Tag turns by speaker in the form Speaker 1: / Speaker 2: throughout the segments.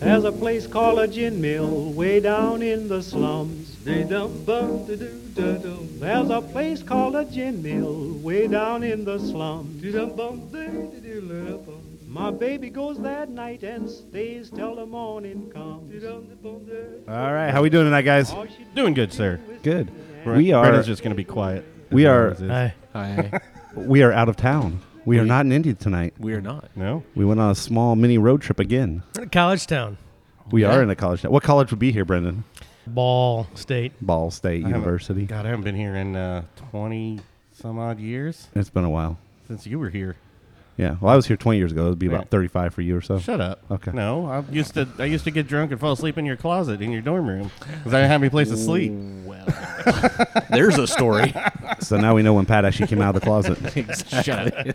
Speaker 1: There's a place called a gin mill way down in the slums. There's
Speaker 2: There's
Speaker 1: a place called a gin mill way down in the slums. My baby goes there at night and stays till the morning comes.
Speaker 3: All right, how we doing tonight, guys?
Speaker 1: All she
Speaker 2: Doing good, sir.
Speaker 1: do is
Speaker 3: Good.
Speaker 1: Bren-
Speaker 3: We are
Speaker 2: Brennan's just gonna be quiet.
Speaker 3: we are-
Speaker 2: As it is.
Speaker 4: Hi.
Speaker 5: Hi.
Speaker 3: we are out of town. We are
Speaker 5: We-
Speaker 3: not in India tonight.
Speaker 5: we are not.
Speaker 2: no.
Speaker 3: We went on a small mini road trip again.
Speaker 4: College Town,
Speaker 3: We
Speaker 5: Yeah.
Speaker 3: are in a college town. What college would be here, Brendan?
Speaker 4: Ball State.
Speaker 3: Ball State
Speaker 2: haven't-
Speaker 3: University.
Speaker 2: God, I haven't been here in uh, twenty some odd years
Speaker 3: It's been a while.
Speaker 2: since you were here.
Speaker 3: Yeah. Well, I was here 20 years ago. It would be about
Speaker 2: Right.
Speaker 3: 35 for you or so.
Speaker 2: Shut up.
Speaker 3: Okay.
Speaker 2: No, I used to I used to get drunk and fall asleep in your closet in your dorm room because I didn't have any place to sleep.
Speaker 5: Well, there's a story.
Speaker 3: So now we know when Pat actually came out of the closet.
Speaker 5: exactly.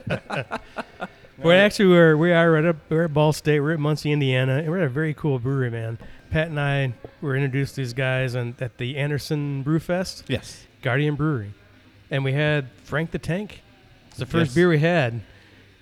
Speaker 4: We're actually we're we are right up we're at Ball State. We're at Muncie, Indiana, and we're at a very cool brewery, man. Pat and I were introduced to these guys and at the Anderson Brew Fest,
Speaker 2: Yes.
Speaker 4: Guardian Brewery, and we had Frank the Tank. It's the first
Speaker 2: Yes.
Speaker 4: beer we had,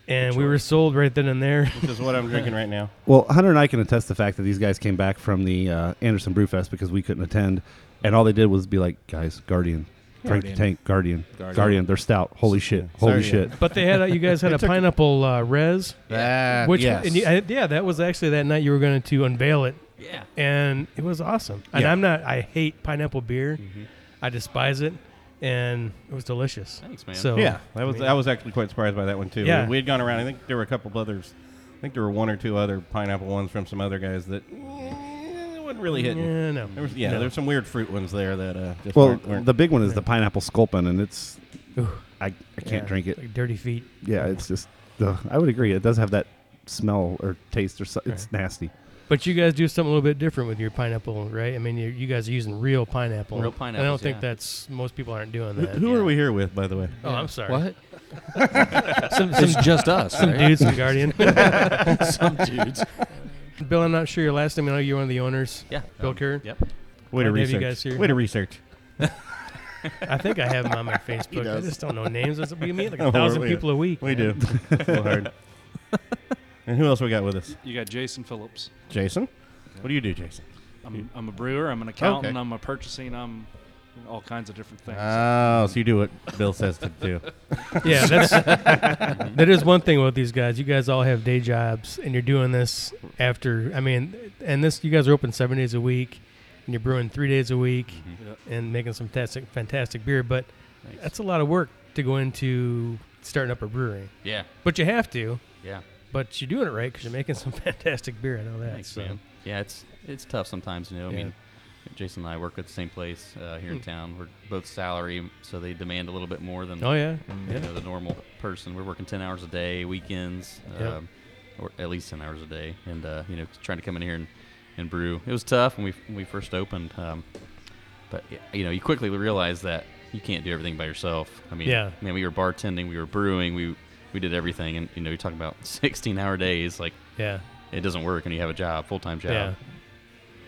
Speaker 4: and we were sold right then and there.
Speaker 2: Which is what I'm drinking right now.
Speaker 3: Well, Hunter and I can attest the fact that these guys came back from the uh, Anderson Brewfest because we couldn't attend, and all they did was be like, "Guys, Guardian, Frank the
Speaker 5: Guardian.
Speaker 3: Tank, Guardian, Guardian,
Speaker 5: Guardian.
Speaker 3: they're stout. Holy shit, holy
Speaker 2: Sorry,
Speaker 3: shit."
Speaker 4: But they had a, you guys had a pineapple uh, res,
Speaker 5: That,
Speaker 4: which
Speaker 5: yes.
Speaker 4: and you- I- yeah, that was actually that night you were going to unveil it.
Speaker 5: yeah.
Speaker 4: and it was awesome. And
Speaker 5: Yeah.
Speaker 4: I'm not. I hate pineapple beer. I despise it, and it was delicious.
Speaker 5: Thanks, man.
Speaker 4: So
Speaker 2: Yeah, that was I was actually quite surprised by that one too.
Speaker 4: Yeah.
Speaker 2: we had gone around. I think there were a couple others. I think there were one or two other pineapple ones from some other guys that eh, wasn't really hitting.
Speaker 4: Yeah, no.
Speaker 2: There was, yeah,
Speaker 4: No.
Speaker 2: there's some weird fruit ones there that uh, just
Speaker 3: Well,
Speaker 2: weren't, weren't-
Speaker 3: the big one is the pineapple sculpin, and it's
Speaker 4: Ooh,
Speaker 3: I, I can't
Speaker 4: yeah,
Speaker 3: drink it.
Speaker 4: Like dirty feet.
Speaker 3: Yeah, it's just ugh, I would agree. It does have that smell or taste or so, it's nasty.
Speaker 4: But you guys do something a little bit different with your pineapple, right? I mean, you, you guys are using real pineapple.
Speaker 5: Real
Speaker 4: And I don't
Speaker 5: pineapples,
Speaker 4: think
Speaker 5: yeah.
Speaker 4: that's most people aren't doing
Speaker 2: who,
Speaker 4: that.
Speaker 2: who are
Speaker 5: yeah.
Speaker 2: we here with, by the way?
Speaker 4: Oh, I'm sorry.
Speaker 5: What?
Speaker 4: Some,
Speaker 5: It's
Speaker 4: some
Speaker 5: just us.
Speaker 4: some
Speaker 5: right?
Speaker 4: dudes from Guardian.
Speaker 5: some dudes.
Speaker 4: Bill, I'm not sure your last name. I know you're one of the owners.
Speaker 5: Yeah.
Speaker 4: Bill Kerr?
Speaker 5: Yep.
Speaker 2: Way
Speaker 4: Glad to
Speaker 2: to
Speaker 4: have you
Speaker 2: research.
Speaker 4: guys here.
Speaker 2: Way to research.
Speaker 4: I think I have him on my Facebook. I
Speaker 5: does.
Speaker 4: just don't know names. That's- We meet like
Speaker 2: Oh,
Speaker 4: a thousand
Speaker 2: we-
Speaker 4: people a week.
Speaker 2: We
Speaker 4: man.
Speaker 2: do. Full hard. And who else we got with us?
Speaker 6: You got Jason Phillips.
Speaker 2: Jason. What do you do, Jason?
Speaker 6: I'm, I'm a brewer. I'm an accountant. I'm a purchasing. I'm all kinds of different things.
Speaker 2: Oh, so you do what Bill says to do.
Speaker 4: Yeah, that's that is one thing about these guys. You guys all have day jobs, and you're doing this after. I mean, and this you guys are open seven days a week, and you're brewing three days a week,
Speaker 6: Yeah.
Speaker 5: Mm-hmm.
Speaker 4: and making some fantastic, fantastic beer. But that's a lot of work to go into starting up a brewery.
Speaker 5: Yeah.
Speaker 4: But you have to.
Speaker 5: Yeah.
Speaker 4: But you're doing it right because you're making some fantastic beer. I know that.
Speaker 5: Thanks,
Speaker 4: so.
Speaker 5: man. Yeah, it's it's tough sometimes, you know.
Speaker 4: Yeah. Hmm.
Speaker 5: I mean, Jason and I work at the same place uh, here in town. We're both salary, so they demand a little bit more than
Speaker 4: Oh yeah.
Speaker 5: you know, the normal person. We're working ten hours a day, weekends,
Speaker 4: Yep.
Speaker 5: um, or at least ten hours a day, and uh, you know, trying to come in here and, and brew. It was tough when we when we first opened, um, but y- you know, you quickly realize that you can't do everything by yourself. I mean,
Speaker 4: Yeah.
Speaker 5: man, we were bartending, we were brewing, we we did everything, and you know, you're talking about sixteen hour days, like
Speaker 4: Yeah.
Speaker 5: it doesn't work, and you have a job, full time job.
Speaker 4: Yeah.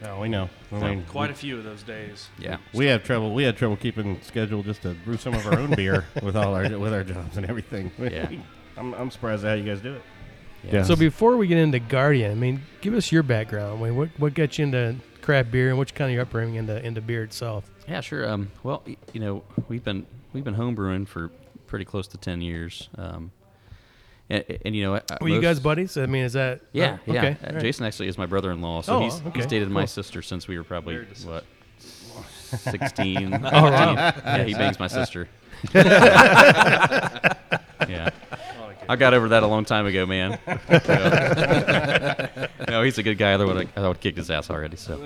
Speaker 2: Oh, we know. I
Speaker 5: So-
Speaker 2: mean,
Speaker 6: Quite a few of those days.
Speaker 5: Yeah.
Speaker 2: We have trouble. We had trouble keeping schedule just to brew some of our own beer with all our with our jobs and everything.
Speaker 5: Yeah.
Speaker 2: I'm, I'm surprised at how you guys do it.
Speaker 3: Yeah.
Speaker 4: So before we get into Guardian, I mean, give us your background. I mean, what what got you into craft beer, and what's kind of your upbringing into into beer itself?
Speaker 5: Yeah, sure. Um, well, y- you know, we've been we've been homebrewing for pretty close to ten years. Um, and, and you know, I- I-
Speaker 4: Were you
Speaker 5: most-
Speaker 4: guys buddies? I mean, is that
Speaker 5: Yeah,
Speaker 4: Oh,
Speaker 5: yeah.
Speaker 4: Okay.
Speaker 5: Uh,
Speaker 4: all right.
Speaker 5: Jason actually is my brother-in-law, so
Speaker 4: Oh,
Speaker 5: he's,
Speaker 4: okay,
Speaker 5: he's dated my
Speaker 4: cool.
Speaker 5: sister since we were probably
Speaker 6: Married to
Speaker 5: what. 16 oh,
Speaker 4: wow.
Speaker 5: yeah he bangs my sister yeah i got over that a long time ago man So- no he's a good guy otherwise i would kick his ass already so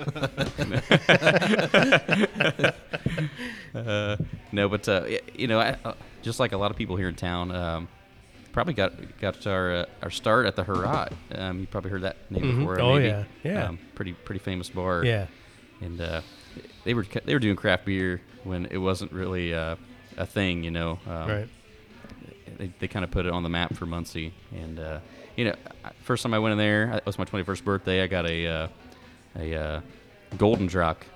Speaker 5: Uh, no, but uh, y- you know, I, uh, just like a lot of people here in town, um, probably got got our uh, our start at the Herat. Um, you probably heard that name
Speaker 4: Mhm.
Speaker 5: before.
Speaker 4: Oh,
Speaker 5: maybe. Um,
Speaker 4: yeah. Yeah.
Speaker 5: pretty pretty famous bar.
Speaker 4: Yeah.
Speaker 5: and uh, they were ca- they were doing craft beer when it wasn't really uh, a thing, you know. Um,
Speaker 4: right.
Speaker 5: They, they kind of put it on the map for Muncie, and uh, you know, I- first time I went in there, I- it was my 21st birthday. I got a uh, a uh, golden jock.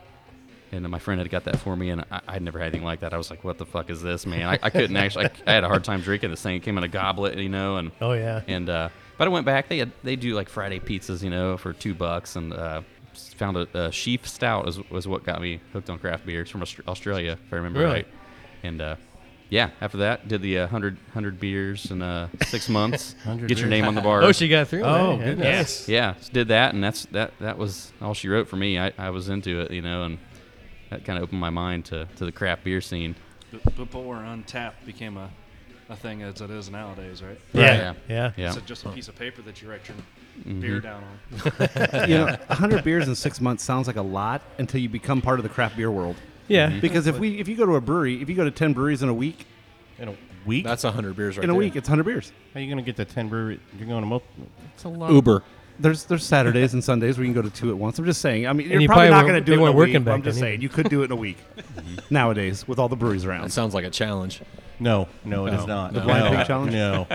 Speaker 5: And my friend had got that for me, and I, I'd never had anything like that. I was like, "What the fuck is this, man?" I, I couldn't actually. I, I had a hard time drinking this thing. It came in a goblet, you know, and
Speaker 4: Oh yeah.
Speaker 5: and uh, but I went back. They had they do like Friday pizzas, you know, for two bucks, and uh, s- found a, a sheaf stout was, was what got me hooked on craft beers from Aust- Australia, if I remember
Speaker 4: Really?
Speaker 5: right. And uh, yeah, after that, did the uh, 100, 100 beers in uh, six months. Get
Speaker 2: 100
Speaker 5: your
Speaker 2: beers.
Speaker 5: name on the bar.
Speaker 4: Oh, she got through.
Speaker 2: Oh,
Speaker 4: that.
Speaker 2: goodness.
Speaker 4: yes.
Speaker 5: yeah, so did that, and that's that. That was all she wrote for me. I, I was into it, you know, and that kind of opened my mind to, to the craft beer scene.
Speaker 6: B- before Untapped became a, a thing as it is nowadays, right?
Speaker 4: Yeah.
Speaker 5: Right.
Speaker 4: Yeah.
Speaker 5: Yeah,
Speaker 6: It's just a piece of paper that you write your beer down on.
Speaker 3: You know, 100 beers in six months sounds like a lot until you become part of the craft beer world.
Speaker 4: Yeah.
Speaker 3: Because if we if you go to a brewery, if you go to 10 breweries in a week,
Speaker 2: In a week?
Speaker 7: That's 100 beers right
Speaker 3: in a
Speaker 7: there.
Speaker 3: week it's 100 beers.
Speaker 2: How you gonna get to ten brewery? You're going to multiple. It's a lot.
Speaker 7: Uber.
Speaker 3: There's there's Saturdays and Sundays where you can go to two at once. I'm just saying. I mean, you're
Speaker 4: you
Speaker 3: probably,
Speaker 4: probably
Speaker 3: not
Speaker 4: weren't-
Speaker 3: going to
Speaker 4: they
Speaker 3: do it in a
Speaker 4: weren't working
Speaker 3: week. but
Speaker 4: back
Speaker 3: I'm just
Speaker 4: then Mm-hmm.
Speaker 3: saying you could do it in a week nowadays with all the breweries around.
Speaker 7: That sounds like a challenge.
Speaker 2: No, no, it
Speaker 7: No.
Speaker 2: is not.
Speaker 7: The
Speaker 2: no.
Speaker 3: blind pig challenge?
Speaker 2: No.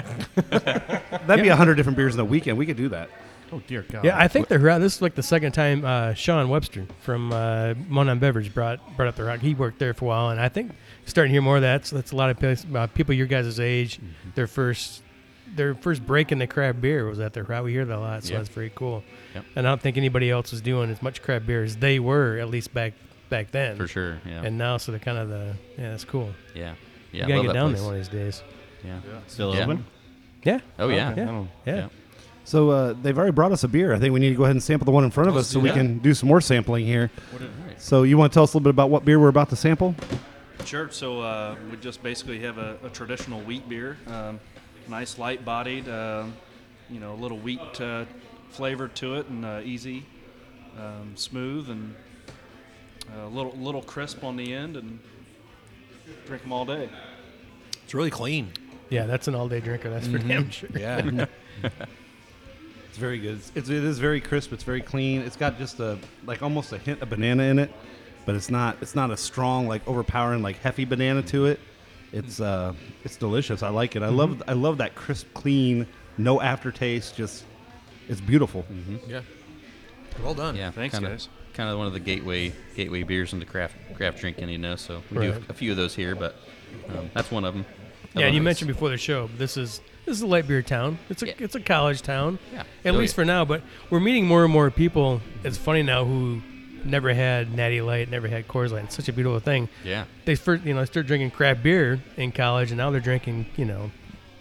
Speaker 3: That'd be 100 different beers in a weekend. We could do that.
Speaker 2: oh dear God.
Speaker 4: Yeah, I think the Huron. This is like the second time uh, Sean Webster from uh, Monon Beverage brought brought up the rock. He worked there for a while, and I think starting to hear more of that. So that's a lot of place, uh, people your guys' age.
Speaker 5: Mm-hmm.
Speaker 4: Their first their first break in the crab beer was at the rock. We hear that a lot, so
Speaker 5: Yeah.
Speaker 4: that's very cool.
Speaker 5: Yep.
Speaker 4: And I don't think anybody else was doing as much crab beer as they were at least back back then.
Speaker 5: for sure. Yeah,
Speaker 4: And now, so they're kind of the yeah, that's cool.
Speaker 5: yeah, yeah. I
Speaker 4: you gotta
Speaker 5: love
Speaker 4: get
Speaker 5: that
Speaker 4: down
Speaker 5: place.
Speaker 4: there one of these days.
Speaker 5: Yeah.
Speaker 2: still
Speaker 5: Yeah.
Speaker 2: open.
Speaker 4: Yeah.
Speaker 5: Oh yeah.
Speaker 2: Okay, I don't-
Speaker 4: Yeah.
Speaker 5: Yeah.
Speaker 3: So uh, they've already brought us a beer. I think we need to go ahead and sample the one in front of us so we
Speaker 5: do that.
Speaker 3: can do some more sampling here.
Speaker 5: What a- all right.
Speaker 3: So you want to tell us a little bit about what beer we're about to sample?
Speaker 6: Sure. So uh, we just basically have a, a traditional wheat beer, um, nice light bodied, um you know, a little wheat uh, flavor to it, and uh, easy, um, smooth, and a little little crisp on the end, and drink them all day.
Speaker 7: It's really clean.
Speaker 4: Yeah, that's an all day drinker. That's
Speaker 5: Mm-hmm.
Speaker 4: for damn sure.
Speaker 7: Yeah.
Speaker 3: It's very good. It's, it's, it is very crisp. It's very clean. It's got just a like almost a hint of banana in it, but it's not it's not a strong like overpowering like hefty banana to it. It's uh it's delicious. I like it. I love I love that crisp, clean, no aftertaste. Just it's beautiful.
Speaker 7: yeah. Well done.
Speaker 5: Yeah,
Speaker 6: Thanks,
Speaker 5: kinda,
Speaker 6: guys.
Speaker 5: Kind of one of the gateway gateway beers into craft craft drinking, you know. So we do
Speaker 4: Right.
Speaker 5: a few of those here, but um, that's one of them.
Speaker 4: Yeah, and you mentioned before the show. This is this is a light beer town. It's a
Speaker 5: Yeah.
Speaker 4: it's a college town.
Speaker 5: Yeah.
Speaker 4: At
Speaker 5: Oh,
Speaker 4: least
Speaker 5: yeah.
Speaker 4: for now, but we're meeting more and more people. It's funny now who never had Natty Light, never had Coors Light. It's such a beautiful thing.
Speaker 5: Yeah,
Speaker 4: They first, you know, started drinking craft beer in college, and now they're drinking, you know,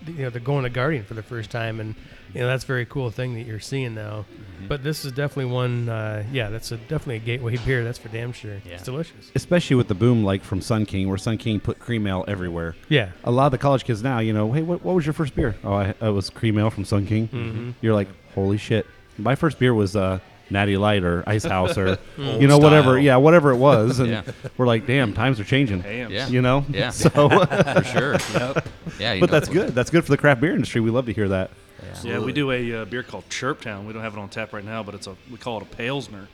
Speaker 4: th- you know, they're going to Guardian for the first time, and you know that's a very cool thing that you're seeing now. But this is definitely one. Uh, yeah, that's a, definitely a gateway beer. That's for damn sure.
Speaker 5: Yeah.
Speaker 4: It's delicious.
Speaker 3: Especially with the boom like from Sun King, where Sun King put cream ale everywhere.
Speaker 4: Yeah.
Speaker 3: A lot of the college kids now, you know, hey, what, what was your first beer? Oh, I, it was cream ale from Sun King. Mm-hmm. You're like, holy shit! My first beer was uh, Natty Light or Ice House or you know
Speaker 7: Old
Speaker 3: whatever,
Speaker 7: style.
Speaker 3: yeah, whatever it was, and
Speaker 5: Yeah.
Speaker 3: we're like, damn, times are changing.
Speaker 6: Damn.
Speaker 5: Yeah.
Speaker 3: You know,
Speaker 5: Yeah.
Speaker 3: So, but
Speaker 5: for sure. Yeah, you know,
Speaker 3: that's good. That's good for the craft beer industry. We love to hear that.
Speaker 6: Yeah,
Speaker 7: Absolutely.
Speaker 6: we do a uh, beer called Chirptown. We don't have it on tap right now, but it's a we call it a pilsner.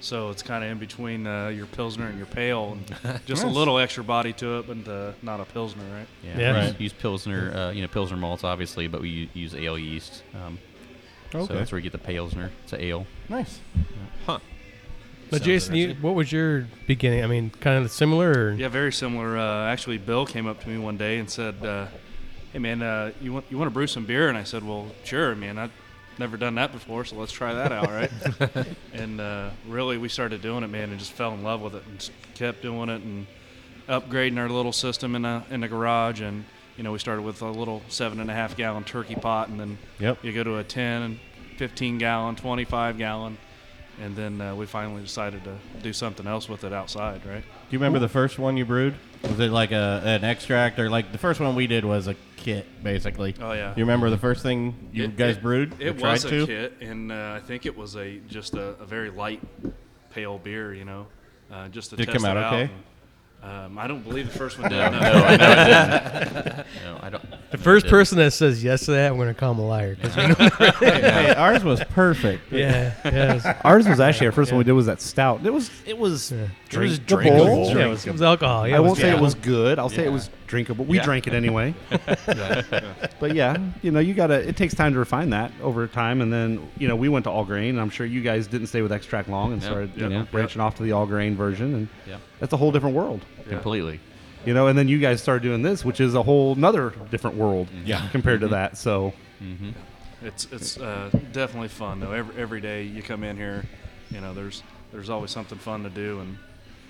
Speaker 6: So it's kind of in between uh, your pilsner and your pale, and just a little extra body to it, but uh, not a pilsner, right?
Speaker 5: Yeah,
Speaker 4: Yeah.
Speaker 5: we
Speaker 4: Right.
Speaker 5: use pilsner, uh, you know, pilsner malts obviously, but we u- use ale yeast. Um, So
Speaker 2: Okay.
Speaker 5: that's where you get the pilsner. It's a ale.
Speaker 2: Nice.
Speaker 4: But
Speaker 7: Sounds
Speaker 4: Jason, you,
Speaker 7: interesting.
Speaker 4: what was your beginning? I mean, kind of similar. Or?
Speaker 6: Yeah, very similar. Uh, actually, Bill came up to me one day and said, uh, "Hey, man, uh, you want you want to brew some beer?" And I said, "Well, sure, man. I've never done that before, so let's try that out, right?" and uh, really, we started doing it, man, and just fell in love with it, and just kept doing it, and upgrading our little system in the in the garage, and you know, we started with a little seven and a half gallon turkey pot, and then
Speaker 2: Yep.
Speaker 6: you go to a 10 and 15 gallon, 25 gallon, and then uh, we finally decided to do something else with it outside, right?
Speaker 2: Do you remember the first one you brewed? Was it like a an extract or like the first one we did was a kit basically?
Speaker 6: Oh, yeah.
Speaker 2: Do you remember the first thing you
Speaker 6: It-
Speaker 2: guys
Speaker 6: it-
Speaker 2: brewed? or
Speaker 6: It
Speaker 2: tried
Speaker 6: was a
Speaker 2: to?
Speaker 6: kit, and uh, I think it was a just a, a very light pale beer, you know, uh, just to
Speaker 2: Did it
Speaker 6: test
Speaker 2: come out
Speaker 6: it out.
Speaker 2: okay?
Speaker 6: and, um, I don't believe the first one did.
Speaker 5: No,
Speaker 6: no.
Speaker 5: no, I know it didn't. No, I don't.
Speaker 4: The first
Speaker 5: didn't.
Speaker 4: person that says yes to that, I'm going to call him a liar. 'cause we know-
Speaker 2: Hey, ours was perfect.
Speaker 4: yeah, yeah, it's-
Speaker 3: Ours was actually our first one we did was that stout. It was it was
Speaker 4: yeah.
Speaker 7: It was
Speaker 3: drinkable.
Speaker 4: Yeah, it was, it was alcohol. Yeah,
Speaker 3: I
Speaker 4: it was
Speaker 3: won't say it
Speaker 4: alcohol.
Speaker 3: was good. I'll say
Speaker 5: Yeah.
Speaker 3: it was drinkable. We
Speaker 5: Yeah.
Speaker 3: drank it anyway.
Speaker 7: Yeah.
Speaker 3: But yeah, you know, you gotta. It takes time to refine that over time, and then you know, we went to all grain. and I'm sure you guys didn't stay with extract long and
Speaker 5: Yeah.
Speaker 3: started you
Speaker 5: Yeah.
Speaker 3: know
Speaker 5: Yeah.
Speaker 3: branching off to the all grain version, and
Speaker 5: Yeah.
Speaker 3: that's a whole different world.
Speaker 5: Completely.
Speaker 3: You know, and then you guys started doing this, which is a whole nother different world
Speaker 5: Mm-hmm.
Speaker 7: Yeah.
Speaker 3: compared to that. So
Speaker 6: It's it's uh, definitely fun though. Every every day you come in here, you know there's there's always something fun to do and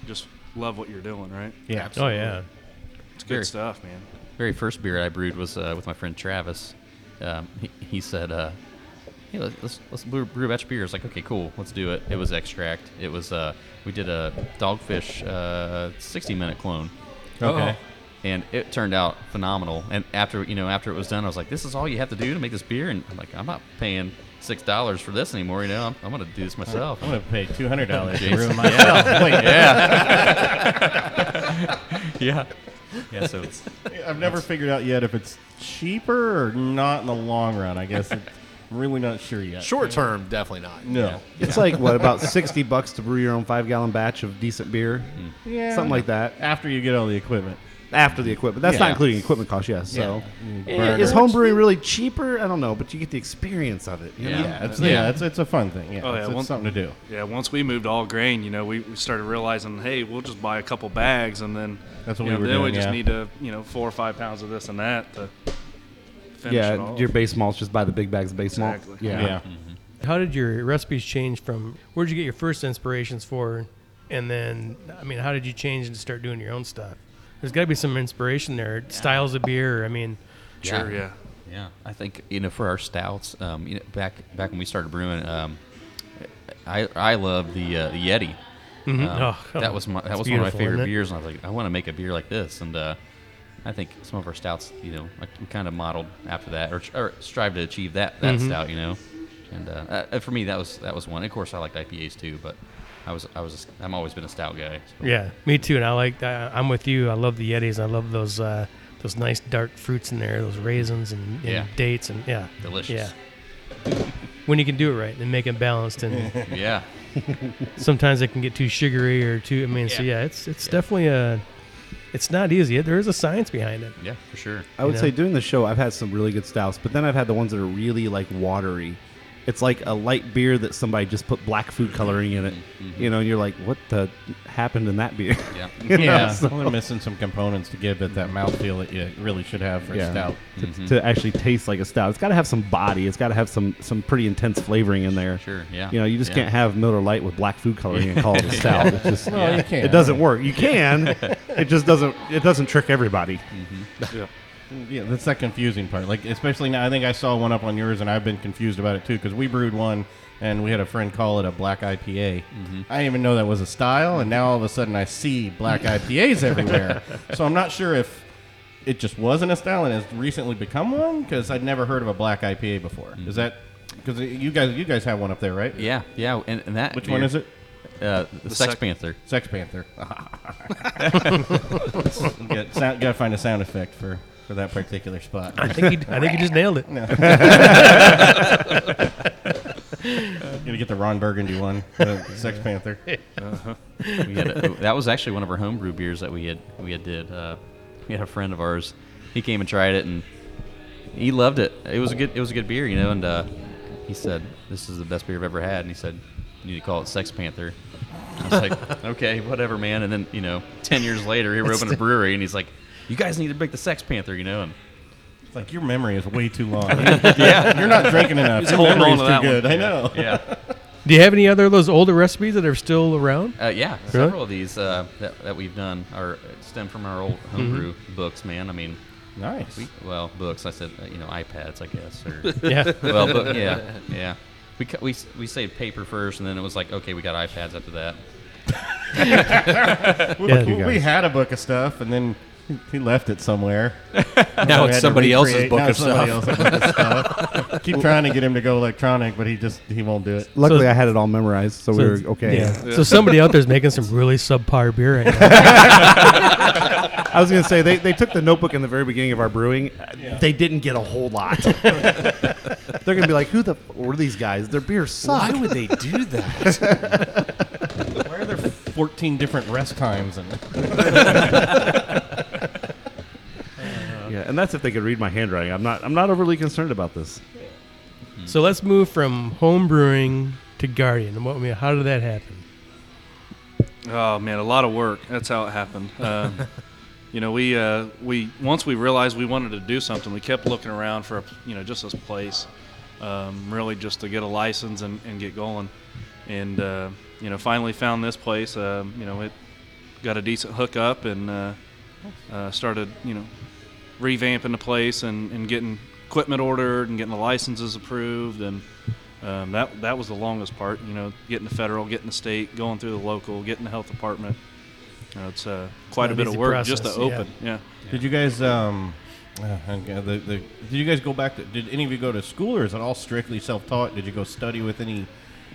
Speaker 6: just love what you're doing, right?
Speaker 3: yeah,
Speaker 4: Oh yeah.
Speaker 6: It's
Speaker 5: Very-
Speaker 6: good stuff, man.
Speaker 5: very first beer I brewed was uh, with my friend Travis. Um, he, he said, uh, "Hey, let's let's, let's brew, brew a batch of beer." I was like, "Okay, cool, let's do it." It was extract. It was uh, we did a dogfish uh, sixty minute clone,
Speaker 6: Uh-huh.
Speaker 2: Okay.
Speaker 5: and it turned out phenomenal. And after you know after it was done, I was like, "This is all you have to do to make this beer." And I'm like, "I'm not paying six dollars for this anymore. You know, I'm, I'm gonna do this myself."
Speaker 2: I'm gonna pay two hundred dollars to
Speaker 5: Jeez.
Speaker 2: ruin myself.
Speaker 5: yeah, yeah. So it's
Speaker 2: Wait, I've never figured out yet if it's cheaper or not in the long run. I guess it's, I'm really not sure yet.
Speaker 7: Short term, definitely not.
Speaker 2: No.
Speaker 3: it's like what about sixty bucks to brew your own five gallon batch of decent beer,
Speaker 5: Mm.
Speaker 2: Yeah.
Speaker 3: something like that.
Speaker 2: After you get all the equipment.
Speaker 3: After the equipment, that's
Speaker 2: Yeah.
Speaker 3: not including equipment costs. Yes, so.
Speaker 2: Burner.
Speaker 3: Is home brewing really cheaper? I don't know, but you get the experience of it. you know?
Speaker 2: Yeah, it's, yeah.
Speaker 5: Yeah.
Speaker 2: it's it's a fun thing. Yeah,
Speaker 6: Oh, yeah,
Speaker 2: it's, it's
Speaker 6: one-
Speaker 2: something to do.
Speaker 6: Yeah, once we moved to all grain, you know, we, we started realizing, hey, we'll just buy a couple bags and then
Speaker 2: That's
Speaker 6: you
Speaker 2: what we
Speaker 6: know,
Speaker 2: were
Speaker 6: then we
Speaker 2: doing,
Speaker 6: just
Speaker 2: yeah.
Speaker 6: need to you know four or five pounds of this and that to finish it
Speaker 3: Yeah,
Speaker 6: all.
Speaker 3: your base malts, just buy the big bags of base malt.
Speaker 6: Exactly.
Speaker 3: Yeah.
Speaker 2: Yeah,
Speaker 4: How did your recipes change from where'd you get your first inspirations for? And then, I mean, how did you change and start doing your own stuff? There's got to be some inspiration there. Styles of beer. I mean,
Speaker 6: sure, yeah.
Speaker 5: Yeah, I think you know for our stouts, um, you know, back back when we started brewing, um, I I love the, uh, the Yeti.
Speaker 4: mhm.
Speaker 5: Um,
Speaker 4: Oh,
Speaker 5: that was my, that
Speaker 4: it's
Speaker 5: was one of my
Speaker 4: beautiful, isn't
Speaker 5: favorite
Speaker 4: it?
Speaker 5: beers, and I was like, I want to make a beer like this, and uh, I think some of our stouts, you know, like we kind of modeled after that, or, tr- or strive to achieve that that stout, you know, and uh, uh, for me that was that was one. Of course, I liked IPAs too, but I was I was i I'm always been a stout guy. so-
Speaker 4: Yeah, me too. And I like. I, I'm with you. I love the Yetis. I love those uh, those nice dark fruits in there. Those raisins and, and
Speaker 5: Yeah.
Speaker 4: dates and yeah,
Speaker 5: Delicious.
Speaker 4: Yeah. When you can do it right and make it balanced, and
Speaker 5: yeah.
Speaker 4: sometimes it can get too sugary or too. I mean, so yeah, it's it's definitely a. It's not easy. There is a science behind it.
Speaker 5: yeah, for sure.
Speaker 3: I would
Speaker 4: You know?
Speaker 3: say doing the show, I've had some really good stouts, but then I've had the ones that are really like watery. It's like a light beer that somebody just put black food coloring in it, you know, and you're like, what the happened in that beer?
Speaker 5: Yeah,
Speaker 3: You know,
Speaker 2: yeah.
Speaker 3: so-
Speaker 2: We're missing some components to give it that mouthfeel that you really should have for a
Speaker 3: Yeah.
Speaker 2: stout.
Speaker 3: To, to actually taste like a stout, it's got to have some body. It's got to have some some pretty intense flavoring in there.
Speaker 5: Sure, yeah.
Speaker 3: You know, you just
Speaker 5: Yeah.
Speaker 3: can't have Miller Lite with black food coloring and call it a stout. It's just,
Speaker 2: Well, you can.
Speaker 3: It doesn't work. You can. it just doesn't. It doesn't trick everybody.
Speaker 2: Yeah, that's that confusing part. Like, especially now, I think I saw one up on yours, and I've been confused about it too because we brewed one, and we had a friend call it a black IPA.
Speaker 5: Mm-hmm.
Speaker 2: I didn't even know that was a style, and now all of a sudden I see black IPAs everywhere. So I'm not sure if it just wasn't a style and has recently become one because I'd never heard of a black IPA before. Is that because you guys you guys have one up there, right?
Speaker 5: Mm-hmm. yeah, yeah, and, and that
Speaker 2: Which one
Speaker 5: beer,
Speaker 2: is it?
Speaker 5: Uh, the, Sex
Speaker 6: sec-
Speaker 5: Panther.
Speaker 2: Sex Panther. Got sound- gotta find a sound effect for for that particular spot.
Speaker 4: I think you, I think you just nailed it.
Speaker 2: Gonna get the Ron Burgundy one, the Sex Panther.
Speaker 5: we had a, that was actually one of our homebrew beers that we had we had did. Uh, we had a friend of ours. He came and tried it, and he loved it. It was a good it was a good beer, you know. And uh, he said, "This is the best beer I've ever had." And he said, "You need to call it Sex Panther." I was like, "Okay, whatever, man." And then you know, ten years later, he opened a brewery, and he's like, "You guys need to make the Sex Panther," you know. And
Speaker 2: It's like your memory is way too long. yeah, you're not drinking enough. Your
Speaker 6: holding
Speaker 2: memory's
Speaker 6: on to that
Speaker 2: too
Speaker 6: one.
Speaker 2: good. I know.
Speaker 5: yeah,
Speaker 4: Do you have any other of those older recipes that are still around?
Speaker 5: uh, yeah, several of these uh, that, that we've done are stem from our old homebrew books, man. I mean,
Speaker 2: Nice.
Speaker 5: we, well, books. I said, uh, you know, iPads, I guess, or
Speaker 4: Yeah.
Speaker 5: well, but yeah, yeah. We, cu- we s- we saved paper first, and then it was like, okay, we got iPads after that.
Speaker 2: We,
Speaker 4: Yeah.
Speaker 2: we had a book of stuff, and then He left it somewhere.
Speaker 7: Now
Speaker 8: Oh,
Speaker 2: We
Speaker 7: it's
Speaker 2: had to
Speaker 7: somebody else's
Speaker 2: recreate-
Speaker 7: book
Speaker 2: now
Speaker 7: of
Speaker 2: it's somebody
Speaker 7: stuff.
Speaker 2: else's book of stuff. Keep trying to get him to go electronic, but he just he won't do it.
Speaker 3: Luckily, I had it all memorized, so, we
Speaker 4: it's-
Speaker 3: were okay.
Speaker 4: yeah. So somebody out there's making some really subpar beer right now.
Speaker 3: I was gonna say they, they took the notebook in the very beginning of our brewing. Uh, They didn't get a whole lot. They're gonna be like, "Who the f- were these guys? Their beer sucked."
Speaker 7: would they do that?
Speaker 2: Why are there 14 different rest times? And
Speaker 3: Yeah, and that's if they could read my handwriting. I'm not I'm not overly concerned about this.
Speaker 4: so let's move from home brewing to Guardian. And What, I mean, how did that happen?
Speaker 6: Oh man, a lot of work. That's how it happened. Um, you know, we uh, we once we realized we wanted to do something, we kept looking around for a, you know just this place, um, really just to get a license and, and get going, and uh, you know finally found this place. Um, you know, it got a decent hookup and uh, uh, started you know revamping the place and, and getting equipment ordered and getting the licenses approved and um, that that was the longest part, you know, getting the federal, getting the state, going through the local, getting the health department. You know, it's uh, quite
Speaker 4: not
Speaker 6: a
Speaker 4: an
Speaker 6: bit of
Speaker 4: easy
Speaker 6: work just to
Speaker 4: process, yeah.
Speaker 6: open. Yeah.
Speaker 2: Did you guys um, uh, okay, the, the, did you guys go back? To, did any of you go to school, or is it all strictly self-taught? Did you go study with any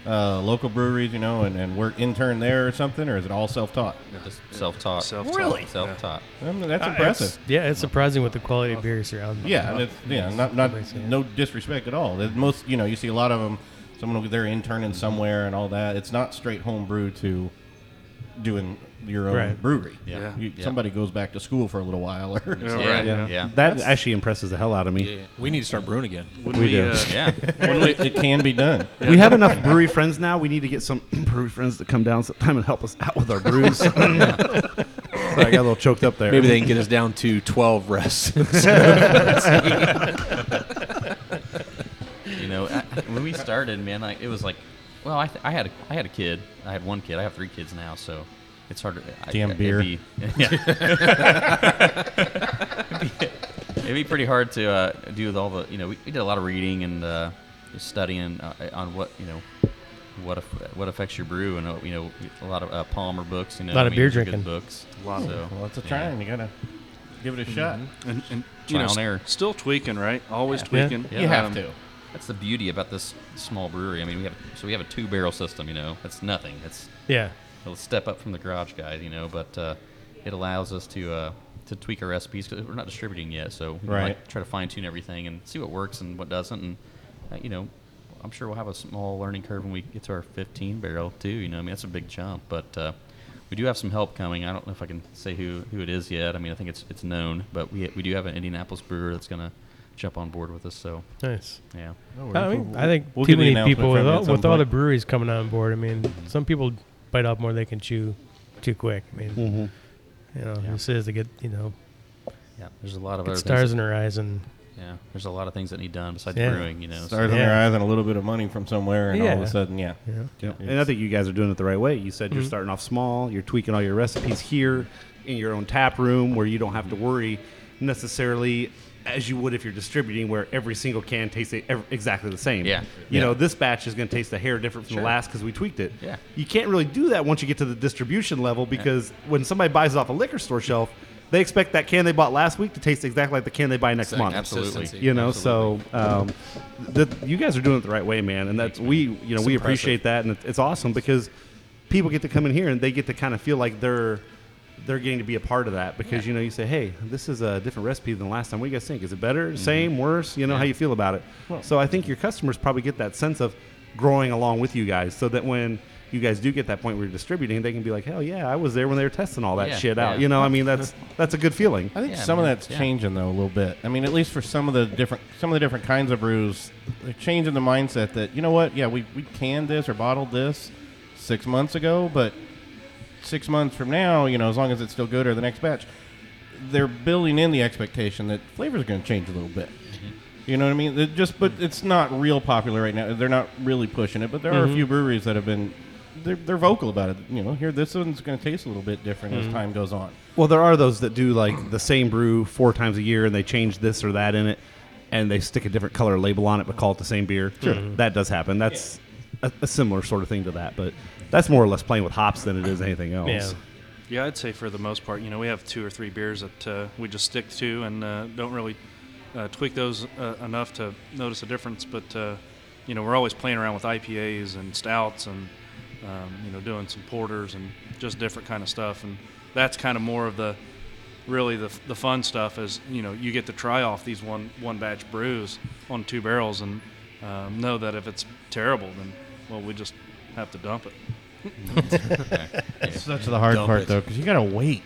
Speaker 2: uh, local breweries, you know, and, and work intern there or something, or is it all self-taught?
Speaker 5: Just self-taught.
Speaker 6: Self-taught, Really? yeah.
Speaker 5: Self-taught.
Speaker 2: I mean, that's
Speaker 4: Uh,
Speaker 2: impressive.
Speaker 4: it's- yeah, it's surprising what the quality of beers are out there.
Speaker 2: Yeah, and it's, yeah, not not
Speaker 4: Makes sense.
Speaker 2: no disrespect at all. That Most you know, you see a lot of them. Someone will- they're interning
Speaker 4: Mm-hmm.
Speaker 2: somewhere and all that. It's not straight home brew to doing your own
Speaker 4: Right.
Speaker 2: brewery.
Speaker 6: Yeah.
Speaker 2: You,
Speaker 5: Yeah.
Speaker 2: Somebody goes back to school for a little while, or
Speaker 6: Yeah,
Speaker 5: Yeah,
Speaker 6: right,
Speaker 5: yeah,
Speaker 6: yeah.
Speaker 5: yeah.
Speaker 3: That actually impresses the hell out of me.
Speaker 7: Yeah, we need to start brewing again.
Speaker 6: When
Speaker 3: We do.
Speaker 6: Uh,
Speaker 5: Yeah.
Speaker 6: when we,
Speaker 2: it can be done.
Speaker 3: We have enough brewery friends now. We need to get some brewery friends to come down sometime and help us out with our brews. Sorry, I got a little choked up there.
Speaker 7: Maybe they can get us down to 12 rests.
Speaker 5: you know, I, when we started, man, like it was like, well, I, th- I had a, I had a kid. I had one kid. I have three kids now, so it's harder. I,
Speaker 2: Damn
Speaker 5: it'd
Speaker 2: beer.
Speaker 5: be- yeah. it'd, be, it'd be pretty hard to uh, do with all the, you know, we, we did a lot of reading and uh, just studying uh, on what, you know, what aff- what affects your brew and uh, you know a lot of uh, Palmer books, you know,
Speaker 4: Lot of
Speaker 5: I mean,
Speaker 4: beer
Speaker 5: those are
Speaker 4: drinking.
Speaker 5: good books.
Speaker 6: A lot of-
Speaker 5: so,
Speaker 2: Well, it's a
Speaker 5: yeah.
Speaker 2: try, and you gotta give it a
Speaker 4: Mm-hmm.
Speaker 2: shot.
Speaker 6: and, and, you
Speaker 5: Trial
Speaker 6: know,
Speaker 5: and error.
Speaker 6: s- still tweaking, right? Always
Speaker 4: Yeah.
Speaker 6: tweaking.
Speaker 5: Yeah.
Speaker 2: You have
Speaker 6: Um,
Speaker 2: to.
Speaker 5: That's the beauty about this small brewery. I mean, we have so we have a two barrel system. You know, that's nothing. It's
Speaker 4: Yeah.
Speaker 5: it'll step up from the garage guys, you know, but uh, it allows us to uh, to tweak our recipes because we're not distributing yet, so we can,
Speaker 2: Right.
Speaker 5: like, try to fine tune everything and see what works and what doesn't, and uh, you know, I'm sure we'll have a small learning curve when we get to our 15 barrel too. You know, I mean that's a big jump, but uh, we do have some help coming. I don't know if I can say who who it is yet. I mean, I think it's it's known, but we we do have an Indianapolis brewer that's gonna jump on board with us. So
Speaker 4: Nice.
Speaker 5: yeah,
Speaker 4: I, mean, I think
Speaker 2: We'll
Speaker 4: too
Speaker 2: get the
Speaker 4: many people with
Speaker 2: announcement from you
Speaker 4: all,
Speaker 2: at some
Speaker 4: with all the
Speaker 2: point.
Speaker 4: breweries coming on board. I mean, some people bite off more than they can chew too quick. I mean, you know, this is to get you know
Speaker 5: yeah, there's a lot of
Speaker 4: get
Speaker 5: other
Speaker 4: stars
Speaker 5: Things,
Speaker 4: in their eyes and
Speaker 5: yeah, there's a lot of things that need done besides
Speaker 4: Yeah.
Speaker 5: brewing. You know, so-
Speaker 2: Stars in their eyes and a little bit of money from somewhere, and all of
Speaker 4: Yeah.
Speaker 2: a sudden, yeah.
Speaker 4: you know.
Speaker 3: And I think you guys are doing it the right way. You said you're
Speaker 5: Mm-hmm.
Speaker 3: starting off small, you're tweaking all your recipes here in your own tap room where you don't have to worry necessarily as you would if you're distributing where every single can tastes e- ev- exactly the same.
Speaker 5: Yeah.
Speaker 3: You
Speaker 5: Yeah.
Speaker 3: know, this batch is going to taste a hair different from the last because we tweaked it.
Speaker 5: Yeah.
Speaker 3: You can't really do that once you get to the distribution level because when somebody buys it off a liquor store shelf, they expect that can they bought last week to taste exactly like the can they buy next
Speaker 7: Exactly.
Speaker 3: month
Speaker 7: Absolutely.
Speaker 3: you know so um, th- th- you guys are doing it the right way man and that's we you know we
Speaker 7: impressive.
Speaker 3: appreciate that and it- it's awesome because people get to come in here and they get to kind of feel like they're they're getting to be a part of that because you know you say hey this is a different recipe than last time what do you guys think is it better
Speaker 5: Mm-hmm.
Speaker 3: same worse you know how you feel about it so i think your customers probably get that sense of growing along with you guys so that when you guys do get that point where you're distributing they can be like hell yeah i was there when they were testing all that
Speaker 5: Yeah,
Speaker 3: shit out
Speaker 5: yeah.
Speaker 3: you know i mean that's that's a good feeling
Speaker 2: I think
Speaker 5: Yeah,
Speaker 2: some
Speaker 5: man,
Speaker 2: of that's
Speaker 5: yeah.
Speaker 2: changing though a little bit. I mean, at least for some of the different some of the different kinds of brews, they're changing the mindset that you know what, yeah, we we canned this or bottled this six months ago, but six months from now, you know, as long as it's still good or the next batch, they're building in the expectation that flavor's going to change a little bit.
Speaker 5: Mm-hmm.
Speaker 2: You know what I mean? It just but it's not real popular right now. They're not really pushing it, but there
Speaker 5: Mm-hmm.
Speaker 2: are a few breweries that have been they're, they're vocal about it. You know, here this one's going to taste a little bit different
Speaker 5: Mm-hmm.
Speaker 2: as time goes on.
Speaker 3: Well, there are those that do like the same brew four times a year, and they change this or that in it, and they stick a different color label on it, but call it the same beer. Sure, that does happen. That's a, a similar sort of thing to that, but that's more or less playing with hops than it is anything else.
Speaker 4: Yeah.
Speaker 6: Yeah, I'd say for the most part, you know, we have two or three beers that uh, we just stick to and uh, don't really uh, tweak those uh, enough to notice a difference. But uh, you know, we're always playing around with IPAs and stouts and um, you know doing some porters and just different kind of stuff. And that's kind of more of the really the, the fun stuff is you know you get to try off these one one batch brews on two barrels and um, know that if it's terrible, then well, we just have to dump it.
Speaker 2: It's such the hard
Speaker 7: Dump
Speaker 2: part
Speaker 7: it.
Speaker 2: though, because you gotta wait.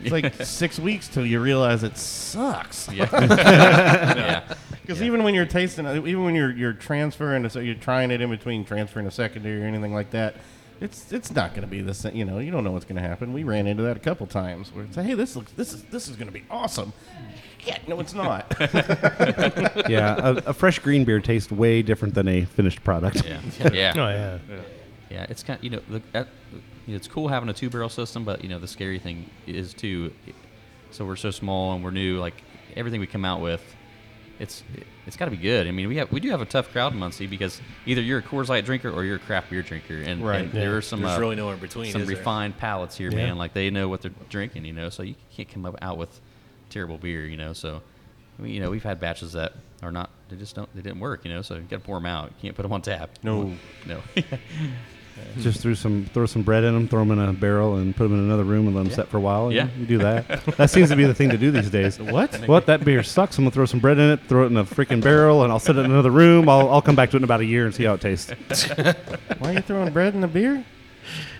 Speaker 2: It's like six weeks till you realize it sucks.
Speaker 5: Yeah. yeah.
Speaker 2: Because even when you're tasting, uh, even when you're you're transferring, to, so you're trying it in between transferring to secondary or anything like that, it's it's not going to be the same. You know, you don't know what's going to happen. We ran into that a couple times where it's like, hey, this looks this is this is going to be awesome. Yeah, no, it's not.
Speaker 3: yeah, a, a fresh green beer tastes way different than a finished product.
Speaker 5: Yeah.
Speaker 4: Oh
Speaker 5: Yeah.
Speaker 4: yeah.
Speaker 5: Yeah. It's kind of, you know, look at, you know, it's cool having a two barrel system, but, you know, the scary thing is, too, so we're so small and we're new, like, everything we come out with, it's it's got to be good. I mean, we have we do have a tough crowd in Muncie because either you're a Coors Light drinker or you're a craft beer drinker, and,
Speaker 2: Right,
Speaker 5: and
Speaker 2: yeah.
Speaker 5: there are some
Speaker 7: There's
Speaker 5: uh,
Speaker 7: really nowhere in between.
Speaker 5: some
Speaker 7: is there?
Speaker 5: refined palates here,
Speaker 4: Yeah.
Speaker 5: man. Like they know what they're drinking, you know. So you can't come up out with terrible beer, you know. So, I mean, you know, we've had batches that are not. They just don't. They didn't work, you know. So you got to pour them out. You can't put them on tap.
Speaker 2: No.
Speaker 5: no.
Speaker 3: Just threw some, throw some bread in them, throw them in a barrel, and put them in another room and let them set for a while. You-
Speaker 5: Yeah.
Speaker 3: you do that. that seems to be the thing to do these days. What? What? That beer sucks. I'm gonna throw some bread in it, throw it in a freaking barrel, and I'll set it in another room. I'll, I'll come back to it in about a year and see how it tastes.
Speaker 2: Why are you throwing bread in the beer?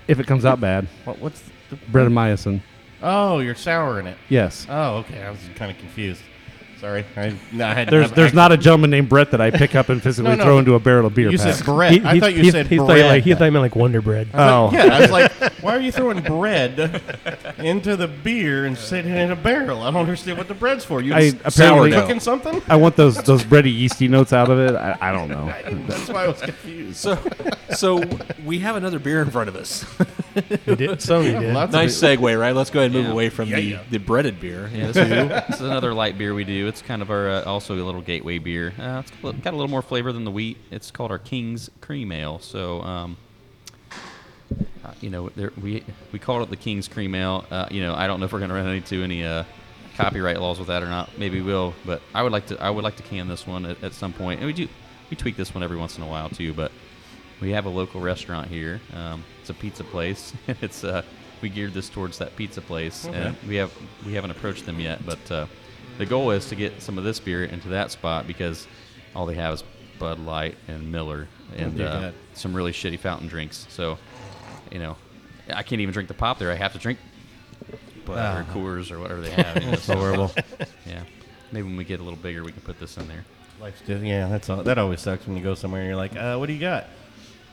Speaker 3: If it comes out bad,
Speaker 2: What, what's the,
Speaker 3: bread and myosin.
Speaker 2: oh, you're souring it.
Speaker 3: Yes.
Speaker 2: Oh, okay. I was kind of confused. Sorry, I, no, I had
Speaker 3: There's
Speaker 2: I-
Speaker 3: there's
Speaker 2: I-
Speaker 3: not a gentleman named Brett that I pick up and physically
Speaker 2: No, no.
Speaker 3: throw into a barrel of beer.
Speaker 2: You
Speaker 3: Pat.
Speaker 2: said bread. I
Speaker 4: He-
Speaker 2: thought you
Speaker 4: he's-
Speaker 2: said
Speaker 4: he's
Speaker 2: bread. Uh,
Speaker 4: thought you like he thought you meant like Wonder Bread.
Speaker 3: oh,
Speaker 2: Yeah, I was like, why are you throwing bread into the beer and sitting in a barrel? I don't understand what the bread's for. You
Speaker 3: I-
Speaker 2: just
Speaker 3: apparently-
Speaker 2: cooking something?
Speaker 3: I want those those bready yeasty notes out of it. I, I don't know.
Speaker 2: That's why I was confused.
Speaker 7: So, so we have another beer in front of us.
Speaker 4: He did. Sony did.
Speaker 2: Lots of
Speaker 7: nice
Speaker 2: it.
Speaker 7: segue, right? Let's go ahead and move
Speaker 5: Yeah.
Speaker 7: away from
Speaker 2: Yeah,
Speaker 7: the,
Speaker 2: yeah.
Speaker 7: the breaded beer.
Speaker 5: Yeah, this, is, this is another light beer we do. It's kind of our uh, also a little gateway beer. Uh, it's got a little more flavor than the wheat. It's called our King's Cream Ale. So, um, uh, you know, there, we we called it the King's Cream Ale. Uh, you know, I don't know if we're going to run into any uh, copyright laws with that or not. Maybe we will, but I would like to I would like to can this one at, at some point. And we do we tweak this one every once in a while too, but we have a local restaurant here. Um, it's a pizza place. it's uh, we geared this towards that pizza place, and we have we haven't approached them yet. But uh, the goal is to get some of this beer into that spot because all they have is Bud Light and Miller and
Speaker 2: dear
Speaker 5: uh,
Speaker 2: God.
Speaker 5: some really shitty fountain drinks. So, you know, I can't even drink the pop there. I have to drink whatever Coors or whatever they have. you know, so, yeah, maybe when we get a little bigger, we can put this in there.
Speaker 2: Life's just, yeah, that's all. That always sucks when you go somewhere and you're like, uh, what do you got?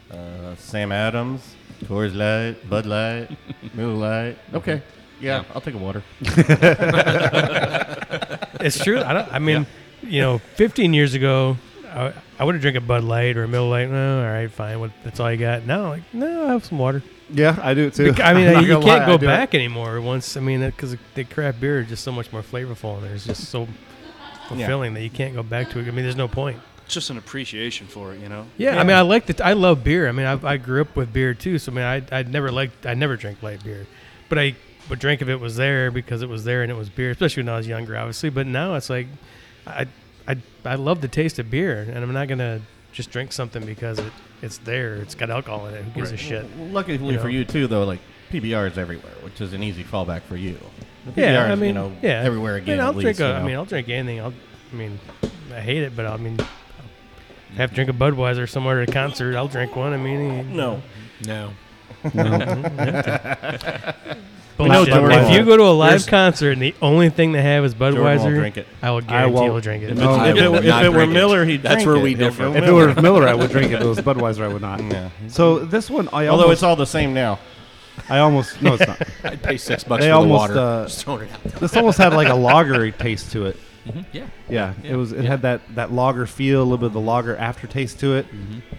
Speaker 2: Uh, Sam Adams, Coors Light, Bud Light, Miller Light. Okay. Yeah,
Speaker 5: Yeah.
Speaker 2: I'll take a water.
Speaker 4: It's true. I don't. I mean, you know, 15 years ago, I, I would have drank a Bud Light or a Miller Light. No, all right, fine. What, that's all I got. Now, like, no, I have some water.
Speaker 3: Yeah, I do too.
Speaker 4: I mean,
Speaker 3: I'm not
Speaker 4: you
Speaker 3: gonna
Speaker 4: can't
Speaker 3: lie, I
Speaker 4: go
Speaker 3: do it.
Speaker 4: back anymore. Once, I mean, because the craft beer is just so much more flavorful and it's just so fulfilling that you can't go back to it. I mean, there's no point.
Speaker 6: It's just an appreciation for it, you know.
Speaker 4: Yeah, I mean, I like that. I love beer. I mean, I, I grew up with beer too. So I mean, I I never liked. I never drank light beer, but I but drank if it was there because it was there and it was beer, especially when I was younger, obviously. But now it's like, I I I love the taste of beer, and I'm not gonna just drink something because it it's there. It's got alcohol in it. Who gives a shit?
Speaker 2: Well, Luckily
Speaker 4: know?
Speaker 2: for you, too, though, like PBR is everywhere, which is an easy fallback for you. The PBR
Speaker 4: Yeah,
Speaker 2: is,
Speaker 4: I mean,
Speaker 2: you know,
Speaker 4: yeah,
Speaker 2: everywhere again.
Speaker 4: I mean, I'll
Speaker 2: at least,
Speaker 4: drink.
Speaker 2: you
Speaker 4: a- I
Speaker 2: know.
Speaker 4: mean, I'll drink anything. I'll. I mean, I hate it, but I mean, I have to drink a Budweiser somewhere at a concert. I'll drink one. I mean,
Speaker 2: no.
Speaker 7: No.
Speaker 4: Bullshit.
Speaker 2: George
Speaker 4: if
Speaker 2: won't.
Speaker 4: you go to a live
Speaker 2: Here's-
Speaker 4: concert and the only thing they have is Budweiser,
Speaker 2: won't drink it.
Speaker 4: I will
Speaker 3: I
Speaker 4: guarantee
Speaker 3: won't.
Speaker 4: he'll drink it.
Speaker 3: Oh.
Speaker 2: If, it's-
Speaker 7: I
Speaker 2: if it,
Speaker 7: will
Speaker 2: if
Speaker 7: not
Speaker 2: it were
Speaker 7: drink it.
Speaker 2: Miller, he'd
Speaker 7: That's
Speaker 2: drink
Speaker 7: where
Speaker 2: it.
Speaker 7: we
Speaker 2: If
Speaker 7: differ.
Speaker 2: it
Speaker 3: If it were Miller, I would drink it. If it was Budweiser, I would not.
Speaker 2: Yeah.
Speaker 3: So this one, I
Speaker 2: Although
Speaker 3: almost,
Speaker 2: it's all the same now.
Speaker 3: I almost no, it's not.
Speaker 7: I'd pay six bucks
Speaker 3: They
Speaker 7: for
Speaker 3: almost,
Speaker 7: the water.
Speaker 3: uh,
Speaker 7: Just throwing it out.
Speaker 3: This almost had like a lagery taste to it.
Speaker 5: Yeah,
Speaker 3: Yeah, it was. It had that that lager feel, a little bit of the lager aftertaste to it.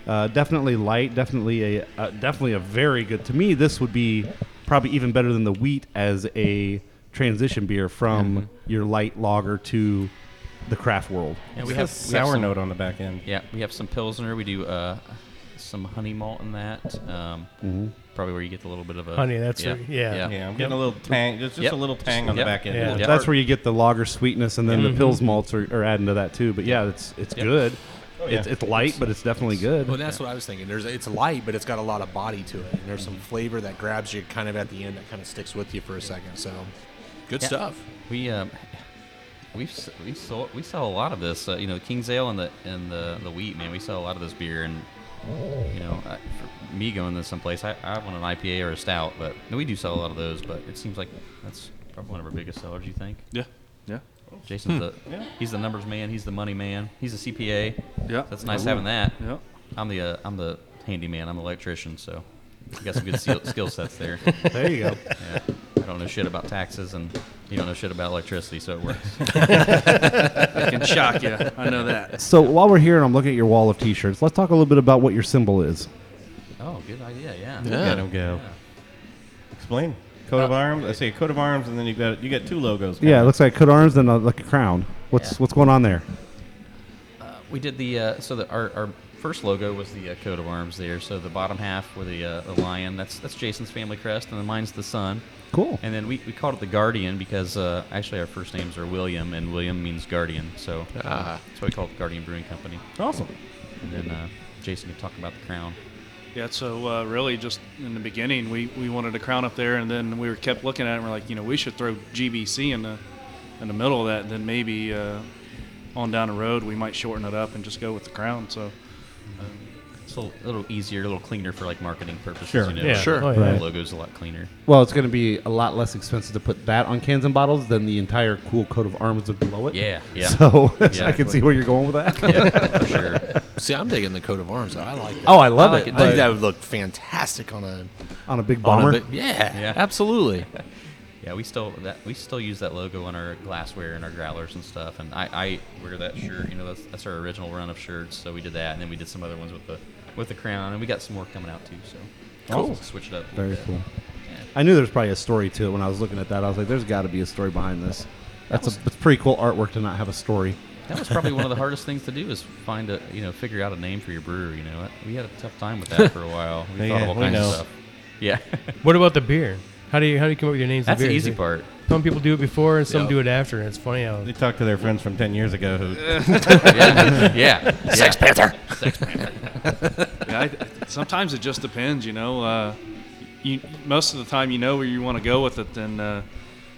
Speaker 3: Uh, definitely light. Definitely a uh, definitely a very good. To me, this would be probably even better than the wheat as a transition beer from your light lager to the craft world.
Speaker 5: yeah
Speaker 2: It's a sour note on the back end.
Speaker 5: Yeah, we have some pilsner. We do uh, s- some honey malt in that. Um,
Speaker 6: Mm-hmm.
Speaker 5: Probably where you get a little bit of a
Speaker 4: Honey, that's
Speaker 5: yeah,
Speaker 4: where- yeah.
Speaker 2: Yeah, I'm getting a little tang. Just, just
Speaker 5: Yep.
Speaker 2: a little tang on
Speaker 5: Yep.
Speaker 2: the back end.
Speaker 4: Yeah.
Speaker 2: A little
Speaker 5: Yeah.
Speaker 3: That's where you get the lager sweetness, and then the pills malts are, are adding to that too. But Mm-hmm. yeah, it's it's good. It's, it's light, but it's definitely good.
Speaker 7: Well, that's what I was thinking. There's it's light, but it's got a lot of body to it, and there's some flavor that grabs you kind of at the end that kind of sticks with you for a second. So, good
Speaker 5: Yeah.
Speaker 7: stuff.
Speaker 5: We um, we've s- we sold we sell a lot of this. Uh, you know, King's Ale and the and the the wheat man. We sell a lot of this beer, and you know, I, for me going to someplace, I, I want an IPA or a stout, but and we do sell a lot of those. But it seems like that's probably one of our biggest sellers. You think?
Speaker 6: Yeah. Yeah.
Speaker 5: Jason's
Speaker 6: Hmm.
Speaker 5: the he's the numbers man. He's the money man. He's the CPA.
Speaker 6: Yeah.
Speaker 5: that's nice having that.
Speaker 6: Yeah.
Speaker 5: I'm the uh, I'm the handyman. I'm an electrician, so we got some good skill, skill sets there.
Speaker 3: there you go.
Speaker 5: Yeah. I don't know shit about taxes, and you don't know shit about electricity, so it works.
Speaker 6: I can shock you. I know that.
Speaker 3: So while we're here and I'm looking at your wall of T-shirts, let's talk a little bit about what your symbol is.
Speaker 5: Oh, good idea. Yeah.
Speaker 2: Yeah. Let 'em go. Explain. Coat of arms. I say a coat of arms, and then you got you got two logos. kinda.
Speaker 3: Yeah, it looks like coat arms and uh like a crown. What's
Speaker 5: Yeah.
Speaker 3: what's going on there?
Speaker 5: We did the uh, so the our, our first logo was the uh, coat of arms there. So the bottom half with the, uh, the lion. That's that's Jason's family crest, and then mine's the sun.
Speaker 3: Cool.
Speaker 5: And then we, we called it the guardian because uh, actually our first names are William, and William means guardian. So uh, that's why we called it Guardian Brewing Company.
Speaker 3: Awesome.
Speaker 5: And then uh, Jason can talk about the crown.
Speaker 6: Yeah, so uh, really, just in the beginning, we, we wanted a crown up there, and then we were kept looking at it, and we're like, you know, we should throw GBC in the in the middle of that, and then maybe uh, on down the road we might shorten it up and just go with the crown. So
Speaker 5: It's a little, a little easier, a little cleaner for like marketing purposes.
Speaker 2: Sure.
Speaker 5: You know?
Speaker 4: Yeah. Sure. Oh, yeah.
Speaker 5: The logo's a lot cleaner.
Speaker 3: Well, it's going to be a lot less expensive to put that on cans and bottles than the entire cool coat of arms would below it.
Speaker 5: Yeah. Yeah.
Speaker 3: So I can
Speaker 5: Exactly.
Speaker 3: see where you're going with that.
Speaker 5: yeah. For sure.
Speaker 7: See, I'm digging the coat of arms. though. I like that.
Speaker 3: Oh, I love
Speaker 7: I like
Speaker 3: it.
Speaker 7: it. I think
Speaker 3: but
Speaker 7: that would look fantastic on a
Speaker 3: on a big
Speaker 7: on a
Speaker 3: bomber.
Speaker 7: big- yeah,
Speaker 5: Yeah.
Speaker 7: absolutely.
Speaker 5: Yeah, we still that we still use that logo on our glassware and our growlers and stuff. And I, I wear that shirt. You know, that's, that's our original run of shirts. So we did that, and then we did some other ones with the with the crown, and we got some more coming out too. So
Speaker 3: Cool.
Speaker 5: switch it up. a
Speaker 3: Very
Speaker 5: little bit.
Speaker 3: cool. I knew there was probably a story to it when I was looking at that. I was like, "There's got to be a story behind this." That's a that's pretty cool artwork to not have a story.
Speaker 5: That was probably one of the hardest things to do is find a you know figure out a name for your brewer. You know, we had a tough time with that for a while. We thought
Speaker 2: Yeah,
Speaker 5: of all
Speaker 2: we
Speaker 5: kinds
Speaker 2: know.
Speaker 5: of stuff. Yeah,
Speaker 4: What about the beer? How do you how do you come up with your names? and
Speaker 5: that's the
Speaker 4: beers?
Speaker 5: easy part.
Speaker 4: Some people do it before, and some
Speaker 5: Yeah.
Speaker 4: do it after. And it's funny how
Speaker 2: They talk to their friends from ten years ago. Who
Speaker 5: Yeah, yeah.
Speaker 7: Sex Panther.
Speaker 6: yeah, I, sometimes it just depends, you know. Uh, you, most of the time, you know where you want to go with it, and uh,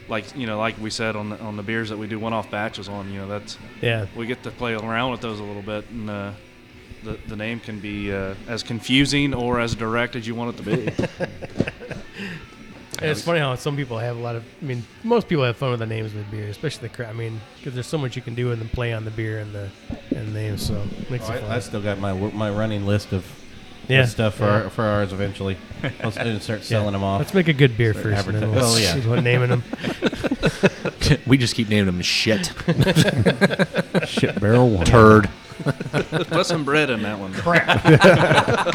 Speaker 6: like you know, like we said on the, on the beers that we do one-off batches on, you know, that's
Speaker 4: yeah.
Speaker 6: we get to play around with those a little bit, and uh, the the name can be uh, as confusing or as direct as you want it to be.
Speaker 4: And it's funny how some people have a lot of. I mean, most people have fun with the names of the beer, especially the crowd. I mean, because there's so much you can do in the play on the beer and the and the names. So it makes it fun.
Speaker 2: Oh, I, I still got my my running list of
Speaker 4: Yeah.
Speaker 2: stuff for our, for ours eventually. I'll s- start
Speaker 4: Yeah.
Speaker 2: selling them off.
Speaker 4: Let's make a good beer first. And then
Speaker 2: advertising.
Speaker 4: we'll
Speaker 2: Oh, yeah.
Speaker 4: see what naming them.
Speaker 7: we just keep naming them shit.
Speaker 3: Shit barrel one.
Speaker 7: Turd.
Speaker 6: Put some bread in that one.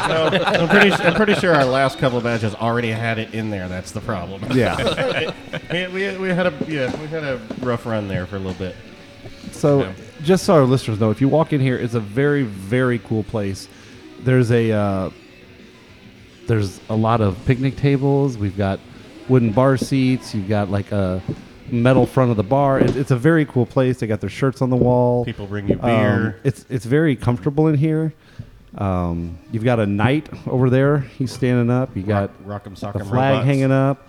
Speaker 2: I'm pretty su- I'm pretty sure our last couple of batches already had it in there. That's the problem.
Speaker 3: Yeah.
Speaker 2: we, we, we had a yeah we had a rough run there for a little bit.
Speaker 3: So, just so our listeners know, if you walk in here, it's a very, very cool place. There's a uh, there's a lot of picnic tables. We've got wooden bar seats. You've got like a metal front of the bar. It, it's a very cool place. They got their shirts on the wall.
Speaker 2: People bring you
Speaker 3: Um,
Speaker 2: beer.
Speaker 3: it's it's very comfortable in here. Um, you've got a knight over there. He's standing up. You got
Speaker 2: Rock'em
Speaker 3: the
Speaker 2: sock'em
Speaker 3: flag
Speaker 2: robots.
Speaker 3: hanging up.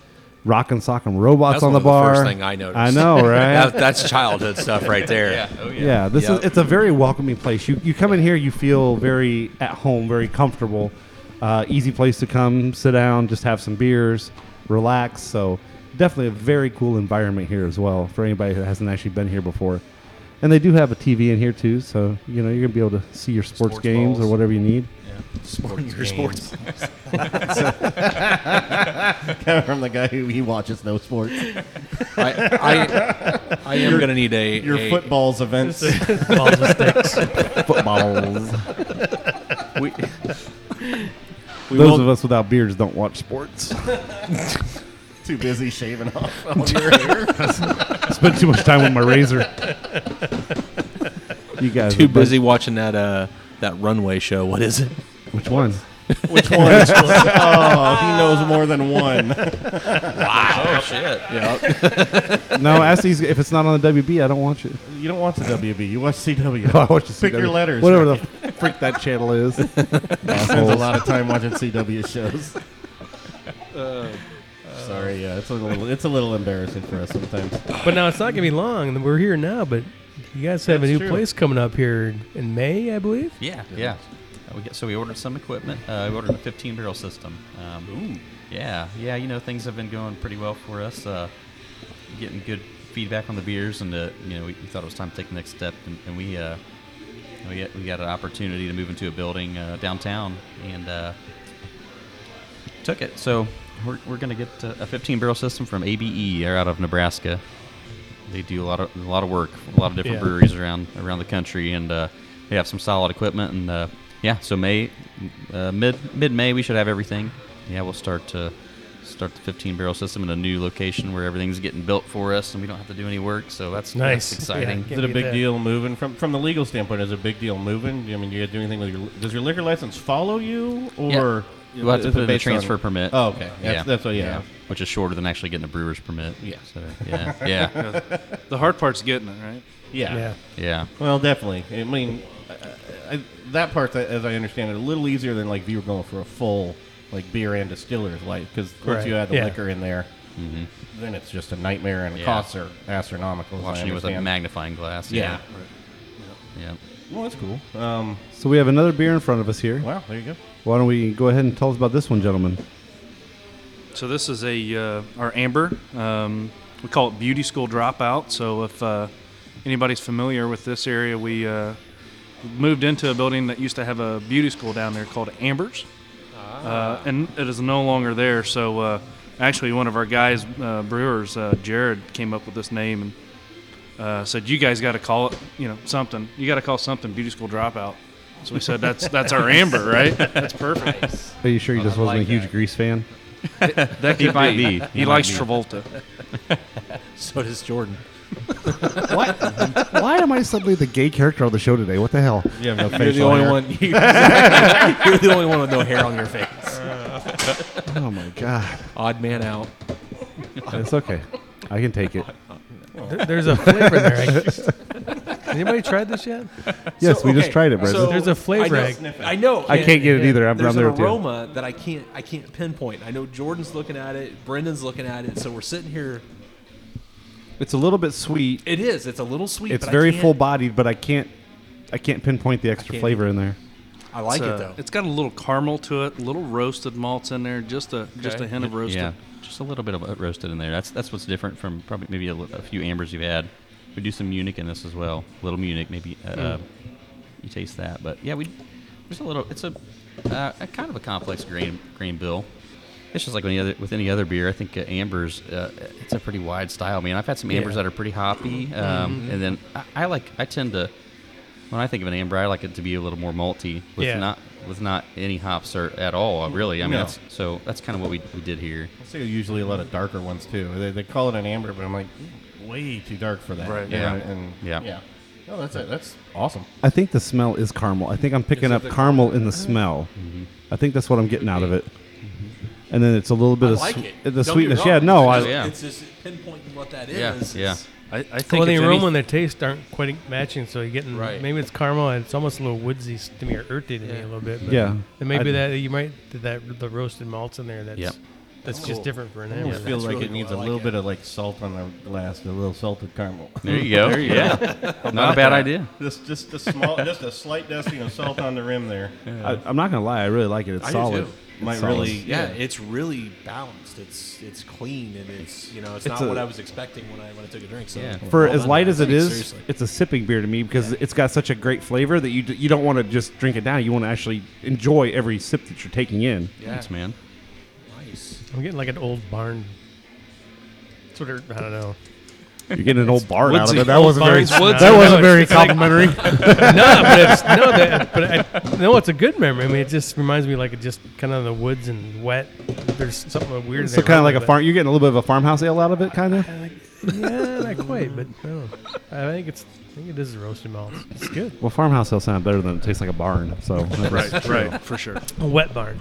Speaker 3: Rock and sock and robots
Speaker 7: That's one
Speaker 3: on the
Speaker 7: of the
Speaker 3: bar.
Speaker 7: first thing I noticed.
Speaker 3: I know, right?
Speaker 7: That, that's childhood stuff right there.
Speaker 5: Yeah. Oh yeah.
Speaker 3: Yeah, this
Speaker 7: Yep.
Speaker 3: is it's a very welcoming place. You you come in here, you feel very at home, very comfortable. Uh, easy place to come, sit down, just have some beers, relax. So definitely a very cool environment here as well for anybody who hasn't actually been here before. And they do have a TV in here too, so you know you're gonna be able to see your sports,
Speaker 7: Sports
Speaker 3: games or
Speaker 7: balls.
Speaker 3: whatever you need.
Speaker 7: Sports your sports.
Speaker 2: Coming from the guy who he watches no sports.
Speaker 7: I, I, I am going to need a,
Speaker 2: Your
Speaker 7: a-
Speaker 2: footballs events.
Speaker 4: Balls and sticks.
Speaker 3: Footballs.
Speaker 7: We,
Speaker 3: Those of us without beards don't watch sports.
Speaker 2: Too busy shaving off all your hair.
Speaker 3: Spend too much time with my razor. You guys
Speaker 7: too
Speaker 3: are bus-
Speaker 7: busy watching that uh that runway show. What is it?
Speaker 3: Which one?
Speaker 2: Which one? oh, he knows more than one.
Speaker 5: Oh shit!
Speaker 3: no, ask these if it's not on the WB. I don't watch it.
Speaker 2: You don't watch the WB. You watch CW.
Speaker 3: Oh, I watch the
Speaker 2: Pick your
Speaker 3: CW.
Speaker 2: letters.
Speaker 3: Whatever the frick that channel is.
Speaker 2: I spend a lot of
Speaker 7: Oh.
Speaker 2: time watching CW shows.
Speaker 7: Uh,
Speaker 2: Sorry, yeah, it's a little it's a little embarrassing for us sometimes.
Speaker 4: But now it's not gonna be long. We're here now, but you guys have
Speaker 2: That's
Speaker 4: a new
Speaker 2: true.
Speaker 4: place coming up here in May, I believe.
Speaker 5: Yeah, yeah. Uh, we got, so we ordered some equipment. Uh, we ordered a 15 barrel system. Um, Yeah, yeah. You know things have been going pretty well for us. Uh, getting good feedback on the beers, and uh, you know we, we thought it was time to take the next step, and, and we uh, we got we got an opportunity to move into a building uh, downtown, and uh, took it. So we're, we're gonna get uh, a 15 barrel system from ABE. They're out of Nebraska. They do a lot of a lot of work, a lot of different
Speaker 4: Yeah.
Speaker 5: breweries around around the country, and uh, they have some solid equipment. And uh, yeah, so May uh, mid mid May we should have everything. Yeah, we'll start to start the 15 barrel system in a new location where everything's getting built for us, and we don't have to do any work. So that's
Speaker 4: Nice.
Speaker 5: that's
Speaker 4: Yeah.
Speaker 5: exciting.
Speaker 2: Is it a
Speaker 4: Can't beat
Speaker 2: big
Speaker 4: that.
Speaker 2: deal moving from from the legal standpoint? Is it a big deal moving? I mean, do you do anything with your does your liquor license follow you or
Speaker 5: Yeah. We'll have to
Speaker 2: is
Speaker 5: put
Speaker 2: it
Speaker 5: in a
Speaker 2: based on-
Speaker 5: transfer permit.
Speaker 2: Oh, okay. That's, that's what. Yeah.
Speaker 5: Which is shorter than actually getting a brewer's permit.
Speaker 2: Yeah.
Speaker 5: So, yeah. Yeah.
Speaker 6: The hard part's getting it right.
Speaker 2: yeah,
Speaker 5: Yeah.
Speaker 2: Well, definitely. I mean, I, I, that part, as I understand it, a little easier than like if you were going for a full like beer and distiller's light because once
Speaker 4: Right.
Speaker 2: you add the
Speaker 4: Yeah.
Speaker 2: liquor in there, then it's just a nightmare and the
Speaker 5: Mm-hmm. Yeah.
Speaker 2: costs are astronomical. as I
Speaker 5: Watching you with a
Speaker 2: understand.
Speaker 5: magnifying glass.
Speaker 2: Yeah.
Speaker 5: Yeah.
Speaker 2: Well, that's cool. Um,
Speaker 3: So we have another beer in front of us here.
Speaker 2: wow, there you go.
Speaker 3: Why don't we go ahead and tell us about this one, gentlemen?
Speaker 6: So this is a uh, our amber. Um, we call it beauty school dropout. So if uh, anybody's familiar with this area, we uh, moved into a building that used to have a beauty school down there called Amber's, uh, and it is no longer there. So uh, actually, one of our guys, uh, brewers, uh, Jared, came up with this name and uh, said, "You guys got to call it, you know, something. You got to call something beauty school dropout." So we said, "That's that's our amber, right? That's perfect."
Speaker 3: Are you sure you just wasn't a huge Grease fan?
Speaker 6: That could
Speaker 5: might be.
Speaker 6: He,
Speaker 5: He might
Speaker 6: likes
Speaker 5: be.
Speaker 6: Travolta.
Speaker 7: So does Jordan.
Speaker 3: Why, why am I suddenly the gay character on the show today? What the hell?
Speaker 2: You have no
Speaker 7: You're the
Speaker 2: facial
Speaker 7: only
Speaker 2: hair.
Speaker 7: one. You're the only one with no hair on your face.
Speaker 3: Oh my god!
Speaker 7: Odd man out.
Speaker 3: It's okay. I can take it.
Speaker 4: There- there's a flavor there. I guess. Anybody tried this yet?
Speaker 3: Yes, we just
Speaker 8: okay,
Speaker 3: tried it, Brendan.
Speaker 8: so-
Speaker 4: There's a
Speaker 8: I
Speaker 4: flavor.
Speaker 8: know,
Speaker 4: I-
Speaker 8: I know.
Speaker 3: I can't get it either. I'm-
Speaker 8: there's
Speaker 3: I'm there
Speaker 8: an
Speaker 3: with you.
Speaker 8: aroma that I can't. I can't pinpoint. I know Jordan's looking at it. Brendan's looking at it. So we're sitting here.
Speaker 3: it's a little bit sweet.
Speaker 8: It is. It's a little sweet.
Speaker 3: It's
Speaker 8: but I
Speaker 3: very
Speaker 8: can't-
Speaker 3: full-bodied, but I can't. I can't pinpoint the extra
Speaker 8: can't
Speaker 3: flavor in there.
Speaker 7: I like
Speaker 6: it's,
Speaker 7: it
Speaker 6: uh,
Speaker 7: though.
Speaker 6: It's got a little caramel to it, a little roasted malts in there, just a just a hint of roasted.
Speaker 5: Yeah, just a little bit of roasted in there. That's that's what's different from probably maybe a, li- a few ambers you've had. We do some Munich in this as well. A little Munich, maybe uh, uh, you taste that. But yeah, we there's a little. It's a, uh, a kind of a complex grain grain bill. It's just like any other with any other beer. I think uh, ambers. Uh, it's a pretty wide style. I mean, I've had some ambers that are pretty hoppy, um, and then I, I like. I tend to when I think of an amber, I like it to be a little more malty with
Speaker 4: Yeah.
Speaker 5: not with not any hops or at all. Really, I mean,
Speaker 2: No.
Speaker 5: that's, so that's kind of what we, we did here.
Speaker 2: I see usually a lot of darker ones too. They, they call it an amber, but I'm like, way too dark for that. Right.
Speaker 5: Yeah.
Speaker 2: And
Speaker 5: Yeah.
Speaker 2: yeah. No, that's it. That's awesome.
Speaker 3: I think the smell is caramel. I think I'm picking up caramel in the smell. I think that's what I'm getting out of it. And then it's a little bit
Speaker 8: I
Speaker 3: of
Speaker 8: like
Speaker 3: swe-
Speaker 8: it.
Speaker 3: the
Speaker 8: Don't get
Speaker 3: sweetness.
Speaker 8: wrong.
Speaker 3: Yeah, no,
Speaker 8: It's
Speaker 3: I,
Speaker 8: just-
Speaker 5: Yeah.
Speaker 8: It's just pinpointing what that
Speaker 5: Yeah,
Speaker 8: is.
Speaker 5: yeah.
Speaker 6: I, I think
Speaker 4: Well, the
Speaker 6: if
Speaker 4: aroma
Speaker 6: any-
Speaker 4: and the taste aren't quite matching, so you're getting
Speaker 8: Right.
Speaker 4: maybe it's caramel and it's almost a little woodsy s- to me or earthy to me a little bit. But
Speaker 3: Yeah.
Speaker 4: and maybe
Speaker 3: I'd-
Speaker 4: that you might that the roasted malts in there. That's
Speaker 5: Yep.
Speaker 4: that's just different for an amber.
Speaker 2: It feels like
Speaker 7: really
Speaker 2: it needs
Speaker 7: cool. I
Speaker 2: a little
Speaker 7: like
Speaker 2: bit of like salt on the glass, a little salted caramel.
Speaker 5: There you go.
Speaker 6: There you
Speaker 5: yeah, not a bad idea.
Speaker 2: Just just a small, just a slight dusting of salt on the rim there.
Speaker 3: I, I'm not gonna lie. I really like it. It's
Speaker 7: I do,
Speaker 3: solid.
Speaker 7: too.
Speaker 3: It's
Speaker 2: Might
Speaker 3: solid.
Speaker 2: really,
Speaker 7: yeah, it's really balanced. It's it's clean and it's you know it's,
Speaker 3: It's
Speaker 7: not
Speaker 3: a-
Speaker 7: what I was expecting when I when I took a drink. So
Speaker 5: Yeah.
Speaker 3: for
Speaker 7: Well
Speaker 3: as
Speaker 7: done,
Speaker 3: light
Speaker 7: man.
Speaker 3: as it
Speaker 7: Thanks,
Speaker 3: is,
Speaker 7: seriously.
Speaker 3: it's a sipping beer to me because it's got such a great flavor that you d- you don't want to just drink it down. You want to actually enjoy every sip that you're taking in.
Speaker 7: yeah,
Speaker 5: Thanks, man.
Speaker 7: nice.
Speaker 4: I'm getting like an old barn. Sort of, I don't know.
Speaker 3: You're getting an old barn out of
Speaker 6: Woodsy.
Speaker 3: it. That wasn't very
Speaker 6: Barn's woodsy.
Speaker 3: that wasn't
Speaker 4: No,
Speaker 3: very
Speaker 4: it's like-
Speaker 3: complimentary.
Speaker 4: no, but it's no, that, but I, no, it's a good memory. I mean, it just reminds me like it just kind of the woods and wet. There's something weird. in
Speaker 3: so
Speaker 4: there
Speaker 3: kind of like a
Speaker 4: but-
Speaker 3: farm. You're getting a little bit of a farmhouse ale out of it, kind of.
Speaker 4: I like- yeah, not quite, but I, don't know. I think it's. I think it is the roasted malts. It's good.
Speaker 3: Well, farmhouse ale sound better than it tastes like a barn. So
Speaker 6: Right, right, for sure.
Speaker 4: A wet barn.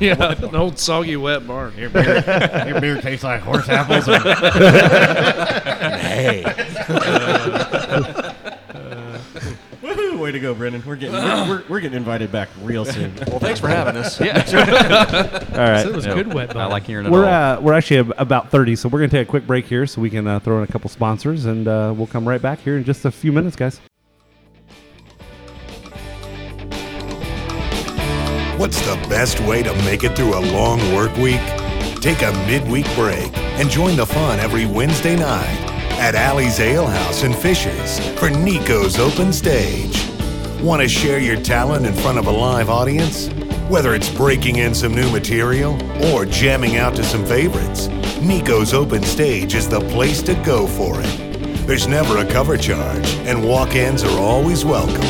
Speaker 6: Yeah, an old soggy wet barn.
Speaker 2: Your beer, your beer tastes like horse apples. Or,
Speaker 7: Hey,
Speaker 2: Woohoo, way to go, Brendan. We're getting we're, we're, we're getting invited back real soon.
Speaker 7: well, thanks for having us.
Speaker 3: all right.
Speaker 4: So it was good wet barn.
Speaker 5: I like hearing it
Speaker 3: We're
Speaker 5: all.
Speaker 3: uh, we're actually ab- about thirty, so we're gonna take a quick break here so we can uh, throw in a couple sponsors, and uh, we'll come right back here in just a few minutes, guys.
Speaker 9: What's the best way to make it through a long work week? Take a midweek break and join the fun every Wednesday night at Alley's Ale House in Fishers for Nico's Open Stage. Want to share your talent in front of a live audience? Whether it's breaking in some new material or jamming out to some favorites, Nico's Open Stage is the place to go for it. There's never a cover charge, and walk ins are always welcome.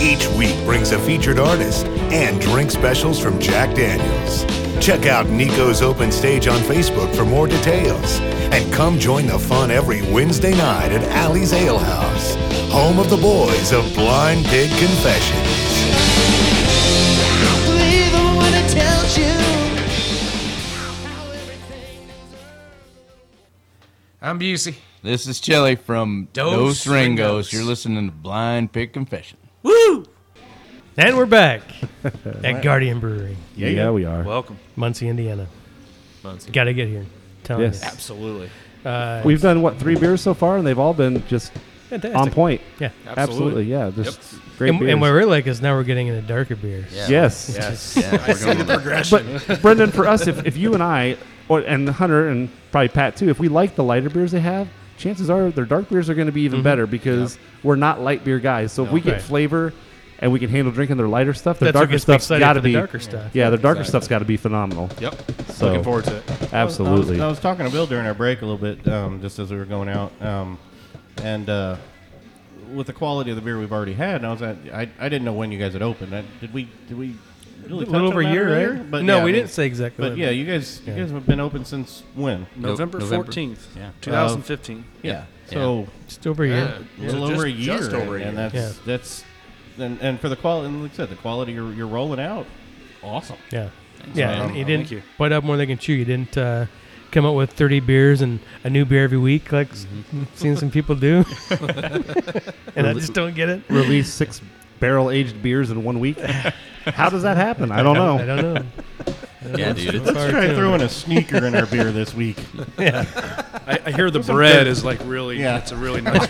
Speaker 9: Each week brings a featured artist and drink specials from Jack Daniels. Check out Nico's Open Stage on Facebook for more details. And come join the fun every Wednesday night at Alley's Ale House, home of the boys of Blind Pig Confessions.
Speaker 10: I'm Busey.
Speaker 11: This is Chili from
Speaker 10: Dos
Speaker 11: Dos, Ringos.
Speaker 10: Ringos.
Speaker 11: You're listening to Blind Pig Confession.
Speaker 4: and we're back at Guardian Brewery,
Speaker 3: Yeah, we are.
Speaker 6: Welcome.
Speaker 4: Muncie, Indiana.
Speaker 8: Muncie.
Speaker 4: Got to get here. Telling
Speaker 3: Yes.
Speaker 4: you.
Speaker 8: Absolutely.
Speaker 4: Uh,
Speaker 3: We've done what three beers so far, and they've all been just
Speaker 4: fantastic.
Speaker 3: on point.
Speaker 4: Yeah.
Speaker 3: Absolutely, yeah. Just great
Speaker 4: And,
Speaker 3: beers.
Speaker 4: and what we like is now we're getting into darker beers.
Speaker 3: yes,
Speaker 8: Yes.
Speaker 5: Yeah, we're going with-
Speaker 3: but Brendan, for us, if, if you and I, or, and Hunter, and probably Pat too, if we like the lighter beers they have, chances are their dark beers are going to be even better because we're not light beer guys. So if we get
Speaker 4: Right.
Speaker 3: flavor and we can handle drinking their lighter stuff, their
Speaker 4: That's what
Speaker 3: darker
Speaker 4: gets me
Speaker 3: stuff's
Speaker 4: excited
Speaker 3: got to
Speaker 4: for the
Speaker 3: be.
Speaker 4: darker stuff.
Speaker 3: Yeah, their darker stuff's got to be phenomenal.
Speaker 10: Yep.
Speaker 3: So
Speaker 10: Looking forward to it.
Speaker 3: absolutely.
Speaker 2: I was, I was talking to Bill during our break a little bit, um, just as we were going out, um, and uh, with the quality of the beer we've already had, and I was at, I, I didn't know when you guys had opened. I, did we? Did we? Really
Speaker 4: A
Speaker 2: touch
Speaker 4: little over
Speaker 2: on
Speaker 4: a
Speaker 2: that
Speaker 4: year,
Speaker 2: earlier?
Speaker 4: right?
Speaker 2: But
Speaker 4: no,
Speaker 2: yeah,
Speaker 4: we
Speaker 2: I mean-
Speaker 4: didn't say exactly.
Speaker 2: But
Speaker 4: when.
Speaker 2: yeah, you guys, you guys have been open since when?
Speaker 5: November
Speaker 6: November
Speaker 5: November.
Speaker 6: 14th,
Speaker 5: Yeah.
Speaker 6: 2015.
Speaker 2: Yeah. So
Speaker 4: just over here.
Speaker 2: a little
Speaker 6: So
Speaker 2: over
Speaker 6: Uh,
Speaker 2: a
Speaker 6: just-
Speaker 2: year,
Speaker 6: just over a
Speaker 2: and
Speaker 6: year.
Speaker 2: that's that's and, and for the quality, and like I said, the quality you're, you're rolling out, awesome.
Speaker 4: Yeah. yeah,
Speaker 2: man.
Speaker 4: and you
Speaker 2: Thank
Speaker 4: didn't
Speaker 6: you.
Speaker 4: bite up more than they can chew. You didn't uh, come up with 30 beers and a new beer every week like s-
Speaker 2: Mm-hmm.
Speaker 4: seen some people do. and I just don't get it.
Speaker 3: Release six barrel aged beers in one week. How does that happen? I don't
Speaker 4: I
Speaker 3: know.
Speaker 4: don't know.
Speaker 5: yeah, dude. It's,
Speaker 2: Let's try throwing a sneaker in our beer this week.
Speaker 6: I, I hear the bread is like really,
Speaker 2: Yeah.
Speaker 6: it's a really nice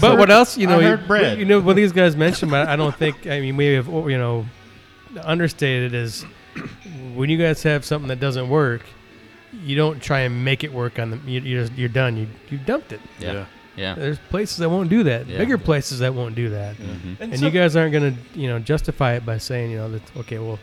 Speaker 4: But what else? You
Speaker 2: I
Speaker 4: know,
Speaker 2: heard
Speaker 4: you,
Speaker 2: bread.
Speaker 4: you know what these guys mentioned, but I don't think. I mean, we have you know, understated is when you guys have something that doesn't work, you don't try and make it work on them. You, you're just, you're done. You you dumped it.
Speaker 5: yeah. Yeah.
Speaker 4: There's places that won't do that.
Speaker 5: Yeah.
Speaker 4: Bigger places that won't do that.
Speaker 8: Mm-hmm.
Speaker 4: And,
Speaker 2: so-
Speaker 4: you guys aren't going to you know justify it by saying you know that okay well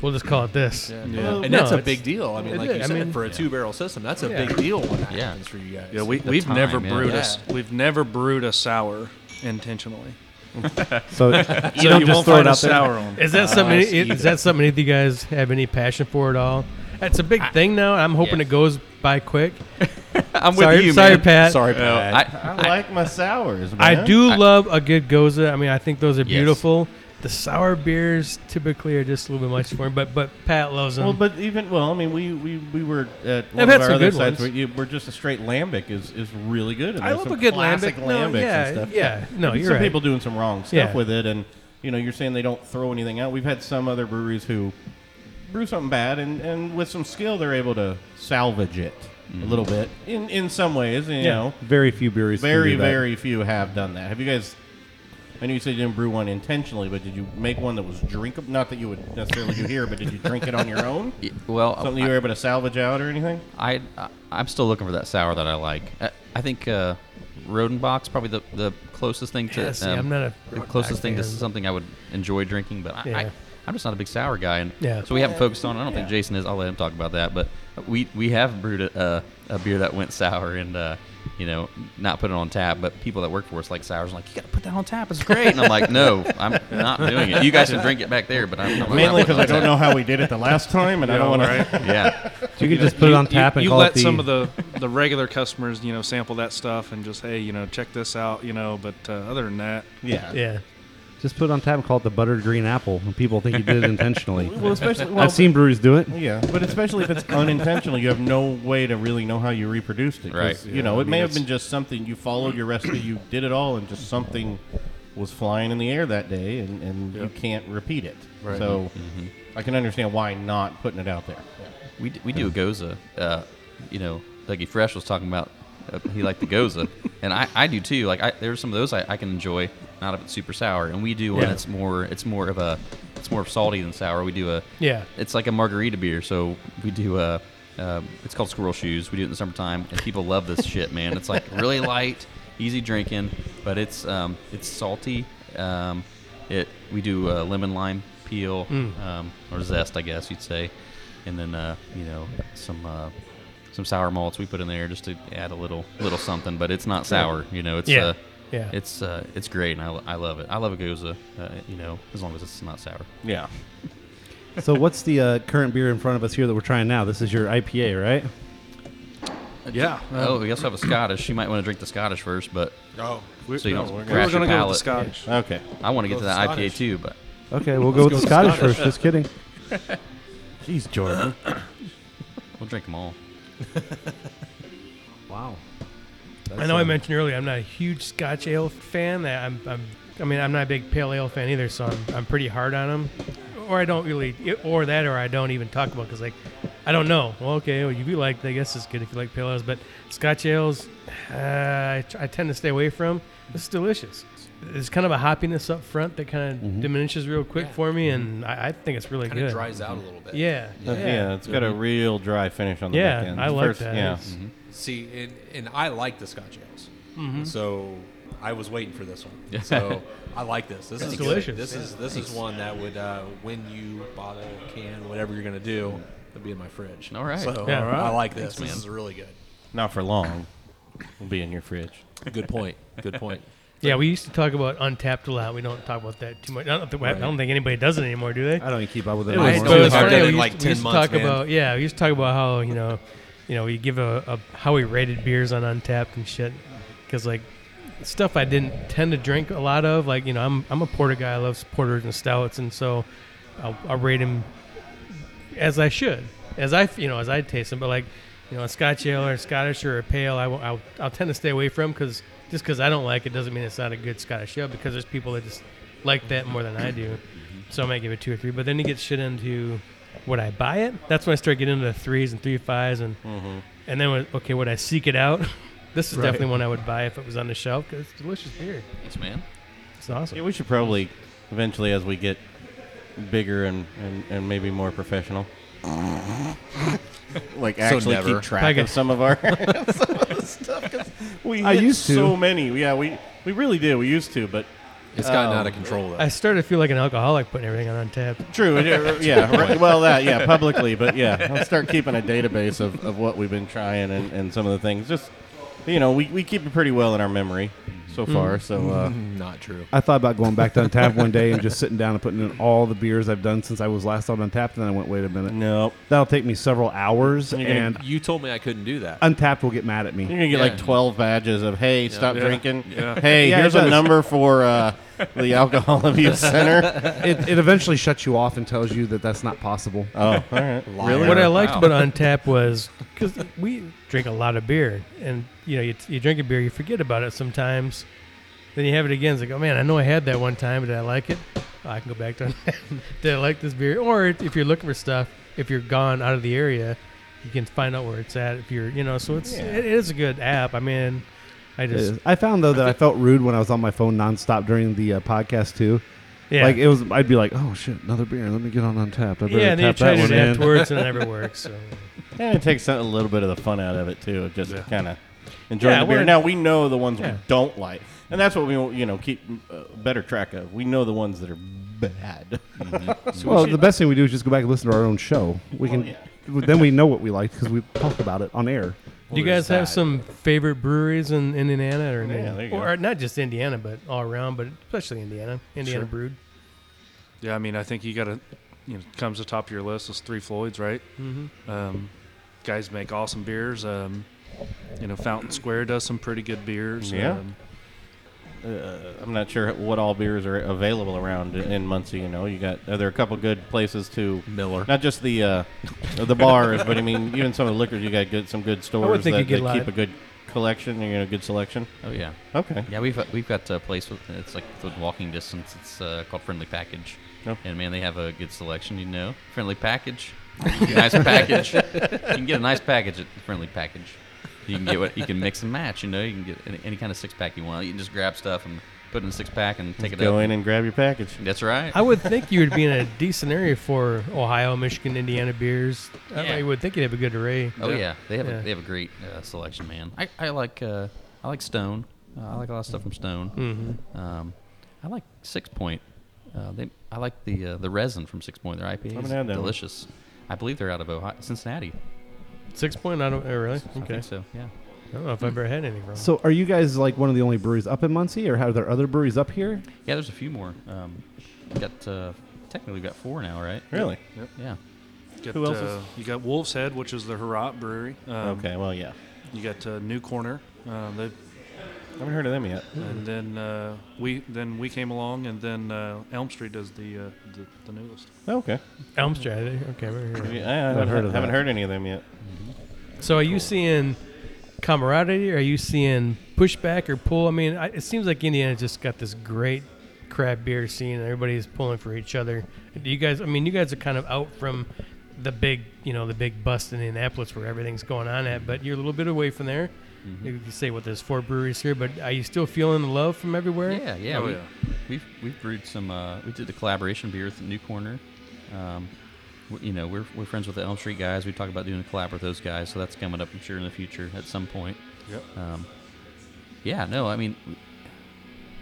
Speaker 4: we'll just call it this. Yeah.
Speaker 2: Well,
Speaker 8: And
Speaker 4: No,
Speaker 8: that's a
Speaker 4: it's-
Speaker 8: big deal. I mean,
Speaker 4: it
Speaker 8: like
Speaker 4: is.
Speaker 8: you
Speaker 4: I
Speaker 8: said,
Speaker 4: mean-
Speaker 8: for a two-barrel system, that's a
Speaker 4: Yeah.
Speaker 8: big deal when that
Speaker 5: Yeah.
Speaker 8: happens for you guys.
Speaker 6: Yeah, we,
Speaker 5: The
Speaker 6: we've
Speaker 5: time,
Speaker 6: never
Speaker 5: yeah.
Speaker 6: brewed
Speaker 8: Yeah.
Speaker 6: us. We've never brewed a sour intentionally.
Speaker 3: So
Speaker 6: You
Speaker 3: don't just
Speaker 6: won't
Speaker 3: throw it
Speaker 6: find a
Speaker 3: out there?
Speaker 6: sour on.
Speaker 4: Is that something? Is that something? If you guys have any passion for at all, that's a big thing now. I'm hoping
Speaker 5: Yeah.
Speaker 4: it goes by quick.
Speaker 5: I'm with
Speaker 4: sorry,
Speaker 5: you,
Speaker 4: sorry,
Speaker 5: man.
Speaker 4: Pat.
Speaker 8: Sorry,
Speaker 5: I,
Speaker 8: Pat.
Speaker 5: I,
Speaker 2: I like my sours. Man.
Speaker 4: I do
Speaker 5: I-
Speaker 4: love a good goza. I mean, I think those are
Speaker 5: Yes.
Speaker 4: beautiful. The sour beers typically are just a little bit much for him, but but Pat loves them.
Speaker 2: Well, but even well, I mean, we we, we were at one
Speaker 4: I've
Speaker 2: of
Speaker 4: had
Speaker 2: our
Speaker 4: some
Speaker 2: other
Speaker 4: good ones.
Speaker 2: sites where you, we're just a straight lambic is is really good. And
Speaker 4: I
Speaker 2: there's
Speaker 4: love
Speaker 2: some
Speaker 4: a good
Speaker 2: classic
Speaker 4: lambic. No,
Speaker 2: lambics
Speaker 4: yeah,
Speaker 2: and stuff.
Speaker 4: yeah. No,
Speaker 2: But
Speaker 4: you're
Speaker 2: some
Speaker 4: right.
Speaker 2: people doing some wrong stuff
Speaker 4: Yeah.
Speaker 2: with it, and you know, you're saying they don't throw anything out. We've had some other breweries who brew something bad, and and with some skill, they're able to salvage it a little bit in in some ways. You
Speaker 4: Mm-hmm. Yeah.
Speaker 2: know,
Speaker 3: very few breweries. can
Speaker 2: very
Speaker 3: do that.
Speaker 2: very few have done that. Have you guys? I know you said you didn't brew one intentionally, but did you make one that was drinkable? Not that you would necessarily do here, but did you drink it on your own?
Speaker 5: y- well,
Speaker 2: Something you were able to salvage out or anything?
Speaker 5: I, I I'm still looking for that sour that I like. I, I think uh, Rodenbach's probably the, the closest thing to
Speaker 4: Yeah, see, I'm not a
Speaker 5: the closest thing to
Speaker 4: fan.
Speaker 5: something I would enjoy drinking, but I,
Speaker 4: Yeah.
Speaker 5: I I'm just not a big sour guy, and
Speaker 4: Yeah.
Speaker 5: so we haven't focused on. I don't think Jason is. I'll let him talk about that, but we we have brewed a, a, a beer that went sour, and uh, you know, not put it on tap, but people that work for us like Sours are like, you got to put that on tap. It's great. And I'm like, no, I'm not doing it. You guys can drink it back there, but I'm, I'm
Speaker 2: Mainly
Speaker 5: not
Speaker 2: because I don't know how we did it the last time, and I don't want to.
Speaker 5: Yeah.
Speaker 3: You could just put it on tap
Speaker 6: you,
Speaker 3: and
Speaker 6: you
Speaker 3: call
Speaker 6: let
Speaker 3: it the.
Speaker 6: some of the, the regular customers, you know, sample that stuff and just hey, you know, check this out, you know. But uh, other than that,
Speaker 2: Yeah.
Speaker 4: Yeah.
Speaker 3: Just put it on tap and call it the buttered green apple. And people think you did it intentionally.
Speaker 2: Well, especially well,
Speaker 3: I've seen breweries do it.
Speaker 2: Yeah, but especially if it's unintentional, you have no way to really know how you reproduced it. 'cause,
Speaker 5: Right.
Speaker 2: You know, it may have been just something you followed your recipe, you did it all, and just something was flying in the air that day, and, and you can't repeat it. So I can understand why not putting it out there.
Speaker 5: We, d- we do a goza. Uh, you know, Dougie Fresh was talking about uh, he liked the goza, and I, I do too. Like I, there's some of those I, I can enjoy, not if it's super sour. And we do one
Speaker 4: Yeah.
Speaker 5: that's more it's more of a it's more of salty than sour. We do a
Speaker 4: Yeah.
Speaker 5: It's like a margarita beer. So we do a. Uh, it's called Squirrel Shoes. We do it in the summertime, and people love this shit, man. It's like really light, easy drinking, but it's um, it's salty. Um, it we do uh, lemon lime peel um, or zest, I guess you'd say, and then uh, you know some uh, some sour malts we put in there just to add a little little something, but it's not sour. You know, it's
Speaker 4: Yeah.
Speaker 5: uh,
Speaker 4: Yeah.
Speaker 5: it's uh, it's great, and I, lo- I love it. I love a goza, uh, you know, as long as it's not sour.
Speaker 2: Yeah.
Speaker 3: So what's the uh, current beer in front of us here that we're trying now? This is your IPA, right?
Speaker 6: yeah.
Speaker 5: Oh, we also have a Scottish. She might want to drink the Scottish first, but
Speaker 7: Oh,
Speaker 6: we,
Speaker 5: So you don't
Speaker 6: we
Speaker 5: crash
Speaker 6: were gonna
Speaker 5: your
Speaker 6: go with the
Speaker 5: palate.
Speaker 6: Scottish.
Speaker 2: Okay.
Speaker 5: I want to get
Speaker 7: Go
Speaker 5: to that
Speaker 7: Scottish.
Speaker 5: IPA too. But
Speaker 3: Okay, we'll go with the Scottish first. Just kidding.
Speaker 2: Jeez, Jordan.
Speaker 5: we'll drink them all.
Speaker 3: Wow.
Speaker 4: I know I mentioned earlier I'm not a huge Scotch ale fan. I- I'm, I'm I mean I'm not a big pale ale fan either, so I'm, I'm pretty hard on them. Or I don't really, or that, or I don't even talk about because like I don't know. Well, okay, well, if you like, I guess it's good if you like pale ales, but Scotch ales, uh, I, tr- I tend to stay away from. It's delicious. There's kind of a hoppiness up front that kind of
Speaker 2: Mm-hmm.
Speaker 4: diminishes real quick for me, and I, I think it's really
Speaker 8: Kind
Speaker 4: good.
Speaker 8: of dries out a little bit.
Speaker 4: Yeah,
Speaker 2: Yeah, it's got a real dry finish on the
Speaker 4: Yeah,
Speaker 2: back end.
Speaker 4: I
Speaker 2: The
Speaker 4: like
Speaker 2: first-
Speaker 4: that.
Speaker 2: Yeah. Mm-hmm.
Speaker 4: It's-
Speaker 7: See, and, and I like the Scotch ales,
Speaker 5: Mm-hmm.
Speaker 7: so I was waiting for this one. So I like this. This is good.
Speaker 4: delicious.
Speaker 7: This is this is one that would uh, when you bottle, can, whatever you're gonna do, it'd be in my fridge.
Speaker 5: All right.
Speaker 7: So
Speaker 4: Yeah.
Speaker 7: I like this.
Speaker 5: man.
Speaker 7: this is really good.
Speaker 2: Not for long. Will be in your fridge.
Speaker 7: Good point. Good point.
Speaker 4: yeah. We used to talk about Untapped a lot. We don't talk about that too much. I don't think, I don't think anybody does it anymore, do they?
Speaker 3: I don't even keep up with it.
Speaker 4: It was
Speaker 7: don't
Speaker 4: so
Speaker 7: know.
Speaker 4: it's
Speaker 7: I've
Speaker 4: funny,
Speaker 7: done it
Speaker 4: we used
Speaker 7: like
Speaker 4: to- we
Speaker 7: 10
Speaker 4: used to
Speaker 7: months,
Speaker 4: talk
Speaker 7: man.
Speaker 4: about yeah. We used to talk about how you know, you know, we give a, a how we rated beers on Untapped and shit, because like stuff I didn't tend to drink a lot of. Like you know, I'm I'm a porter guy. I love porters and stouts, and so I'll, I'll rate them as I should, as I f- you know, as I taste them. But like you know, a Scotch ale or a Scottish or a pale, I will I'll, I'll tend to stay away from because just because I don't like it doesn't mean it's not a good Scottish ale because there's people that just like that more than I do. So I might give it two or three. But then you get shit into would I buy it? That's when I start getting into the threes and three fives and and then when- okay, would I seek it out? This is definitely one I would buy if it was on the shelf because it's delicious beer.
Speaker 5: Thanks, man.
Speaker 4: It's awesome.
Speaker 2: Yeah, we should probably eventually, as we get bigger and, and, and maybe more professional, Mm-hmm. like actually
Speaker 7: never.
Speaker 2: keep track
Speaker 4: Like
Speaker 2: of
Speaker 4: a-
Speaker 2: some of our stuff 'cause we
Speaker 3: I
Speaker 2: hit
Speaker 3: used to.
Speaker 2: so many. Yeah, we we really did. We used to, but
Speaker 7: It's
Speaker 5: Oh.
Speaker 7: gotten out of control though.
Speaker 4: I started to feel like an alcoholic putting everything on untapped.
Speaker 2: true. it- yeah, right, well, that yeah, publicly, but yeah, I'll start keeping a database of, of what we've been trying and, and some of the things. Just you know, we, we keep it pretty well in our memory so far. So uh,
Speaker 7: Not true.
Speaker 3: I thought about going back to Untapped one day and just sitting down and putting in all the beers I've done since I was last on Untapped. And then I went, wait a minute.
Speaker 2: no,
Speaker 3: That'll take me several hours.
Speaker 2: gonna-
Speaker 3: And
Speaker 8: You told me I couldn't do that.
Speaker 3: Untapped will get mad at me.
Speaker 2: You're gonna get
Speaker 8: Yeah.
Speaker 2: like twelve badges of "Hey, stop drinking."
Speaker 6: Yeah.
Speaker 2: Hey,
Speaker 3: Yeah, it
Speaker 2: here's a
Speaker 3: does.
Speaker 2: number for uh, the alcohol abuse center.
Speaker 3: It, it eventually shuts you off and tells you that that's not possible.
Speaker 2: Oh, all right. Really?
Speaker 4: What I liked
Speaker 5: Wow.
Speaker 4: about Untap was because we drink a lot of beer, and you know, you, you drink a beer, you forget about it sometimes. Then you have it again. It's like, oh man, I know I had that one time, but did I like it? Oh, I can go back to Untap. did I like this beer? Or if you're looking for stuff, if you're gone out of the area, you can find out where it's at. If you're, you know, so it's it is a good app. I mean, I
Speaker 3: It
Speaker 4: just
Speaker 3: is. I found though that I felt rude when I was on my phone nonstop during the uh, podcast too.
Speaker 4: yeah,
Speaker 3: Like it was, I'd be like, "Oh shit, another beer. Let me get on Untapped. I better
Speaker 4: yeah. And then you
Speaker 3: tap
Speaker 4: try to
Speaker 3: that
Speaker 4: do it
Speaker 3: one in."
Speaker 4: afterwards, and it never works. So.
Speaker 2: And it takes a little bit of the fun out of it too. Just kind of enjoying
Speaker 4: Yeah,
Speaker 2: the beer.
Speaker 4: we're-
Speaker 2: Now we know the ones
Speaker 4: Yeah.
Speaker 2: we don't like, and that's what we you know keep uh, better track of. We know the ones that are bad.
Speaker 3: Well, the best thing we do is just go back and listen to our own show. We can, then we know what we liked because we talked about it on air.
Speaker 4: Do you guys have some favorite breweries in, in Indiana or
Speaker 2: Yeah, there you go.
Speaker 4: or not just Indiana, but all around, but especially Indiana, Indiana brewed?
Speaker 6: Yeah, I mean, I think you got to, you know, comes to the top of your list is Three Floyds, right? Mm-hmm. Um, guys make awesome beers. Um, you know, Fountain Square does some pretty good beers.
Speaker 2: Yeah.
Speaker 6: Um,
Speaker 2: I'm not sure what all beers are available around in, in Muncie. You know, you got are there a couple good places to
Speaker 5: Miller.
Speaker 2: not just the uh, the bars, but I mean even some of the liquors. You got good some good stores
Speaker 4: think
Speaker 2: that,
Speaker 4: you get
Speaker 2: that
Speaker 4: a lot
Speaker 2: keep
Speaker 4: of-
Speaker 2: a good collection. You know, a good selection.
Speaker 5: Oh yeah.
Speaker 2: Okay,
Speaker 5: Yeah, we've uh, we've got a place with it's like within walking distance. It's uh, called Friendly Package,
Speaker 2: Oh.
Speaker 5: and man, they have a good selection. You know, Friendly Package, nice package. You can get a nice package at Friendly Package. You can get what you can mix and match. You know, you can get any, any kind of six pack you want. You can just grab stuff and put it in a six pack and take it
Speaker 2: go
Speaker 5: out.
Speaker 2: in and grab your package.
Speaker 5: That's right.
Speaker 4: I would think you would be in a decent area for Ohio, Michigan, Indiana beers. I,
Speaker 5: Yeah.
Speaker 4: I would think you'd have a good array.
Speaker 5: Oh yeah, they have
Speaker 4: Yeah.
Speaker 5: A, they have a great uh, selection, man. I, I like uh, I like Stone. Uh, I like a lot of stuff from Stone. Mm-hmm. Um, I like Six Point. Uh, they I like the uh, the resin from Six Point. Their IPA
Speaker 2: haven't
Speaker 5: is
Speaker 2: had that one.
Speaker 5: delicious. I believe they're out of Ohio, Cincinnati.
Speaker 4: Six point, I don't oh, really.
Speaker 5: I
Speaker 4: Okay,
Speaker 5: think so. Yeah.
Speaker 4: I don't know if I've ever had any from.
Speaker 3: So, are you guys like one of the only breweries up in Muncie, or are there other breweries up here?
Speaker 5: Yeah. There's a few more. Um, we got uh, technically we've got four now, right?
Speaker 2: Really?
Speaker 5: Yeah.
Speaker 6: got,
Speaker 2: Who else
Speaker 6: uh, You got Wolf's Head, which is the Herat Brewery. Um,
Speaker 2: okay, well yeah,
Speaker 6: You got uh, New Corner. Um, they
Speaker 2: I haven't heard of them yet.
Speaker 6: and then uh, we then we came along, and then uh, Elm Street does the uh, the, the newest.
Speaker 2: Okay,
Speaker 4: Elm Street. I think- Okay, we're
Speaker 2: I, I
Speaker 4: here.
Speaker 2: haven't,
Speaker 3: heard of
Speaker 2: haven't
Speaker 3: that.
Speaker 2: heard any of them yet.
Speaker 4: So are you seeing camaraderie? Are you seeing pushback or pull? I mean, I, it seems like Indiana just got this great craft beer scene, and everybody's pulling for each other. Do you guys? I mean, you guys are kind of out from the big, you know, the big bust in Indianapolis where everything's going on at, but you're a little bit away from there. You can say what there's four breweries here, but are you still feeling the love from everywhere?
Speaker 5: Yeah, yeah.
Speaker 6: Oh,
Speaker 5: we,
Speaker 6: yeah.
Speaker 5: We've we've brewed some. Uh, we did the collaboration beer with New Corner. Um, we- you know, we're, we're friends with the Elm Street guys. We talked about doing a collab with those guys, so that's coming up, I'm sure, in the future at some point.
Speaker 6: Yep.
Speaker 5: Um, yeah. No, I mean,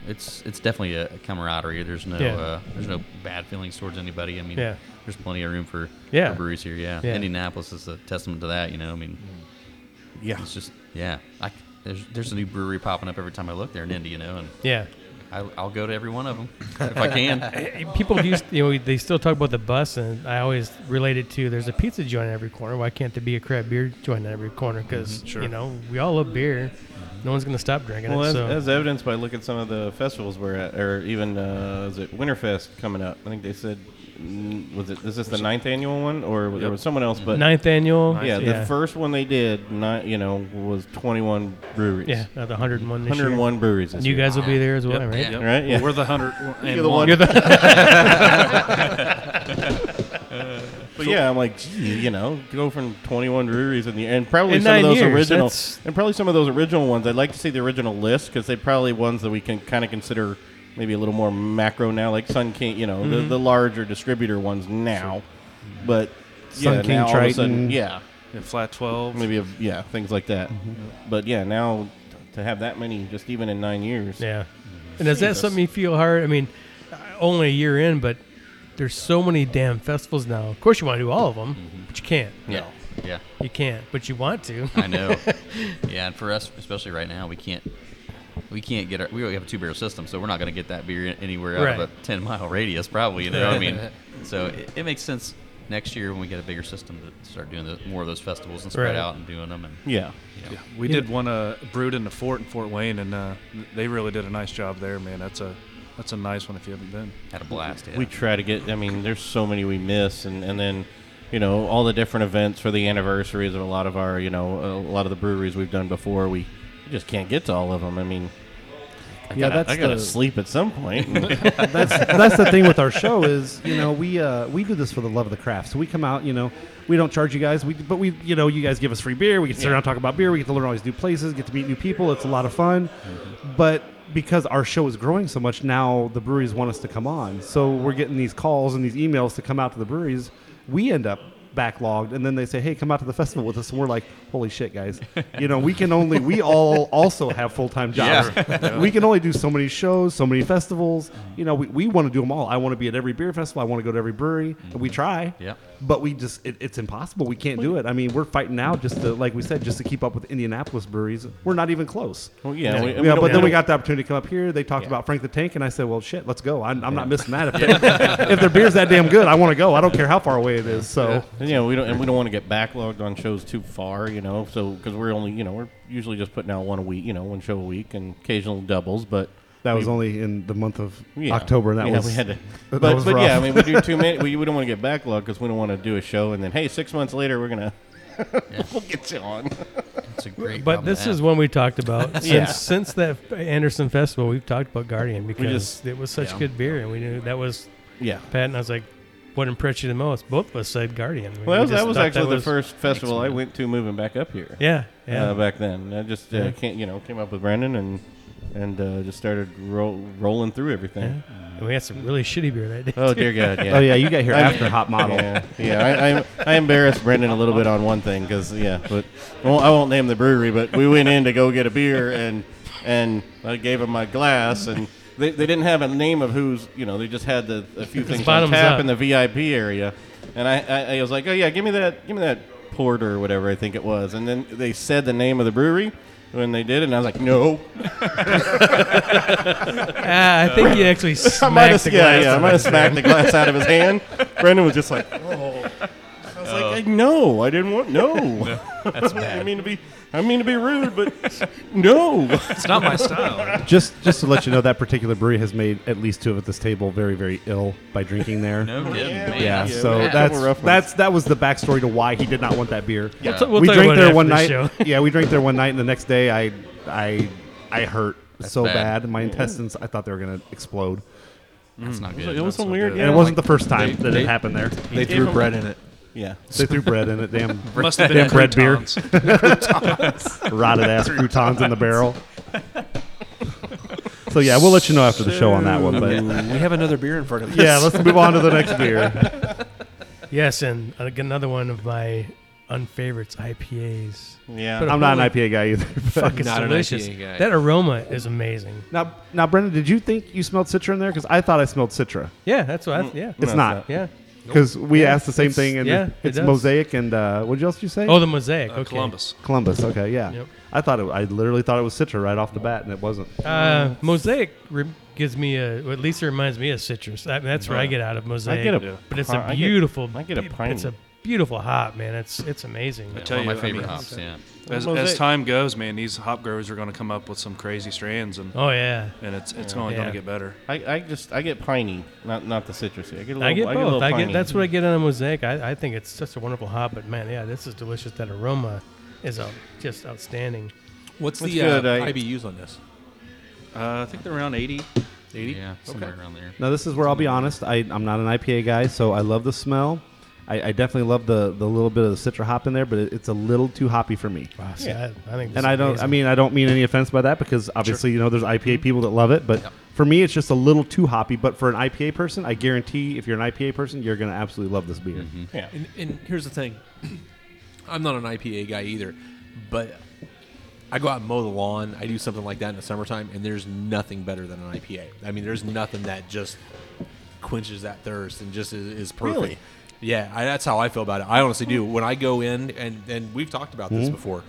Speaker 5: it's it's definitely a, camaraderie. There's no
Speaker 4: Yeah.
Speaker 5: uh, there's no bad feelings towards anybody. I mean,
Speaker 4: Yeah.
Speaker 5: there's plenty of room for,
Speaker 4: Yeah.
Speaker 5: for breweries here. Yeah.
Speaker 4: Yeah.
Speaker 5: Indianapolis is a testament to that. You know, I mean,
Speaker 6: Mm.
Speaker 5: yeah, it's just yeah. I, there's there's a new brewery popping up every time I look there in Indy. You know, and
Speaker 4: yeah.
Speaker 5: I, I'll go to every one of them if I can.
Speaker 4: people used you know they still talk about the bus and i always relate it to there's a pizza joint in every corner why can't there be a craft beer joint in every corner
Speaker 2: Mm-hmm,
Speaker 4: because you know we all love beer no one's going to stop drinking
Speaker 2: Well,
Speaker 4: it
Speaker 2: as,
Speaker 4: so
Speaker 2: uh, as evidenced by looking at some of the festivals we're at, or even uh, is it Winterfest coming up? I think they said mm, was it is this the ninth annual one, or there was someone else? But
Speaker 4: ninth annual
Speaker 2: yeah, the first one they did, not you know, was twenty one breweries.
Speaker 4: yeah uh, the 101 this year.
Speaker 2: 101 breweries. This
Speaker 4: and you
Speaker 2: year.
Speaker 4: guys will be there as well right
Speaker 5: Yeah.
Speaker 2: right? Yeah.
Speaker 6: Well, we're the hundred. and
Speaker 2: You're the one.
Speaker 6: one.
Speaker 2: But yeah, I'm like, gee, you know, go from 21 breweries in the and probably
Speaker 4: In
Speaker 2: some
Speaker 4: nine
Speaker 2: of those
Speaker 4: years,
Speaker 2: original
Speaker 4: that's-
Speaker 2: and probably some of those original ones. I'd like to see the original list because they probably ones that we can kind of consider maybe a little more macro now, like Sun King, you know,
Speaker 4: Mm-hmm.
Speaker 2: the, the larger distributor ones now. But
Speaker 3: Sun
Speaker 2: yeah,
Speaker 3: King,
Speaker 2: now all of a
Speaker 3: Triton.
Speaker 2: sudden, yeah,
Speaker 6: And Flat Twelve.
Speaker 2: maybe a, yeah, things like that.
Speaker 4: Mm-hmm.
Speaker 2: But yeah, now to have that many just even in nine years,
Speaker 4: Yeah. And is that something you feel hard? I mean, uh, only a year in, but there's so many damn festivals now. Of course, you want to do all of them,
Speaker 2: Mm-hmm.
Speaker 4: but you can't.
Speaker 5: yeah. Yeah.
Speaker 4: You can't, but you want to.
Speaker 5: I know. yeah, and for us, especially right now, we can't. We can't get our. We only have a two barrel system, so we're not going to get that beer anywhere out
Speaker 4: Right.
Speaker 5: of a ten mile radius, probably. You know, what I mean, so it, it makes sense next year when we get a bigger system to start doing the, more of those festivals and spread
Speaker 4: Right.
Speaker 5: out and doing them. And
Speaker 2: yeah.
Speaker 6: Yeah, we did one uh, brewed in the fort in Fort Wayne, and uh, they really did a nice job there, man. That's a that's a nice one if you haven't been.
Speaker 5: had a blast. Yeah.
Speaker 2: we try to get i mean there's so many we miss and, and then you know all the different events for the anniversaries of a lot of our you know a lot of the breweries we've done before we we just can't get to all of them i mean
Speaker 5: I
Speaker 3: yeah,
Speaker 5: gotta-
Speaker 3: that's
Speaker 2: i gotta
Speaker 3: the-
Speaker 2: sleep at some point
Speaker 3: that's that's the thing with our show is you know we uh, we do this for the love of the craft. So we come out, you know, we don't charge you guys, we but we you know you guys give us free beer. We can sit around and talk about beer. We get to learn all these new places, get to meet new people. It's a lot of fun, but because our show is growing so much now, the breweries want us to come on. So we're getting these calls and these emails to come out to the breweries. We end up backlogged, and then they say, "Hey, come out to the festival with us," and we're like, "Holy shit, guys! You know, we can only we all also have full time jobs. We can only do so many shows, so many festivals. You know, we, we want to do them all. I want to be at every beer festival. I want to go to every brewery, and we try.
Speaker 5: Yep.
Speaker 3: But we just it, it's impossible. We can't do it. I mean, we're fighting now just to like we said, just to keep up with Indianapolis breweries. We're not even close.
Speaker 2: Well, yeah, we- we
Speaker 3: yeah
Speaker 2: don't
Speaker 3: but then
Speaker 2: wanna-
Speaker 3: we got the opportunity to come up here. They talked about Frank the Tank, and I said, "Well, shit, let's go. I'm, I'm not missing that. If, they, if their beer's that damn good, I want to go. I don't care how far away it is." So.
Speaker 2: And, you know, we don't and we don't want to get backlogged on shows too far, you know. So because we're only, you know, we're usually just putting out one a week, you know, one show a week, and occasional doubles. But
Speaker 3: That was only in the month of
Speaker 2: yeah.
Speaker 3: October, and that
Speaker 2: yeah,
Speaker 3: was
Speaker 2: we had to.
Speaker 3: that
Speaker 2: But,
Speaker 3: was
Speaker 2: but
Speaker 3: rough.
Speaker 2: yeah, I mean, we do too many. We, we don't want to get backlogged because we don't want to do a show and then hey, six months later we're gonna we'll get you on.
Speaker 5: It's a great.
Speaker 4: But this is one we talked about since
Speaker 2: Yeah.
Speaker 4: since that Anderson Festival. We've talked about Guardian because
Speaker 2: just-
Speaker 4: it was such
Speaker 5: yeah.
Speaker 4: good beer, and we knew that was
Speaker 2: Yeah.
Speaker 4: Pat. And I was like, "What impressed you the most?" Both of us said Guardian. We
Speaker 2: Well, that was,
Speaker 4: just
Speaker 2: that was
Speaker 4: thought
Speaker 2: actually the
Speaker 4: was-
Speaker 2: first festival I went to moving back up here.
Speaker 4: Yeah, yeah.
Speaker 2: uh, back then. I just uh,
Speaker 4: Yeah.
Speaker 2: can't, you know, came up with Brandon and and uh, just started ro- rolling through everything.
Speaker 4: and we had some really shitty beer that day.
Speaker 2: Oh dear God! Yeah.
Speaker 3: Oh yeah, you got here after Hot Model.
Speaker 2: Yeah, yeah. I, I, I embarrassed Brendan a little bit on one thing because yeah, but well, I won't name the brewery, but we went in to go get a beer and and I gave him my glass and they, they didn't have a name of who's you know they just had the a few things on
Speaker 4: bottoms
Speaker 2: tap
Speaker 4: up.
Speaker 2: in the VIP area, and I, I I was like oh yeah give me that give me that porter or whatever I think it was, and then they said the name of the brewery. When they did, and I was like, "No,
Speaker 4: Ah, I think you actually
Speaker 2: I might
Speaker 4: smacked
Speaker 2: have,
Speaker 4: the
Speaker 2: yeah,
Speaker 4: glass.
Speaker 2: yeah, I might have smacked the glass out of his hand." Brendan was just like, "Oh." I was like, no, I didn't want Oh. no. That's bad. I mean to be, I mean to be rude, but no.
Speaker 6: It's not my style.
Speaker 3: Just just to let you know, that particular brewery has made at least two at this table very very ill by drinking there.
Speaker 5: No kidding, man.
Speaker 3: Yeah,
Speaker 2: Yeah,
Speaker 3: so
Speaker 2: we had a couple
Speaker 3: that's
Speaker 2: rough ones.
Speaker 3: that's that was the backstory to why he did not want that beer.
Speaker 5: Yeah.
Speaker 4: We'll
Speaker 3: we
Speaker 4: talk about
Speaker 3: drank
Speaker 4: it
Speaker 3: there
Speaker 4: after
Speaker 3: one
Speaker 4: the
Speaker 3: night.
Speaker 4: show.
Speaker 3: yeah, we drank there one night, and the next day I I I hurt so
Speaker 5: bad.
Speaker 3: bad. My intestines, I thought they were gonna explode.
Speaker 5: That's not good.
Speaker 2: It was some weird.
Speaker 3: And
Speaker 2: Yeah,
Speaker 3: it wasn't the first time that
Speaker 11: they-
Speaker 3: it happened there.
Speaker 11: They threw bread in it.
Speaker 2: yeah.
Speaker 3: They threw bread in it, damn
Speaker 6: Must have
Speaker 3: Damn
Speaker 6: been
Speaker 3: bread beer.
Speaker 6: croutons.
Speaker 3: rotted ass croutons in the barrel. So yeah, we'll let you know after the show on that one. But
Speaker 8: We have another beer in front of us.
Speaker 3: yeah, let's move on to the next beer.
Speaker 4: Yes, and uh, another one of my unfavorites, IPAs.
Speaker 2: Yeah.
Speaker 4: But
Speaker 3: I'm not an
Speaker 4: holy
Speaker 3: IPA guy either. but-
Speaker 4: Fucking
Speaker 8: Not an
Speaker 4: delicious.
Speaker 8: IPA guy.
Speaker 4: That aroma is amazing.
Speaker 3: Now, now, Brendan, did you think you smelled citra in there? Because I thought I smelled citra.
Speaker 4: Yeah, that's what. I,
Speaker 2: Mm,
Speaker 4: yeah,
Speaker 3: It's not
Speaker 4: yeah.
Speaker 3: because we asked the same thing, and
Speaker 4: yeah,
Speaker 3: it-
Speaker 4: it
Speaker 3: it's
Speaker 4: does.
Speaker 3: mosaic. And uh, what else did you say?
Speaker 4: Oh, the mosaic.
Speaker 6: Uh,
Speaker 4: okay.
Speaker 6: Columbus.
Speaker 3: Columbus. Okay, yeah.
Speaker 4: Yep.
Speaker 3: I thought it, I literally thought it was citra right off the bat, and it wasn't.
Speaker 4: Uh, mosaic re- gives me a, or at least it reminds me of citrus. I, that's what I get out of mosaic.
Speaker 2: I get a-
Speaker 4: but it's
Speaker 2: I
Speaker 4: a
Speaker 2: get-
Speaker 4: beautiful.
Speaker 2: I get a
Speaker 4: bi-
Speaker 2: pine.
Speaker 4: It's a beautiful hop, man. It's it's amazing.
Speaker 6: tell
Speaker 5: one of my
Speaker 6: you, I mean,
Speaker 5: favorite hops. Yeah.
Speaker 6: As,
Speaker 2: Mosaic.
Speaker 6: as time goes, man, these hop growers are going to come up with some crazy strands, and
Speaker 4: Oh yeah,
Speaker 6: and it's it's only going
Speaker 4: Yeah.
Speaker 6: to get better.
Speaker 2: I, I just I get piney, not not the citrusy. I get a little.
Speaker 4: I get
Speaker 2: a little
Speaker 4: both. I
Speaker 2: piney.
Speaker 4: get that's what I get on a mosaic. I, I think it's such a wonderful hop, but man, yeah, this is delicious. That aroma is out, just outstanding.
Speaker 8: What's
Speaker 2: That's
Speaker 8: the
Speaker 2: good,
Speaker 8: uh,
Speaker 2: I-
Speaker 8: IBUs on this?
Speaker 6: Uh, I think they're around 80.
Speaker 8: 80?
Speaker 5: Yeah. Somewhere around there.
Speaker 3: Now this is where I'll be honest. I, I'm not an IPA guy, so I love the smell. I, I definitely love the, the little bit of the citra hop in there, but it, it's a little too hoppy for me.
Speaker 4: Wow, see, I, I think. This
Speaker 3: And
Speaker 4: is
Speaker 3: I don't. I
Speaker 4: amazing.
Speaker 3: mean, I don't mean any offense by that because obviously you know there's IPA people that love it, but for me it's just a little too hoppy. But for an IPA person, I guarantee if you're an IPA person, you're gonna absolutely love this beer.
Speaker 4: Mm-hmm.
Speaker 8: And, and here's the thing I'm not an IPA guy either, but I go out and mow the lawn. I do something like that in the summertime, and there's nothing better than an IPA. I mean, there's nothing that just quenches that thirst and just is, is perfect.
Speaker 2: Really?
Speaker 8: Yeah, I, that's how I feel about it. I honestly do. When I go in, and, and we've talked about
Speaker 3: Hmm?
Speaker 8: this before,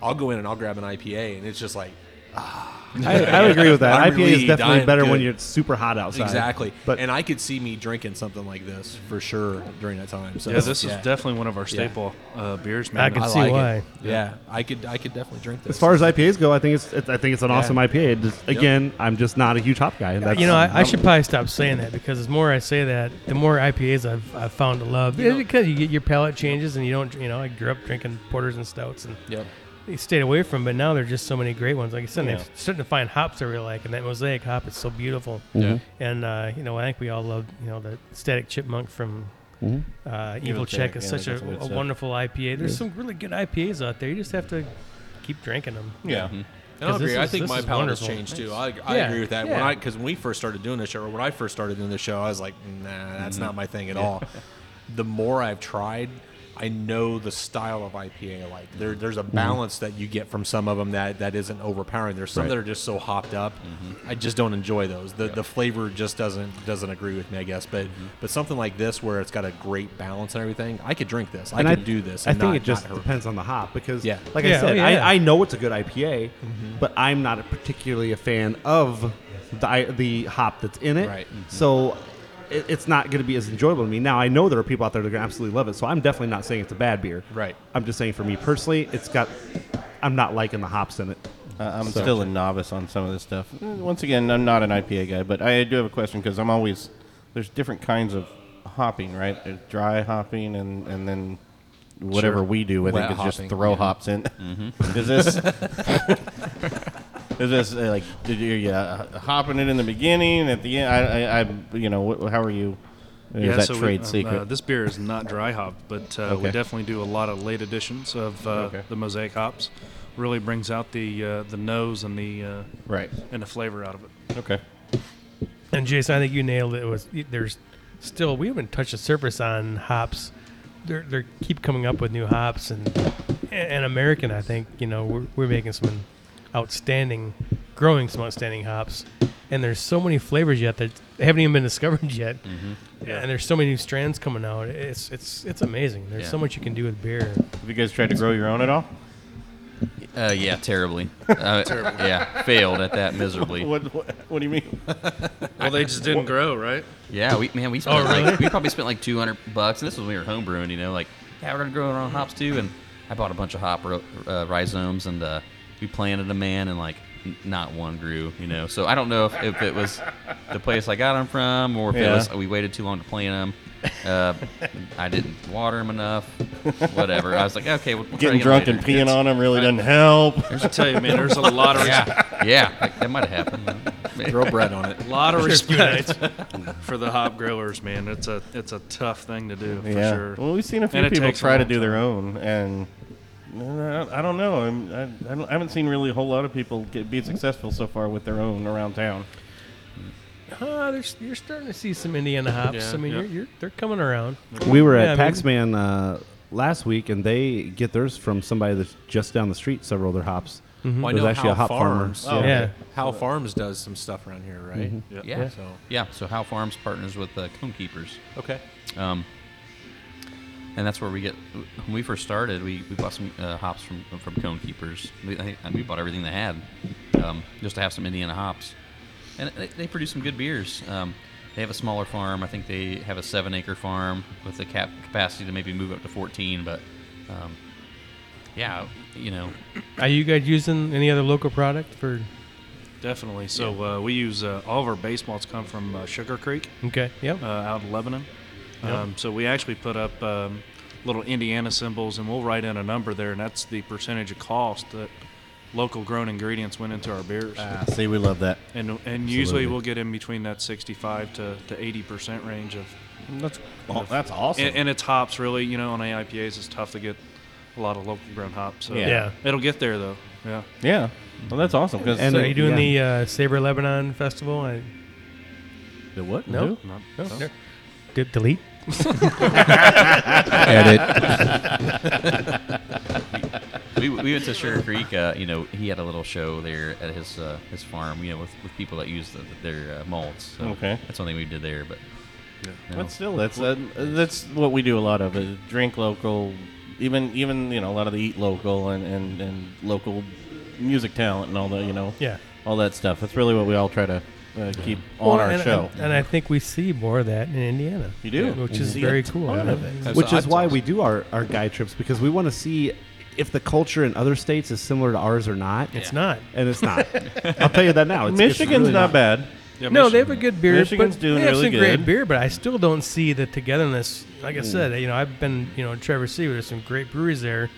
Speaker 8: I'll go in and I'll grab an IPA, and it's just like,
Speaker 3: I, I would agree with that.
Speaker 8: I'm
Speaker 3: IPA is
Speaker 8: relieved. I
Speaker 3: definitely
Speaker 8: am
Speaker 3: better when
Speaker 8: good.
Speaker 3: you're it's super hot outside.
Speaker 8: exactly.
Speaker 3: But
Speaker 8: and I could see me drinking something like this for sure during that time. So
Speaker 6: Yeah, this is
Speaker 8: yeah.
Speaker 6: definitely one of our staple uh, beers, man.
Speaker 4: I can
Speaker 8: I
Speaker 4: see
Speaker 8: like
Speaker 4: why.
Speaker 8: It. Yeah, I could, I could definitely drink this.
Speaker 3: as far as IPAs go, I think it's, it's I think it's an awesome IPA. It just, again, I'm just not a huge hop guy. and That's,
Speaker 4: You know,
Speaker 2: um,
Speaker 4: I, I should probably stop saying that because the more I say that, the more IPAs I've, I've found to love. It's because you get your palate changes and you don't, you know, I grew up drinking porters and stouts and
Speaker 8: Yep.
Speaker 4: they stayed away from, but now there are just so many great ones. Like I said,
Speaker 2: Yeah.
Speaker 4: they're starting to find hops I really like, and that mosaic hop is so beautiful.
Speaker 3: Yeah.
Speaker 4: And, uh, you know, I think we all love, you know, the static chipmunk from. Uh, Evil Check
Speaker 2: Check,
Speaker 4: is
Speaker 2: yeah,
Speaker 4: such
Speaker 2: that's
Speaker 4: a,
Speaker 2: good
Speaker 4: a
Speaker 2: stuff.
Speaker 4: wonderful IPA. There's some really good IPAs out there. You just have to keep drinking them.
Speaker 2: Yeah.
Speaker 8: And I
Speaker 4: 'Cause this
Speaker 8: agree. I
Speaker 4: is-
Speaker 8: think
Speaker 4: this
Speaker 8: my
Speaker 4: is
Speaker 8: palate has
Speaker 4: wonderful.
Speaker 8: changed too. I, I
Speaker 4: Yeah,
Speaker 8: agree with that. When
Speaker 4: yeah.
Speaker 8: I because when we first started doing this show, or when I
Speaker 3: Mm-hmm.
Speaker 8: first started doing this show, I was like, nah, that's not my thing at all. the more I've tried,
Speaker 7: I know the style of IPA I like. There, there's
Speaker 3: Mm-hmm.
Speaker 7: a balance that you get from some of them that, that isn't overpowering. There's some that are just so hopped up.
Speaker 3: Mm-hmm.
Speaker 7: I just don't enjoy those. The, the flavor just doesn't doesn't agree with me, I guess. But
Speaker 3: Mm-hmm.
Speaker 7: but something like this where it's got a great balance and everything, I could drink this. I
Speaker 3: And
Speaker 7: could
Speaker 3: th-
Speaker 7: do this.
Speaker 3: I
Speaker 7: And
Speaker 3: think
Speaker 7: not,
Speaker 3: it just
Speaker 7: not hurt.
Speaker 3: depends on the hop because,
Speaker 7: Yeah.
Speaker 3: like
Speaker 4: Yeah,
Speaker 3: I said,
Speaker 4: oh, yeah. Mm-hmm.
Speaker 3: I, I know it's a good IPA, but I'm not a particularly a fan of the I- the hop that's in it.
Speaker 7: Right. mm-hmm.
Speaker 3: So it, it's not going to be as enjoyable to me. Now I know there are people out there that are gonna absolutely love it, so I'm definitely not saying it's a bad beer.
Speaker 7: Right.
Speaker 3: I'm just saying for me personally, it's got I'm not liking the hops in it.
Speaker 2: Uh, I'm still a novice on some of this stuff. Mm, Once again, I'm not an IPA guy, but I do have a question because I'm always there's different kinds of hopping, right? There's dry hopping and and then whatever we do, I
Speaker 8: Wet
Speaker 2: think is just
Speaker 8: hopping,
Speaker 2: throw hops in. is this is this uh, like did you yeah uh, hopping it in the beginning at the end? I I, I you know wh- how are you? Is that
Speaker 6: so we-
Speaker 2: trade
Speaker 6: um,
Speaker 2: secret?
Speaker 6: Uh, this beer is not dry hop, but uh, we
Speaker 2: Okay.
Speaker 6: definitely do a lot of late additions of uh,
Speaker 2: Okay.
Speaker 6: the mosaic hops. Really brings out the uh, the nose and the uh,
Speaker 2: right.
Speaker 6: and the flavor out of it.
Speaker 2: Okay.
Speaker 4: And Jason, I think you nailed it. it. Was there's still we haven't touched the surface on hops. They're they keep coming up with new hops and and American. I think you know we're we're making some outstanding, growing some outstanding hops. And there's so many flavors yet that haven't even been discovered yet.
Speaker 3: Mm-hmm.
Speaker 4: And there's so many new strands coming out. It's it's it's amazing. There's so
Speaker 5: Yeah.
Speaker 4: much you can do with beer.
Speaker 2: Have you guys tried to grow your own at all?
Speaker 5: Uh, yeah, terribly. Uh, Yeah, failed at that miserably.
Speaker 2: What what, what do you mean?
Speaker 6: Well, they just didn't grow, right?
Speaker 5: Yeah, we man, we spent
Speaker 2: Oh,
Speaker 5: like we probably spent like two hundred bucks, and this was when we were home brewing. You know, like yeah, we're gonna grow our own hops too. And I bought a bunch of hop ro- uh, rhizomes, and uh, we planted them, man, and like n- not one grew. You know, so I don't know if, if it was the place I got them from, or if
Speaker 2: Yeah.
Speaker 5: it was we waited too long to plant them. Uh, I didn't water them enough. Whatever. I was like, okay, we'll we'll try
Speaker 2: Getting
Speaker 5: again
Speaker 2: drunk
Speaker 5: later.
Speaker 2: and peeing on them really doesn't help.
Speaker 6: I tell you, man, there's a lot of
Speaker 5: Yeah, yeah, like, that might have happened.
Speaker 7: Throw bread on it.
Speaker 6: a lot of respect for the hop growers, man. It's a it's a tough thing to do for
Speaker 2: yeah.
Speaker 6: sure.
Speaker 2: Well, we've seen a few
Speaker 6: And it
Speaker 2: people
Speaker 6: takes a
Speaker 2: try to
Speaker 6: long
Speaker 2: do their own, and uh, I don't know. I'm, I, I, don't, I haven't seen really a whole lot of people get be successful so far with their own around town.
Speaker 4: Uh, there's you're starting to see some Indiana hops. I mean, you're, you're they're coming around.
Speaker 3: We were
Speaker 4: Yeah,
Speaker 3: at
Speaker 4: I mean-
Speaker 3: Paxman uh, last week, and they get theirs from somebody that's just down the street. Several of their hops.
Speaker 4: Mm-hmm.
Speaker 8: Well, I
Speaker 3: There's
Speaker 8: know
Speaker 3: actually
Speaker 8: Howe
Speaker 3: a hop
Speaker 8: Farms.
Speaker 3: farmer.
Speaker 4: yeah.
Speaker 8: Oh, How Farms does some stuff around here, right?
Speaker 2: Mm-hmm.
Speaker 5: Yeah.
Speaker 8: So
Speaker 5: Yeah, so How Farms partners with uh, Cone Keepers.
Speaker 8: okay,
Speaker 5: Um, and that's where we get. When we first started, we, we bought some uh, hops from from Cone Keepers. We, I, think- we bought everything they had, um, just to have some Indiana hops. And they, they produce some good beers. Um, they have a smaller farm. I think they have a seven acre farm with the cap capacity to maybe move up to fourteen. But um, yeah, you know,
Speaker 4: Are you guys using any other local product for?
Speaker 6: Definitely. So uh, we use uh, all of our base malts come from uh, Sugar Creek
Speaker 4: Okay. Yep.
Speaker 6: uh, out in Lebanon. Um, so we actually put up um, little Indiana symbols, and we'll write in a number there, and that's the percentage of cost that local grown ingredients went into our beers.
Speaker 2: Ah, see, we love that.
Speaker 6: and and usually we'll get in between that 65 to to 80 percent range of
Speaker 2: That's oh, that's awesome.
Speaker 6: and, and it's hops really you know on AIPAs it's tough to get a lot of local grown hops so
Speaker 2: Yeah.
Speaker 4: Yeah.
Speaker 6: it'll get there though yeah
Speaker 2: yeah, well, that's awesome. Cause
Speaker 3: And
Speaker 4: So
Speaker 3: uh,
Speaker 4: are you doing
Speaker 3: yeah.
Speaker 4: the uh, Saber Lebanon Festival? I,
Speaker 2: the what?
Speaker 4: no. no. no. D- delete.
Speaker 8: edit.
Speaker 5: we, we went to Sugar Creek. Uh, you know, he had a little show there at his uh, his farm. You know, with, with people that use the, their uh, malts. So
Speaker 2: Okay.
Speaker 5: that's something we did there. But you know,
Speaker 2: But still, that's uh, that's what we do a lot of. Is drink local, even even you know a lot of the eat local and and, and local music talent and all the you know
Speaker 4: Yeah.
Speaker 2: all that stuff. That's really what we all try to uh, keep on
Speaker 4: Well,
Speaker 2: our
Speaker 4: and,
Speaker 2: show.
Speaker 4: and, and I think we see more of that in Indiana.
Speaker 2: You do.
Speaker 4: which
Speaker 2: You
Speaker 4: is
Speaker 2: see
Speaker 4: very
Speaker 2: a
Speaker 4: cool.
Speaker 2: ton
Speaker 4: Yeah.
Speaker 2: of it.
Speaker 3: Which
Speaker 8: So
Speaker 3: is
Speaker 8: hot
Speaker 3: why
Speaker 8: sauce.
Speaker 3: we do our, our guide trips because we want to see if the culture in other states is similar to ours or not.
Speaker 4: It's not.
Speaker 3: and it's not. I'll tell you that now. It's, it's
Speaker 2: Michigan's
Speaker 3: really
Speaker 2: not bad.
Speaker 6: yeah
Speaker 4: no,
Speaker 6: Michigan-
Speaker 4: they have a good beer.
Speaker 2: Michigan's
Speaker 4: but
Speaker 2: doing
Speaker 4: they have
Speaker 2: really
Speaker 4: some great
Speaker 2: good.
Speaker 4: beer, but I still don't see the togetherness. Like I said, you know, I've been, you know, in Trevor City. There's some great breweries there,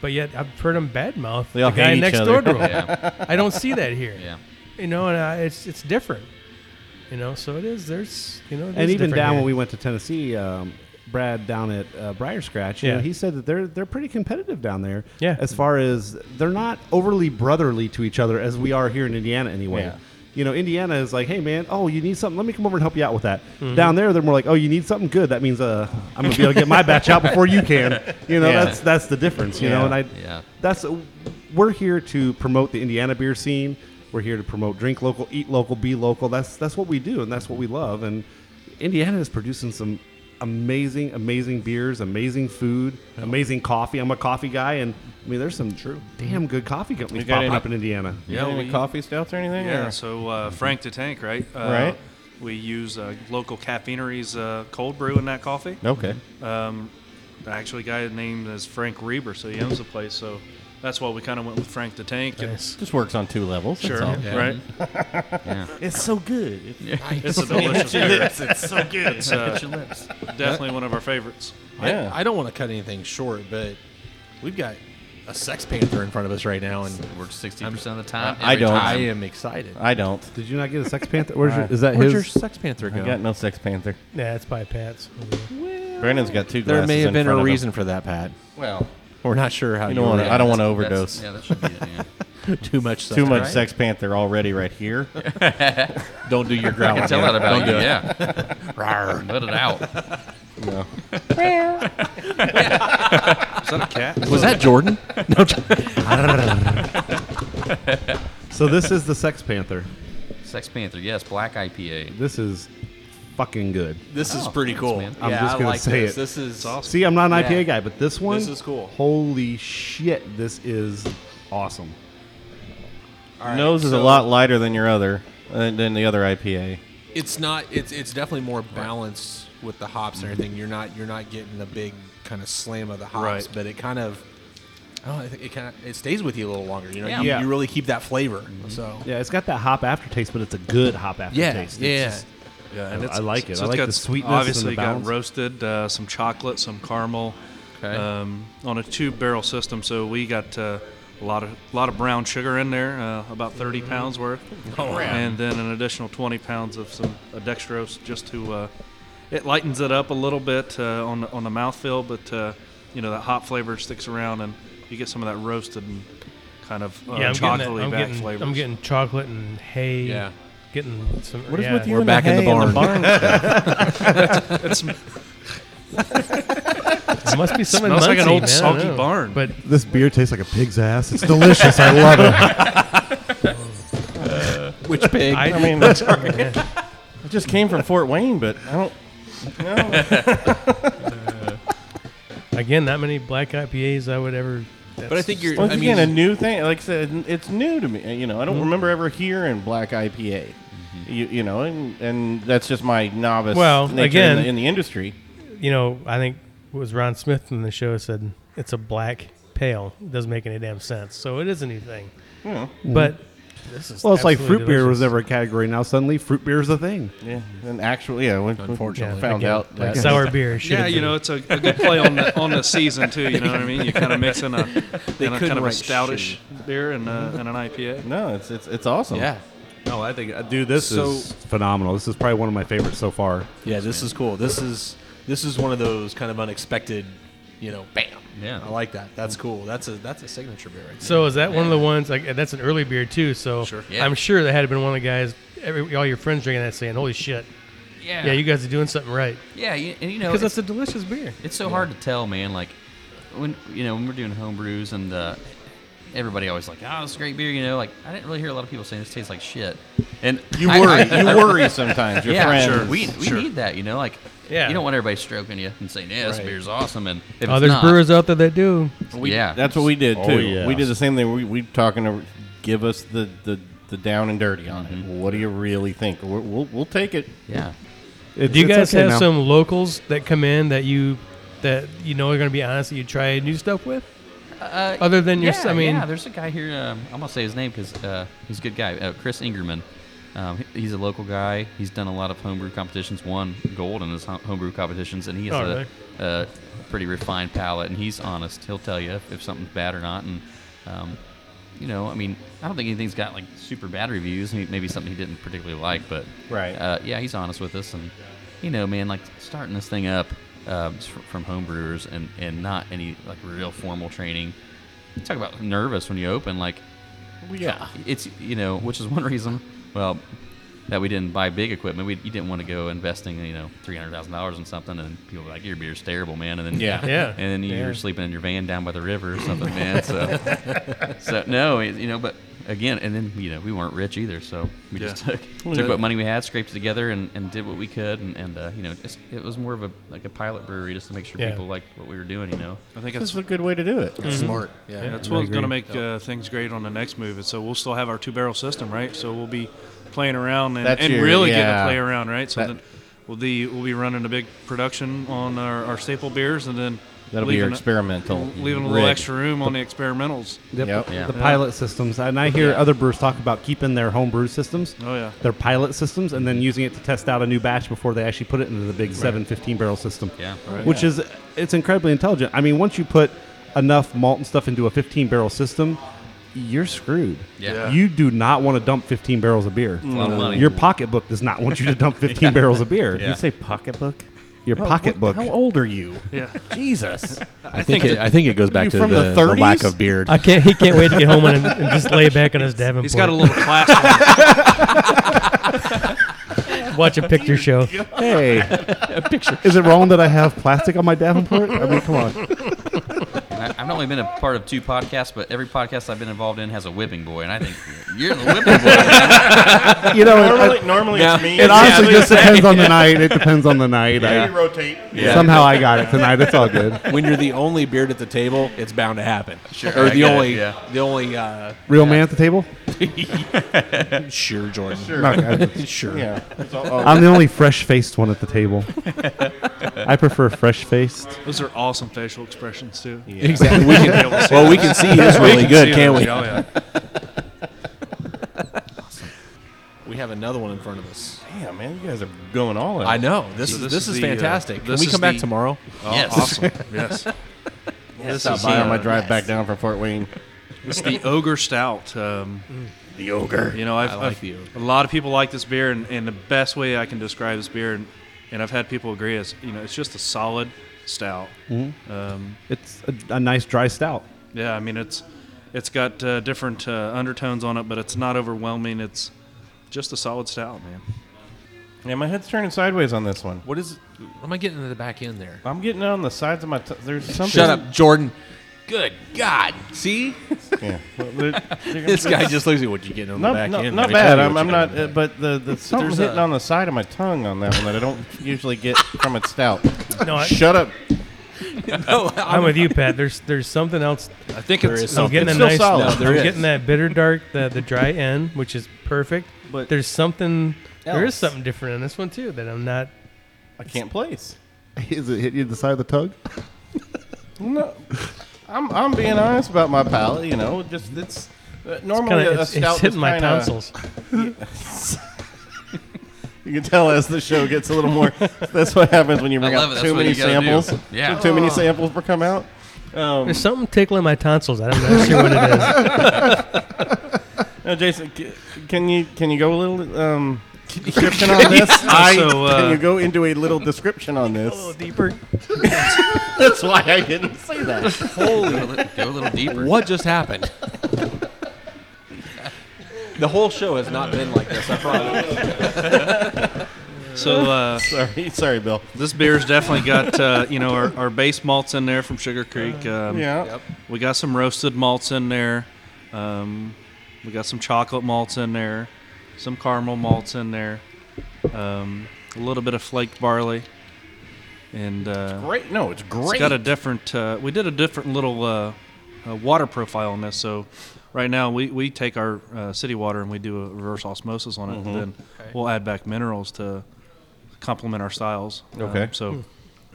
Speaker 4: but yet I've heard them badmouth
Speaker 2: all
Speaker 4: the guy
Speaker 2: hate each
Speaker 4: next
Speaker 2: other.
Speaker 4: door to them.
Speaker 5: yeah,
Speaker 4: I don't see that here.
Speaker 5: yeah.
Speaker 4: You know, and I, it's it's different. You know, so it is. There's, you know, it
Speaker 3: And
Speaker 4: is
Speaker 3: even
Speaker 4: different
Speaker 3: down
Speaker 4: here.
Speaker 3: when we went to Tennessee, um, Brad down at uh, Briar Scratch, you know,
Speaker 4: Yeah.
Speaker 3: he said that they're they're pretty competitive down there.
Speaker 4: Yeah.
Speaker 3: As far as they're not overly brotherly to each other as we are here in Indiana, anyway.
Speaker 2: Yeah.
Speaker 3: You know, Indiana is like, hey man, oh you need something? Let me come over and help you out with that.
Speaker 4: Mm-hmm.
Speaker 3: Down there, they're more like, oh you need something good. That means uh, I'm gonna be able to get my batch out before you can. You know,
Speaker 5: Yeah.
Speaker 3: that's that's the difference. You know, and I
Speaker 5: Yeah.
Speaker 3: that's we're here to promote the Indiana beer scene. We're here to promote drink local, eat local, be local. That's that's what we do, and that's what we love. And Indiana is producing some amazing, amazing beers, amazing food, amazing coffee. I'm a coffee guy, and I mean, there's some true damn good coffee companies
Speaker 2: You got
Speaker 3: popping
Speaker 2: any-
Speaker 3: up in Indiana.
Speaker 2: You got any coffee stouts or anything?
Speaker 6: Yeah,
Speaker 2: or-
Speaker 6: so uh, Frank the Tank, right? Uh,
Speaker 2: Right.
Speaker 6: We use uh, local caffeineries uh, cold brew in that coffee.
Speaker 2: Okay.
Speaker 6: Um, actually, a guy named is Frank Reber, so he owns the place. So that's why we kind of went with Frank the Tank. And,
Speaker 2: Just works on two levels. that's
Speaker 6: Sure,
Speaker 2: all.
Speaker 6: right?
Speaker 5: Yeah.
Speaker 2: It's so good.
Speaker 6: It's a delicious beer.
Speaker 7: it's so good.
Speaker 6: It's uh, definitely one of our favorites.
Speaker 2: Yeah.
Speaker 8: I, I don't want to cut anything short, but we've got a Sex Panther in front of us right now, and
Speaker 5: We're 60% of the time.
Speaker 2: I
Speaker 5: every
Speaker 2: don't.
Speaker 5: time.
Speaker 8: I am excited.
Speaker 2: I don't.
Speaker 3: Did you not get a Sex Panther? Where's your,
Speaker 2: Alright.
Speaker 3: is that
Speaker 8: Where's your
Speaker 3: his?
Speaker 8: Sex Panther
Speaker 2: I
Speaker 8: go?
Speaker 2: got no Sex Panther.
Speaker 4: Yeah, it's by Pat's.
Speaker 2: Brandon's got two
Speaker 8: there
Speaker 2: glasses
Speaker 8: may have
Speaker 2: in
Speaker 8: been
Speaker 2: front
Speaker 8: a
Speaker 2: of him.
Speaker 8: reason for that, Pat.
Speaker 5: Well,
Speaker 8: We're not sure how
Speaker 2: You
Speaker 8: you,
Speaker 2: don't wanna-
Speaker 8: were-
Speaker 2: I don't want to
Speaker 5: that's-
Speaker 2: overdose.
Speaker 5: Yeah, that should be it. Yeah.
Speaker 8: too much. Sex
Speaker 2: Too much
Speaker 8: Panther.
Speaker 2: Sex Panther already right here.
Speaker 8: Don't do your
Speaker 5: I
Speaker 8: growl.
Speaker 5: can tell that about
Speaker 8: Don't
Speaker 5: you.
Speaker 8: do it.
Speaker 5: Yeah. Let it out.
Speaker 8: Was that Jordan? No.
Speaker 3: So this is the Sex Panther.
Speaker 5: Sex Panther. Yes, black IPA.
Speaker 3: This is fucking good.
Speaker 8: This is
Speaker 5: Oh,
Speaker 8: pretty
Speaker 5: thanks,
Speaker 8: cool.
Speaker 5: man.
Speaker 3: I'm
Speaker 8: yeah,
Speaker 3: just
Speaker 8: I
Speaker 3: gonna
Speaker 8: like
Speaker 3: say
Speaker 8: this.
Speaker 3: it.
Speaker 8: This is awesome.
Speaker 3: See, I'm not an
Speaker 8: Yeah.
Speaker 3: IPA guy, but this one.
Speaker 8: This is cool.
Speaker 3: Holy shit! This is awesome.
Speaker 2: Nose is a lot lighter than your other, uh, than the other IPA.
Speaker 8: It's not. It's it's definitely more balanced with the hops and everything. You're not you're not getting the big kind of slam of the hops,
Speaker 6: Right.
Speaker 8: but it kind of. I don't know, I think it kind of it stays with you a little longer. You know,
Speaker 5: Yeah.
Speaker 8: You,
Speaker 3: Yeah.
Speaker 8: you really keep that flavor. So
Speaker 3: Yeah, it's got that hop aftertaste, but it's a good hop aftertaste. It's just-
Speaker 6: Yeah,
Speaker 3: I- I like it. I
Speaker 6: it's
Speaker 3: like
Speaker 6: got
Speaker 3: the
Speaker 6: s-
Speaker 3: sweetness and
Speaker 6: Obviously,
Speaker 3: the
Speaker 6: got
Speaker 3: balance.
Speaker 6: roasted, uh, some chocolate, some caramel,
Speaker 5: Okay.
Speaker 6: um, on a two-barrel system. So we got uh, a lot of lot of brown sugar in there, uh, about 30
Speaker 3: Mm-hmm.
Speaker 6: pounds worth,
Speaker 3: Oh,
Speaker 6: and then an additional 20 pounds of some uh, dextrose just to uh, it lightens it up a little bit uh, on the, on the mouthfeel, but uh, you know that hot flavor sticks around, and you get some of that roasted and kind of uh,
Speaker 4: yeah, I'm getting, that,
Speaker 6: chocolatey
Speaker 4: I'm,
Speaker 6: back
Speaker 4: getting,
Speaker 6: flavors.
Speaker 4: I'm getting chocolate and hay.
Speaker 8: Yeah.
Speaker 4: Getting some.
Speaker 2: What is
Speaker 4: yeah.
Speaker 2: with you?
Speaker 8: We're
Speaker 2: and
Speaker 8: back in the
Speaker 2: hay and
Speaker 8: barn.
Speaker 4: It must be something.
Speaker 6: smells like an
Speaker 4: Muncie, man,
Speaker 6: old
Speaker 4: I
Speaker 6: soggy
Speaker 4: don't know.
Speaker 6: barn.
Speaker 4: But
Speaker 10: This beer tastes like a pig's ass. It's delicious. I love it.
Speaker 8: which pig?
Speaker 4: I,
Speaker 2: I mean, it just came from Fort Wayne, but I don't.
Speaker 4: again, not many black IPAs I would ever.
Speaker 8: but I think you're.
Speaker 2: Once
Speaker 8: I mean,
Speaker 2: again, a new thing. Like I said, it's new to me. You know, I don't remember ever hearing black IPA. You, you know, and and that's just my novice.
Speaker 4: Well,
Speaker 2: nature
Speaker 4: again-
Speaker 2: in the, in the industry,
Speaker 4: You know, I think it was Ron Smith in the show said it's a black pale. It doesn't make any damn sense. So it is a new thing. But this is
Speaker 3: Well, it's like fruit
Speaker 4: absolutely
Speaker 3: beer was
Speaker 4: delicious.
Speaker 3: never a category. Now suddenly, fruit beer is a thing.
Speaker 2: yeah. And actually, yeah, we, unfortunately,
Speaker 4: Yeah,
Speaker 2: found
Speaker 4: again,
Speaker 2: out
Speaker 4: like
Speaker 2: that
Speaker 4: sour beer. should
Speaker 6: Yeah,
Speaker 4: have
Speaker 6: you
Speaker 4: been.
Speaker 6: know, it's a, a good play on the on the season too. You know what I mean? You kind of mix in a, in a
Speaker 8: couldn't
Speaker 6: kind of a
Speaker 8: write
Speaker 6: stoutish beer and, uh, and an IPA.
Speaker 2: No, it's it's it's awesome.
Speaker 8: yeah,
Speaker 3: No, I
Speaker 8: uh,
Speaker 3: think, dude, this
Speaker 8: So-
Speaker 3: is phenomenal. This is probably one of my favorites so far.
Speaker 8: yeah. This is cool. This is this is one of those kind of unexpected. You know, bam.
Speaker 5: Yeah.
Speaker 8: I like that. That's cool. That's a that's a signature beer right there.
Speaker 4: So is that one of the ones? Like that's an early beer too. So
Speaker 5: Yeah.
Speaker 4: I'm sure that had to been one of the guys. Every, all your friends drinking that, saying, "Holy shit!
Speaker 5: Yeah.
Speaker 4: Yeah, you guys are doing something right."
Speaker 5: Yeah, you, and you know,
Speaker 4: Because
Speaker 5: it's,
Speaker 4: that's a delicious beer.
Speaker 5: it's so hard to tell, man. Like when you know when we're doing home brews and uh, everybody always like, oh, it's a great beer. You know, like I didn't really hear a lot of people saying this tastes like shit. And
Speaker 2: You
Speaker 5: I-
Speaker 2: worry.
Speaker 5: I-
Speaker 2: you
Speaker 5: I-
Speaker 2: worry sometimes. Your
Speaker 5: yeah,
Speaker 2: friends.
Speaker 5: sure. We, we need that. You know, like
Speaker 4: Yeah.
Speaker 5: you don't want everybody stroking you and saying, yeah, this beer's awesome. And if
Speaker 4: Oh,
Speaker 5: it's
Speaker 4: there's
Speaker 5: not,
Speaker 4: brewers out there that do.
Speaker 2: We-
Speaker 5: yeah,
Speaker 2: that's what we did too.
Speaker 3: Oh, yeah.
Speaker 2: We did the same thing. We we talking to give us the the, the down and dirty on it. What do you really think? We're, we'll we'll take it.
Speaker 5: yeah.
Speaker 3: It's-
Speaker 4: Do you
Speaker 3: it's
Speaker 4: guys
Speaker 3: okay
Speaker 4: have
Speaker 3: now.
Speaker 4: some locals that come in that you that you know are going to be honest that you try new stuff with?
Speaker 5: Uh,
Speaker 4: Other than your,
Speaker 5: yeah,
Speaker 4: I mean,
Speaker 5: yeah. There's a guy here. Um, I'm gonna say his name because uh, he's a good guy. Uh, Chris Ingerman. Um, he- he's a local guy. He's done a lot of homebrew competitions. Won gold in his hom- homebrew competitions, and he has
Speaker 4: Oh,
Speaker 5: a,
Speaker 4: really?
Speaker 5: a pretty refined palate. And he's honest. He'll tell you if, if something's bad or not. And um, you know, I mean, I don't think anything's got like super bad reviews. May- Maybe something he didn't particularly like, but
Speaker 2: Right.
Speaker 5: Uh, yeah, he's honest with us, and you know, man, like starting this thing up um, s- fr- from homebrewers and and not any like real formal training. You talk about nervous when you open, like Yeah, it's you know, which is one reason. Well, that we didn't buy big equipment. We you didn't want to go investing, you know, three hundred thousand dollars in something, and people were like, "Your beer's terrible, man." And then
Speaker 2: Yeah. Yeah.
Speaker 5: and then you're
Speaker 2: Yeah.
Speaker 5: sleeping in your van down by the river or something, man. So, so no, it- you know, but again, and then you know, we weren't rich either, so we just
Speaker 6: Yeah.
Speaker 5: took
Speaker 6: Well,
Speaker 5: took
Speaker 6: yeah.
Speaker 5: what money we had, scraped it together, and, and did what we could, and, and uh, you know, it's, it was more of a like a pilot brewery just to make sure
Speaker 2: Yeah.
Speaker 5: people liked what we were doing, you know.
Speaker 6: I think
Speaker 2: This
Speaker 6: that's
Speaker 2: is a good way to do it.
Speaker 8: Mm-hmm.
Speaker 6: Mhm.
Speaker 7: Smart, yeah. Yeah,
Speaker 6: that's
Speaker 7: I
Speaker 6: what's going to
Speaker 7: agree.
Speaker 6: make uh, things great on the next move. And so we'll still have our two barrel system, right? So we'll be playing around and,
Speaker 2: That's
Speaker 6: and
Speaker 2: your-
Speaker 6: really getting
Speaker 2: yeah.
Speaker 6: to play around, right? So
Speaker 2: That-
Speaker 6: then we'll be we'll be running a big production on our, our staple beers, and then
Speaker 2: That'll be your
Speaker 6: leaving a-
Speaker 2: experimental
Speaker 6: leaving a little
Speaker 2: rig.
Speaker 6: extra room on the experimentals.
Speaker 3: The, the pilot systems, and I hear
Speaker 6: Yeah.
Speaker 3: other brewers talk about keeping their home brew systems.
Speaker 6: Oh, yeah.
Speaker 3: their pilot systems, and
Speaker 5: Mm-hmm.
Speaker 3: then using it to test out a new batch before they actually put it into the big seven fifteen barrel system.
Speaker 5: Yeah. Right.
Speaker 3: which
Speaker 5: Yeah.
Speaker 3: is it's incredibly intelligent. I mean, once you put enough malt and stuff into a fifteen barrel system. You're screwed.
Speaker 5: Yeah. Mm-hmm. Yeah.
Speaker 3: You do not want to dump 15 barrels of beer.
Speaker 5: a lot of money.
Speaker 3: Your pocketbook does not want you to dump 15 barrels of beer.
Speaker 2: You say pocketbook?
Speaker 3: Your
Speaker 2: Oh, what-
Speaker 3: pocketbook.
Speaker 2: How old are you?
Speaker 6: Yeah.
Speaker 2: Jesus.
Speaker 7: I think it, I think it goes back
Speaker 2: You
Speaker 7: to
Speaker 2: from
Speaker 7: the,
Speaker 2: the
Speaker 7: the lack
Speaker 2: 30s?
Speaker 7: of beard.
Speaker 4: I can't. He can't wait to get home and, and just lay back on his Davenport.
Speaker 6: He's got a little class. on.
Speaker 4: Watch a picture show.
Speaker 10: Hey,
Speaker 5: A picture.
Speaker 10: Is it wrong that I have plastic on my Davenport? I mean, come on.
Speaker 5: I, I've only been a part of two podcasts, but every podcast I've been involved in has a whipping boy, and I think you're the whipping boy. man.
Speaker 10: You know, it-
Speaker 2: Normally-
Speaker 10: I-
Speaker 2: normally
Speaker 10: Yeah.
Speaker 2: it's me.
Speaker 10: It honestly
Speaker 2: Yeah.
Speaker 10: just depends on the
Speaker 2: Yeah.
Speaker 10: night. It depends on the night.
Speaker 2: Yeah,
Speaker 10: I-
Speaker 2: you rotate.
Speaker 10: Yeah. Somehow I got it tonight. It's all good.
Speaker 7: When you're the only beard at the table, it's bound to happen.
Speaker 5: Sure,
Speaker 7: Or
Speaker 5: I
Speaker 7: the
Speaker 5: get it,
Speaker 7: only,
Speaker 5: yeah.
Speaker 7: the only uh,
Speaker 10: Real man at the table?
Speaker 7: sure, Jordan.
Speaker 2: Sure.
Speaker 10: Okay.
Speaker 7: sure.
Speaker 2: Yeah. oh,
Speaker 10: I'm the only fresh faced one at the table. I prefer fresh faced.
Speaker 6: Those are awesome facial expressions too.
Speaker 10: Exactly. We can-
Speaker 6: Be able to see
Speaker 10: well, we
Speaker 6: it.
Speaker 10: can see his really
Speaker 6: can
Speaker 10: good,
Speaker 6: see
Speaker 10: can't
Speaker 6: those,
Speaker 10: we?
Speaker 6: Oh, yeah.
Speaker 7: We have another one in front of us.
Speaker 2: Damn, man, you guys are going all in.
Speaker 7: I know. This
Speaker 6: So
Speaker 7: is this is
Speaker 6: the, uh,
Speaker 7: fantastic. Can
Speaker 6: this
Speaker 7: we
Speaker 6: is
Speaker 7: come back
Speaker 6: the-
Speaker 7: tomorrow?
Speaker 6: Oh,
Speaker 5: Yes.
Speaker 6: Awesome. Yes.
Speaker 2: This stop by on my drive back down from Fort Wayne.
Speaker 6: It's uh, the Ogre Stout. Um,
Speaker 2: Mm. The Ogre.
Speaker 6: You know, I've,
Speaker 7: I like
Speaker 6: I've-
Speaker 7: the Ogre.
Speaker 6: a lot of people like this beer, and, and the best way I can describe this beer, and, and I've had people agree, is you know, it's just a solid stout.
Speaker 3: Mhm.
Speaker 6: Um,
Speaker 3: It's a, a nice dry stout.
Speaker 6: yeah, I mean, it's it's got uh, different uh, undertones on it, but it's not overwhelming. It's just a solid stout, man.
Speaker 2: Yeah, my head's turning sideways on this one.
Speaker 7: What is? What am I getting in the back end there?
Speaker 2: I'm getting on the sides of my. T- there's something.
Speaker 7: Shut up, Jordan. Good God! See,
Speaker 2: Yeah. Well, there- there-
Speaker 7: this guy just looks at what you getting on
Speaker 2: Not,
Speaker 7: the back
Speaker 2: not,
Speaker 7: end.
Speaker 2: not
Speaker 7: Let me tell
Speaker 2: bad.
Speaker 7: you
Speaker 2: I'm,
Speaker 7: what
Speaker 2: I'm
Speaker 7: you
Speaker 2: not.
Speaker 7: getting
Speaker 2: Uh,
Speaker 7: on the
Speaker 2: but the, the something's
Speaker 7: There's
Speaker 2: hitting
Speaker 7: a-
Speaker 2: on the side of my tongue on that one that I don't usually get from a stout.
Speaker 4: No, I-
Speaker 2: Shut up.
Speaker 4: I'm with you, Pat. There's there's something else.
Speaker 6: I think
Speaker 7: There
Speaker 6: it's
Speaker 7: is
Speaker 4: I'm
Speaker 7: something.
Speaker 4: getting a
Speaker 2: It's still
Speaker 4: nice.
Speaker 2: solid. No,
Speaker 4: I'm
Speaker 7: there is.
Speaker 4: getting that bitter dark, the the dry end, which is perfect.
Speaker 2: But-
Speaker 4: But there's something. There is
Speaker 2: Else.
Speaker 4: something different in this one too that I'm not.
Speaker 2: I can't place.
Speaker 10: Is it hit you the side of the tug?
Speaker 2: No, I'm, I'm being honest about my palate. You know, just it's uh, normally
Speaker 4: Kind
Speaker 2: a,
Speaker 4: of.
Speaker 2: a
Speaker 4: It's,
Speaker 2: stout
Speaker 4: it's
Speaker 2: is
Speaker 4: hitting my
Speaker 2: kinda-
Speaker 4: tonsils.
Speaker 2: You can tell as the show gets a little more. that's what happens when you bring
Speaker 5: love
Speaker 2: out
Speaker 5: it. That's
Speaker 2: too
Speaker 5: what
Speaker 2: many
Speaker 5: you gotta do.
Speaker 2: samples.
Speaker 5: Yeah. Oh.
Speaker 2: Too many samples per come out. Um,
Speaker 4: There's something tickling my tonsils. I'm not sure what it is.
Speaker 2: now, Jason, c- can you can you go a little um, description on this?
Speaker 6: So, uh,
Speaker 2: can you go into a little description on this?
Speaker 4: deeper.
Speaker 2: That's why I didn't say that.
Speaker 5: Go a li- go a little deeper.
Speaker 7: What just happened? the whole show has not been like this. I promise.
Speaker 6: so. Uh,
Speaker 2: sorry, sorry, Bill.
Speaker 6: This beer's definitely got uh, you know our, our base malts in there from Sugar Creek. Um,
Speaker 2: Yeah.
Speaker 6: We got some roasted malts in there. Um, we got some chocolate malts in there, some caramel malts in there, um, a little bit of flaked barley, and uh,
Speaker 2: Great. No, it's great.
Speaker 6: it's got a different. Uh, we did a different little uh, uh, water profile on this. So right now we, we take our uh, city water and we do a reverse osmosis on it, and then we'll add back minerals to complement our styles. Um,
Speaker 2: Okay.
Speaker 6: so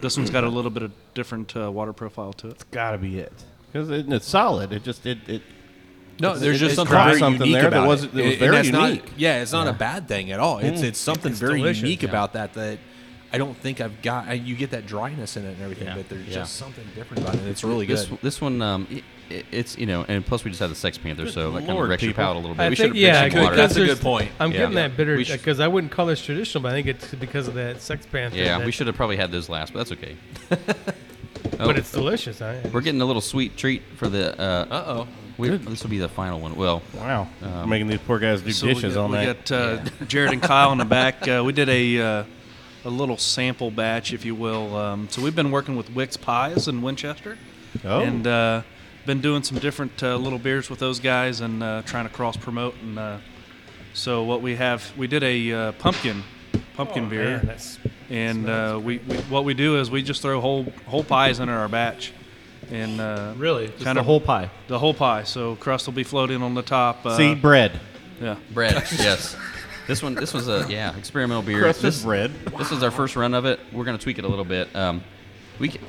Speaker 6: this one's got a little bit of different uh, water profile to it.
Speaker 2: gotta be it because it, it's solid. It just it, it
Speaker 7: No,
Speaker 2: It's-
Speaker 7: there's
Speaker 2: it-
Speaker 7: just
Speaker 2: it
Speaker 7: something
Speaker 2: cracked
Speaker 7: very
Speaker 2: something
Speaker 7: unique
Speaker 2: there that
Speaker 7: about
Speaker 2: was-
Speaker 7: it.
Speaker 2: that was
Speaker 7: And
Speaker 2: very
Speaker 7: that's not-
Speaker 2: unique. Mm.
Speaker 7: yeah, it's not a bad thing at all. It's it's something very
Speaker 4: delicious,
Speaker 7: unique
Speaker 4: yeah.
Speaker 7: about that that I don't think I've got. I, you get that dryness in it and everything, but there's
Speaker 5: yeah.
Speaker 7: just something different about it. It's really
Speaker 5: this,
Speaker 7: good.
Speaker 5: This one, um, i i- it's you know, and plus we just had the Sex Panther, so that kind of
Speaker 2: lord,
Speaker 5: wrecks your
Speaker 2: people.
Speaker 5: palate a little bit.
Speaker 4: I
Speaker 5: we
Speaker 4: think
Speaker 5: should have
Speaker 4: yeah,
Speaker 5: drank some water.
Speaker 7: could- that's a
Speaker 4: because
Speaker 7: good
Speaker 4: there's-
Speaker 7: point.
Speaker 4: I'm
Speaker 5: Yeah.
Speaker 4: getting that bitter
Speaker 5: We should-
Speaker 4: because I wouldn't call this traditional, but I think it's because of that sex panther.
Speaker 5: yeah,
Speaker 4: that-
Speaker 5: we should have probably had those last, but that's okay.
Speaker 4: But it's delicious. I,
Speaker 5: We're getting a little sweet treat for the uh,
Speaker 7: Uh oh.
Speaker 5: We, this will be the final one. Well,
Speaker 2: Wow. Making these poor guys do
Speaker 5: Um, so
Speaker 6: we
Speaker 2: dishes
Speaker 6: got-
Speaker 2: all
Speaker 6: we
Speaker 2: night.
Speaker 6: got uh, Jared and Kyle in the back. Uh, we did a uh, a little sample batch, if you will. Um, so we've been working with Wix Pies in Winchester,
Speaker 2: Oh.
Speaker 6: and uh, been doing some different uh, little beers with those guys and uh, trying to cross promote. And uh, so what we have, we did a uh, pumpkin pumpkin
Speaker 4: Oh,
Speaker 6: beer,
Speaker 4: man, that's-
Speaker 6: and uh, we, we what we do is we just throw whole whole pies into our batch. And uh,
Speaker 3: Really? Just
Speaker 6: kind
Speaker 3: the
Speaker 6: of
Speaker 3: whole pie?
Speaker 6: The whole pie. So crust will be floating on the top. Uh,
Speaker 2: Seed bread.
Speaker 6: Yeah,
Speaker 5: bread. yes. This one, this was a yeah experimental beer.
Speaker 2: Crusted
Speaker 5: this
Speaker 2: bread.
Speaker 5: This was our first run of it. We're gonna tweak it a little bit. Um, we c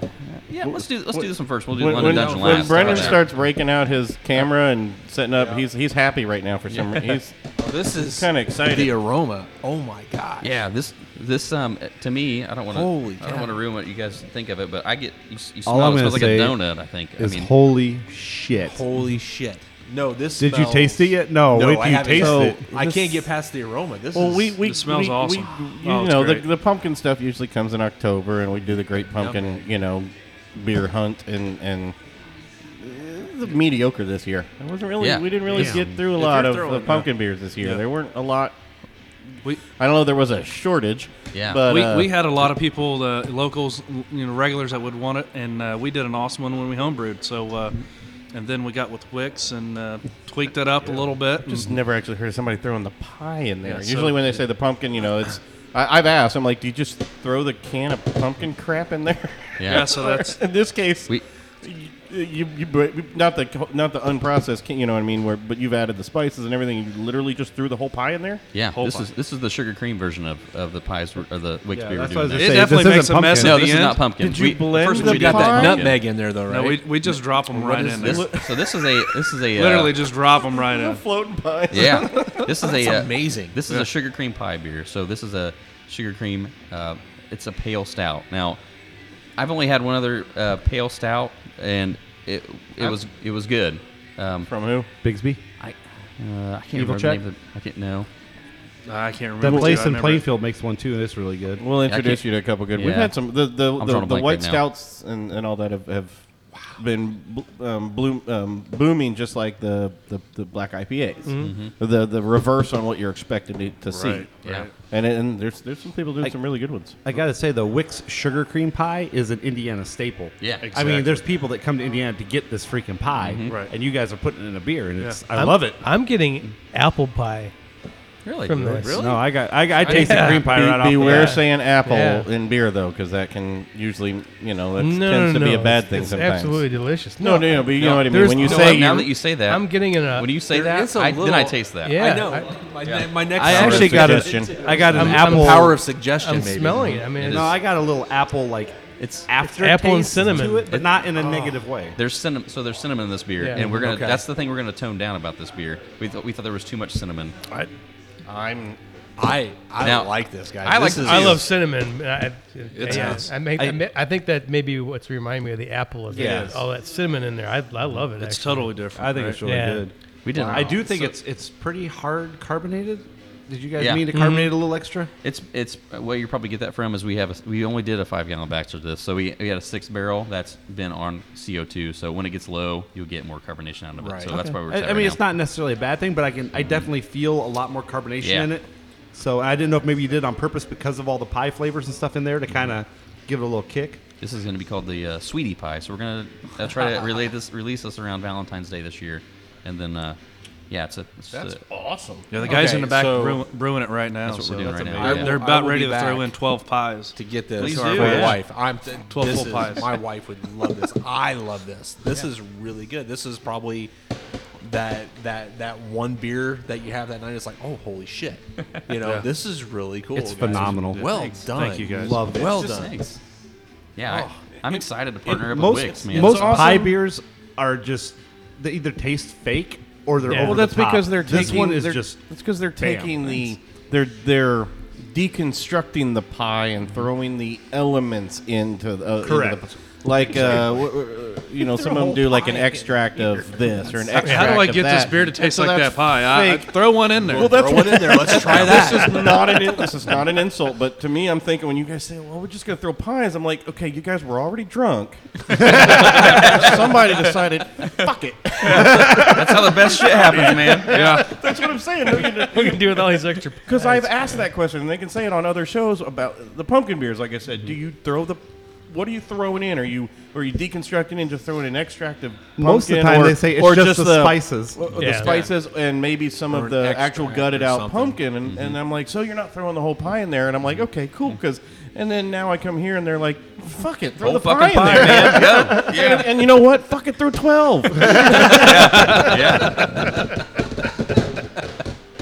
Speaker 5: yeah, let's do let's do this one first. We'll do
Speaker 2: when,
Speaker 5: London
Speaker 2: when-
Speaker 5: Dungeon
Speaker 2: when
Speaker 5: last.
Speaker 2: Brennan
Speaker 5: Start
Speaker 2: starts breaking out his camera and setting up, he's he's happy right now for some
Speaker 5: Yeah.
Speaker 2: reason. He's
Speaker 8: This is
Speaker 2: kind of excited.
Speaker 8: The aroma. Oh my god.
Speaker 5: there. Yeah, this this um to me, I don't want
Speaker 8: Holy
Speaker 5: to I don't
Speaker 8: cow.
Speaker 5: want to ruin what you guys think of it, but I get you, s- you
Speaker 3: All I'm
Speaker 5: smell it,
Speaker 3: gonna
Speaker 5: it smells like
Speaker 3: say
Speaker 5: a donut. I think.
Speaker 3: is
Speaker 5: I mean,
Speaker 3: holy shit.
Speaker 8: Holy shit. No, this.
Speaker 3: Did you taste it yet? No, wait till
Speaker 8: I
Speaker 3: you
Speaker 8: haven't.
Speaker 3: taste
Speaker 8: So,
Speaker 3: it.
Speaker 8: I can't get past the aroma. This
Speaker 2: Well,
Speaker 8: is.
Speaker 2: we we
Speaker 6: It smells
Speaker 2: we-
Speaker 6: awesome.
Speaker 2: we- you
Speaker 6: Oh, it's
Speaker 2: know, the,
Speaker 6: great.
Speaker 2: the pumpkin stuff usually comes in October, and we do the great pumpkin, you know, beer hunt, and and it was mediocre this year. It wasn't really.
Speaker 5: Yeah.
Speaker 2: We didn't really
Speaker 4: Yeah.
Speaker 2: get through a
Speaker 7: If
Speaker 2: lot
Speaker 7: you're
Speaker 2: of
Speaker 7: throwing-
Speaker 2: the pumpkin beers this year.
Speaker 6: Yeah.
Speaker 2: There weren't a lot.
Speaker 6: We-
Speaker 2: I don't know. There was a shortage.
Speaker 5: Yeah.
Speaker 2: but
Speaker 6: we,
Speaker 2: uh,
Speaker 6: we had a lot of people, the locals, you know, regulars that would want it, and uh, we did an awesome one when we homebrewed. So, uh, and then we got with Wix and uh, tweaked it up a little bit.
Speaker 2: just
Speaker 6: and-
Speaker 2: never actually heard somebody throwing the pie in there.
Speaker 6: Yeah, so-
Speaker 2: Usually, when they say the pumpkin, you know, it's. I, I've asked. I'm like, do you just throw the can of pumpkin crap in there?
Speaker 5: Yeah.
Speaker 6: yeah. so that's
Speaker 2: in this case,
Speaker 5: We-
Speaker 2: you, you, you br- not the co- not the unprocessed, can, you know what I mean? Where but you've added the spices and everything. You literally just threw the whole pie in there.
Speaker 5: yeah,
Speaker 6: whole
Speaker 5: this
Speaker 6: pie.
Speaker 5: is this is the sugar cream version of, of the pies we're- or the Wix
Speaker 3: Yeah,
Speaker 5: beer. We're
Speaker 3: that's what I was gonna
Speaker 5: doing now.
Speaker 6: it
Speaker 3: say,
Speaker 6: definitely
Speaker 3: this
Speaker 6: makes
Speaker 3: isn't
Speaker 6: a mess
Speaker 3: pumpkin.
Speaker 5: No,
Speaker 6: at the
Speaker 5: this is
Speaker 6: end.
Speaker 5: not pumpkin.
Speaker 2: Did you
Speaker 5: We-
Speaker 2: blend
Speaker 5: first
Speaker 2: the
Speaker 5: one
Speaker 2: We've
Speaker 5: we did
Speaker 2: We've got
Speaker 5: that
Speaker 2: pie?
Speaker 5: pumpkin.
Speaker 7: nutmeg in there, though,
Speaker 6: No, we, we just drop them right in.
Speaker 5: This, so this is a this is a uh,
Speaker 6: Literally just drop them right in.
Speaker 2: Floating pie.
Speaker 5: Yeah, this is a uh,
Speaker 8: amazing.
Speaker 5: This is a sugar cream pie beer. So this is a sugar cream. Uh, it's a pale stout. Now, I've only had one other uh, pale stout, and it it was it was good. Um,
Speaker 2: From who?
Speaker 3: Bigsby.
Speaker 5: I uh, I can't
Speaker 3: Evil
Speaker 5: remember
Speaker 3: Check?
Speaker 5: the name of the, I can't know.
Speaker 6: I can't remember.
Speaker 3: That
Speaker 6: dude,
Speaker 3: place
Speaker 6: I
Speaker 3: in
Speaker 6: never-
Speaker 3: Plainfield makes one too, and it's really good.
Speaker 2: We'll
Speaker 5: can't-
Speaker 2: introduce you to a couple good. We've
Speaker 5: Yeah.
Speaker 2: had some the the,
Speaker 5: I'm
Speaker 2: the,
Speaker 5: drawing a
Speaker 2: the
Speaker 5: blank
Speaker 2: white
Speaker 5: right now.
Speaker 2: scouts and, and all that have, have been bl- um, bloom, um, booming just like the the, the black IPAs. The the reverse on what you're expected to, to see.
Speaker 6: Right,
Speaker 5: Mm-hmm. Yeah.
Speaker 2: And and there's there's some people doing
Speaker 3: I-
Speaker 2: some really good ones.
Speaker 3: I gotta say, the Wix sugar cream pie is an Indiana staple.
Speaker 5: Yeah.
Speaker 3: I
Speaker 5: Exactly.
Speaker 3: mean, there's people that come to Indiana to get this freaking pie,
Speaker 6: Right.
Speaker 3: and you guys are putting it in a beer, and it's I
Speaker 4: I'm-
Speaker 3: love it.
Speaker 4: I'm getting apple pie
Speaker 5: Really?
Speaker 4: from this.
Speaker 3: No, I got I, I taste the cream pie
Speaker 2: Be-
Speaker 3: right off. the
Speaker 2: beware
Speaker 3: bat.
Speaker 2: saying apple
Speaker 4: Yeah.
Speaker 2: in beer though, because that can usually, you know, that
Speaker 4: No,
Speaker 2: tends
Speaker 4: no,
Speaker 2: to be
Speaker 4: no,
Speaker 2: a bad
Speaker 4: it's-
Speaker 2: thing
Speaker 4: it's
Speaker 2: sometimes.
Speaker 4: Absolutely delicious.
Speaker 2: No, no, no, but you know what I mean.
Speaker 4: there's-
Speaker 2: When you
Speaker 4: no,
Speaker 2: say
Speaker 5: now
Speaker 2: you-
Speaker 5: that you say that,
Speaker 4: I'm getting an. Uh,
Speaker 5: when you say
Speaker 8: There
Speaker 5: that,
Speaker 8: is a
Speaker 5: I, then I
Speaker 8: little-
Speaker 5: taste that.
Speaker 4: Yeah,
Speaker 8: I know. my, ne- my next.
Speaker 3: I
Speaker 8: one
Speaker 3: actually
Speaker 8: is
Speaker 3: got
Speaker 2: Suggestion.
Speaker 3: a I got an
Speaker 4: I'm- I'm
Speaker 3: apple
Speaker 8: power of suggestion.
Speaker 4: I'm
Speaker 8: maybe.
Speaker 4: smelling it. I mean, it's,
Speaker 3: No, I got a little apple like it's after
Speaker 4: apple and cinnamon.
Speaker 3: to it, but not in a negative way.
Speaker 5: There's cinnamon, so there's cinnamon in this beer,
Speaker 4: Yeah.
Speaker 5: and we're gonna.
Speaker 8: Okay.
Speaker 5: That's the thing we're gonna tone down about this beer. We thought we thought there was too much cinnamon.
Speaker 2: I'm
Speaker 8: I I
Speaker 5: Now-
Speaker 8: don't like this guy.
Speaker 5: I like-
Speaker 8: This is-
Speaker 4: I love cinnamon. I, I,
Speaker 8: It's-
Speaker 4: yeah,
Speaker 8: it's-
Speaker 4: I, make, I, ma- I think that maybe what's reminding me of the apple is
Speaker 3: Yeah.
Speaker 4: that- all that cinnamon in there. I, I love it.
Speaker 6: It's
Speaker 4: actually.
Speaker 6: totally different.
Speaker 3: I think
Speaker 6: right?
Speaker 3: it's really
Speaker 4: Yeah.
Speaker 3: good.
Speaker 5: We didn't.
Speaker 3: I do think it's it's pretty hard carbonated. Did you guys
Speaker 5: Yeah.
Speaker 3: mean to carbonate it a little extra?
Speaker 5: It's it's where you probably get that from is we have a, we only did a five gallon batch of this, so we, we had a six barrel that's been on CO two. So when it gets low, you'll get more carbonation out of it. So that's why we're.
Speaker 3: I, I mean, it's not necessarily a bad thing, but I can I definitely feel a lot more carbonation
Speaker 5: Yeah.
Speaker 3: in it. So I didn't know if maybe you did it on purpose because of all the pie flavors and stuff in there to kind of give it a little kick.
Speaker 5: This is going to be called the uh, sweetie pie. So we're gonna uh, try to relate this release this around Valentine's Day this year, and then uh, yeah, it's a. It's
Speaker 2: that's
Speaker 5: a
Speaker 2: awesome.
Speaker 6: Yeah, the guys
Speaker 8: Okay,
Speaker 6: in the back
Speaker 8: so-
Speaker 6: brewing, brewing it right now.
Speaker 5: That's what we're
Speaker 6: so
Speaker 5: doing right now,
Speaker 6: amazing.
Speaker 5: yeah.
Speaker 6: They're
Speaker 8: I will- I
Speaker 6: about
Speaker 8: will
Speaker 6: ready
Speaker 8: be
Speaker 6: to throw
Speaker 8: back.
Speaker 6: in 12 pies.
Speaker 8: to get this
Speaker 6: Please
Speaker 8: for
Speaker 6: do,
Speaker 8: my
Speaker 6: yeah.
Speaker 8: wife. I'm th-
Speaker 6: 12
Speaker 8: this
Speaker 6: full
Speaker 8: is-
Speaker 6: pies.
Speaker 8: My wife would love this. I love this. This is really good. This is probably that that that one beer that you have that night. It's like, oh, holy shit! You know, this is really cool.
Speaker 3: It's
Speaker 8: guys.
Speaker 3: phenomenal.
Speaker 8: Well done.
Speaker 6: Thank you, guys.
Speaker 8: Love it. Well
Speaker 5: It's just
Speaker 8: done.
Speaker 5: nice. Yeah, I, I'm excited to partner up
Speaker 3: Oh, most
Speaker 5: with Wix, man.
Speaker 3: most
Speaker 5: So-
Speaker 3: pie beers are just they either taste fake or they're over
Speaker 2: Well, that's
Speaker 3: the top.
Speaker 2: because they're taking.
Speaker 3: this one is
Speaker 2: they're-
Speaker 3: just
Speaker 2: That's because they're
Speaker 3: bam.
Speaker 2: taking the. They're they're deconstructing the pie and throwing the elements into the. Uh, into the-
Speaker 3: Correct.
Speaker 2: like uh, wh- wh- you know, some of them do like an extract of this or an extract.
Speaker 6: How do I
Speaker 2: of
Speaker 6: get this
Speaker 2: that.
Speaker 6: beer to taste
Speaker 2: So
Speaker 6: like
Speaker 2: that's
Speaker 6: that pie? I, I-
Speaker 2: fake.
Speaker 6: throw one in there.
Speaker 2: Well, that's
Speaker 6: throw one in there.
Speaker 2: Let's try This is not an in- this is not an insult, but to me, I'm thinking when you guys say, "Well, we're just gonna throw pies," I'm like, "Okay, you guys were already drunk. Somebody decided, fuck it."
Speaker 5: That's how the best shit happens, man. Yeah.
Speaker 2: that's what I'm saying.
Speaker 4: What can you do with all these extra
Speaker 2: Because I've asked that question, and they can say it on other shows about the pumpkin beers. Like I said, do you throw the what are you throwing in? Are you are you deconstructing and just throwing an extract of
Speaker 3: Most of the
Speaker 2: pumpkin,
Speaker 3: time
Speaker 2: or-
Speaker 3: they say it's
Speaker 2: or
Speaker 3: just the spices.
Speaker 2: or- or
Speaker 3: Yeah.
Speaker 2: the spices, and maybe some
Speaker 3: Or
Speaker 2: of
Speaker 3: an
Speaker 2: the
Speaker 3: extract
Speaker 2: actual
Speaker 3: or
Speaker 2: gutted out
Speaker 3: something.
Speaker 2: pumpkin. And, and I'm like, so you're not throwing the whole pie in there? And I'm like, okay, cool. Because and then now I come here and they're like, fuck it, throw
Speaker 5: Whole
Speaker 2: the pie
Speaker 5: fucking
Speaker 2: in
Speaker 5: pie,
Speaker 2: there,
Speaker 5: man. Go.
Speaker 2: And-
Speaker 5: Yeah.
Speaker 2: and, you know what? Fuck it, throw twelve.
Speaker 5: yeah. yeah.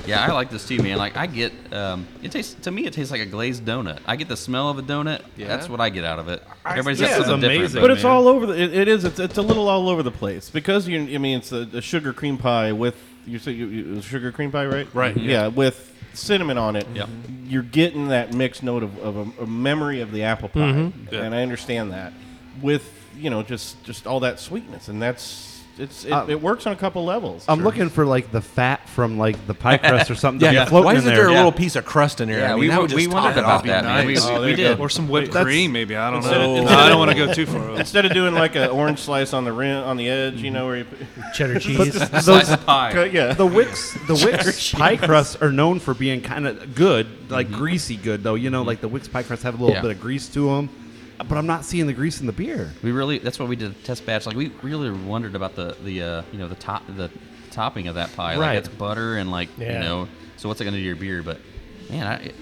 Speaker 5: Yeah, I like this too, man. Like I get, um, it tastes to me, it tastes like a glazed donut. I get the smell of a donut. That's what I get out of it. Everybody's got
Speaker 2: Yeah.
Speaker 5: something different,
Speaker 2: But it's all over. The, it, it is. It's, it's a little all over the place because you. I mean, it's a, a sugar cream pie with you say you, you, sugar cream pie, right? Mm-hmm.
Speaker 6: Right,
Speaker 2: Yeah,
Speaker 6: yeah.
Speaker 2: with cinnamon on it.
Speaker 5: Yep.
Speaker 2: You're getting that mixed note of, of a, a memory of the apple pie,
Speaker 4: Mhm.
Speaker 5: Mm-hmm.
Speaker 6: Yeah.
Speaker 2: and I understand that with you know just just all that sweetness, and that's it's it,
Speaker 3: Uh,
Speaker 2: it works on a couple levels.
Speaker 3: I'm looking for like the fat from like the pie crust or something.
Speaker 7: Yeah,
Speaker 3: to be
Speaker 7: yeah.
Speaker 3: floating
Speaker 7: Why
Speaker 3: in
Speaker 7: isn't there, a little piece of crust in there?
Speaker 5: Yeah,
Speaker 7: I mean,
Speaker 5: we
Speaker 7: that
Speaker 5: were-
Speaker 7: would just
Speaker 5: we
Speaker 7: top
Speaker 5: wondered
Speaker 7: it off.
Speaker 5: about that, man. We-
Speaker 6: Nice.
Speaker 5: we- we did.
Speaker 6: Or some whipped cream, maybe. I don't
Speaker 2: Instead of-
Speaker 6: know.
Speaker 2: instead
Speaker 6: I
Speaker 2: of-
Speaker 6: don't want to go too far.
Speaker 2: Instead of doing like an orange slice on the rim, on the edge,
Speaker 5: Mm-hmm.
Speaker 2: you know, where you put,
Speaker 4: cheddar cheese?
Speaker 5: Slice of pie.
Speaker 2: yeah,
Speaker 3: The Wicks, the Wicks pie crusts are known for being kind of good, like greasy good though. You know, like the Wicks pie crusts have a little
Speaker 5: Yeah.
Speaker 3: bit of grease to them, but I'm not seeing the grease in the beer.
Speaker 5: We really, that's what we did a test batch. Like we really wondered about the the uh, you know the top the topping of that pie. Like
Speaker 3: Right.
Speaker 5: it's butter and like you
Speaker 4: Yeah.
Speaker 5: know. So what's it gonna do to your beer? But man, I, it-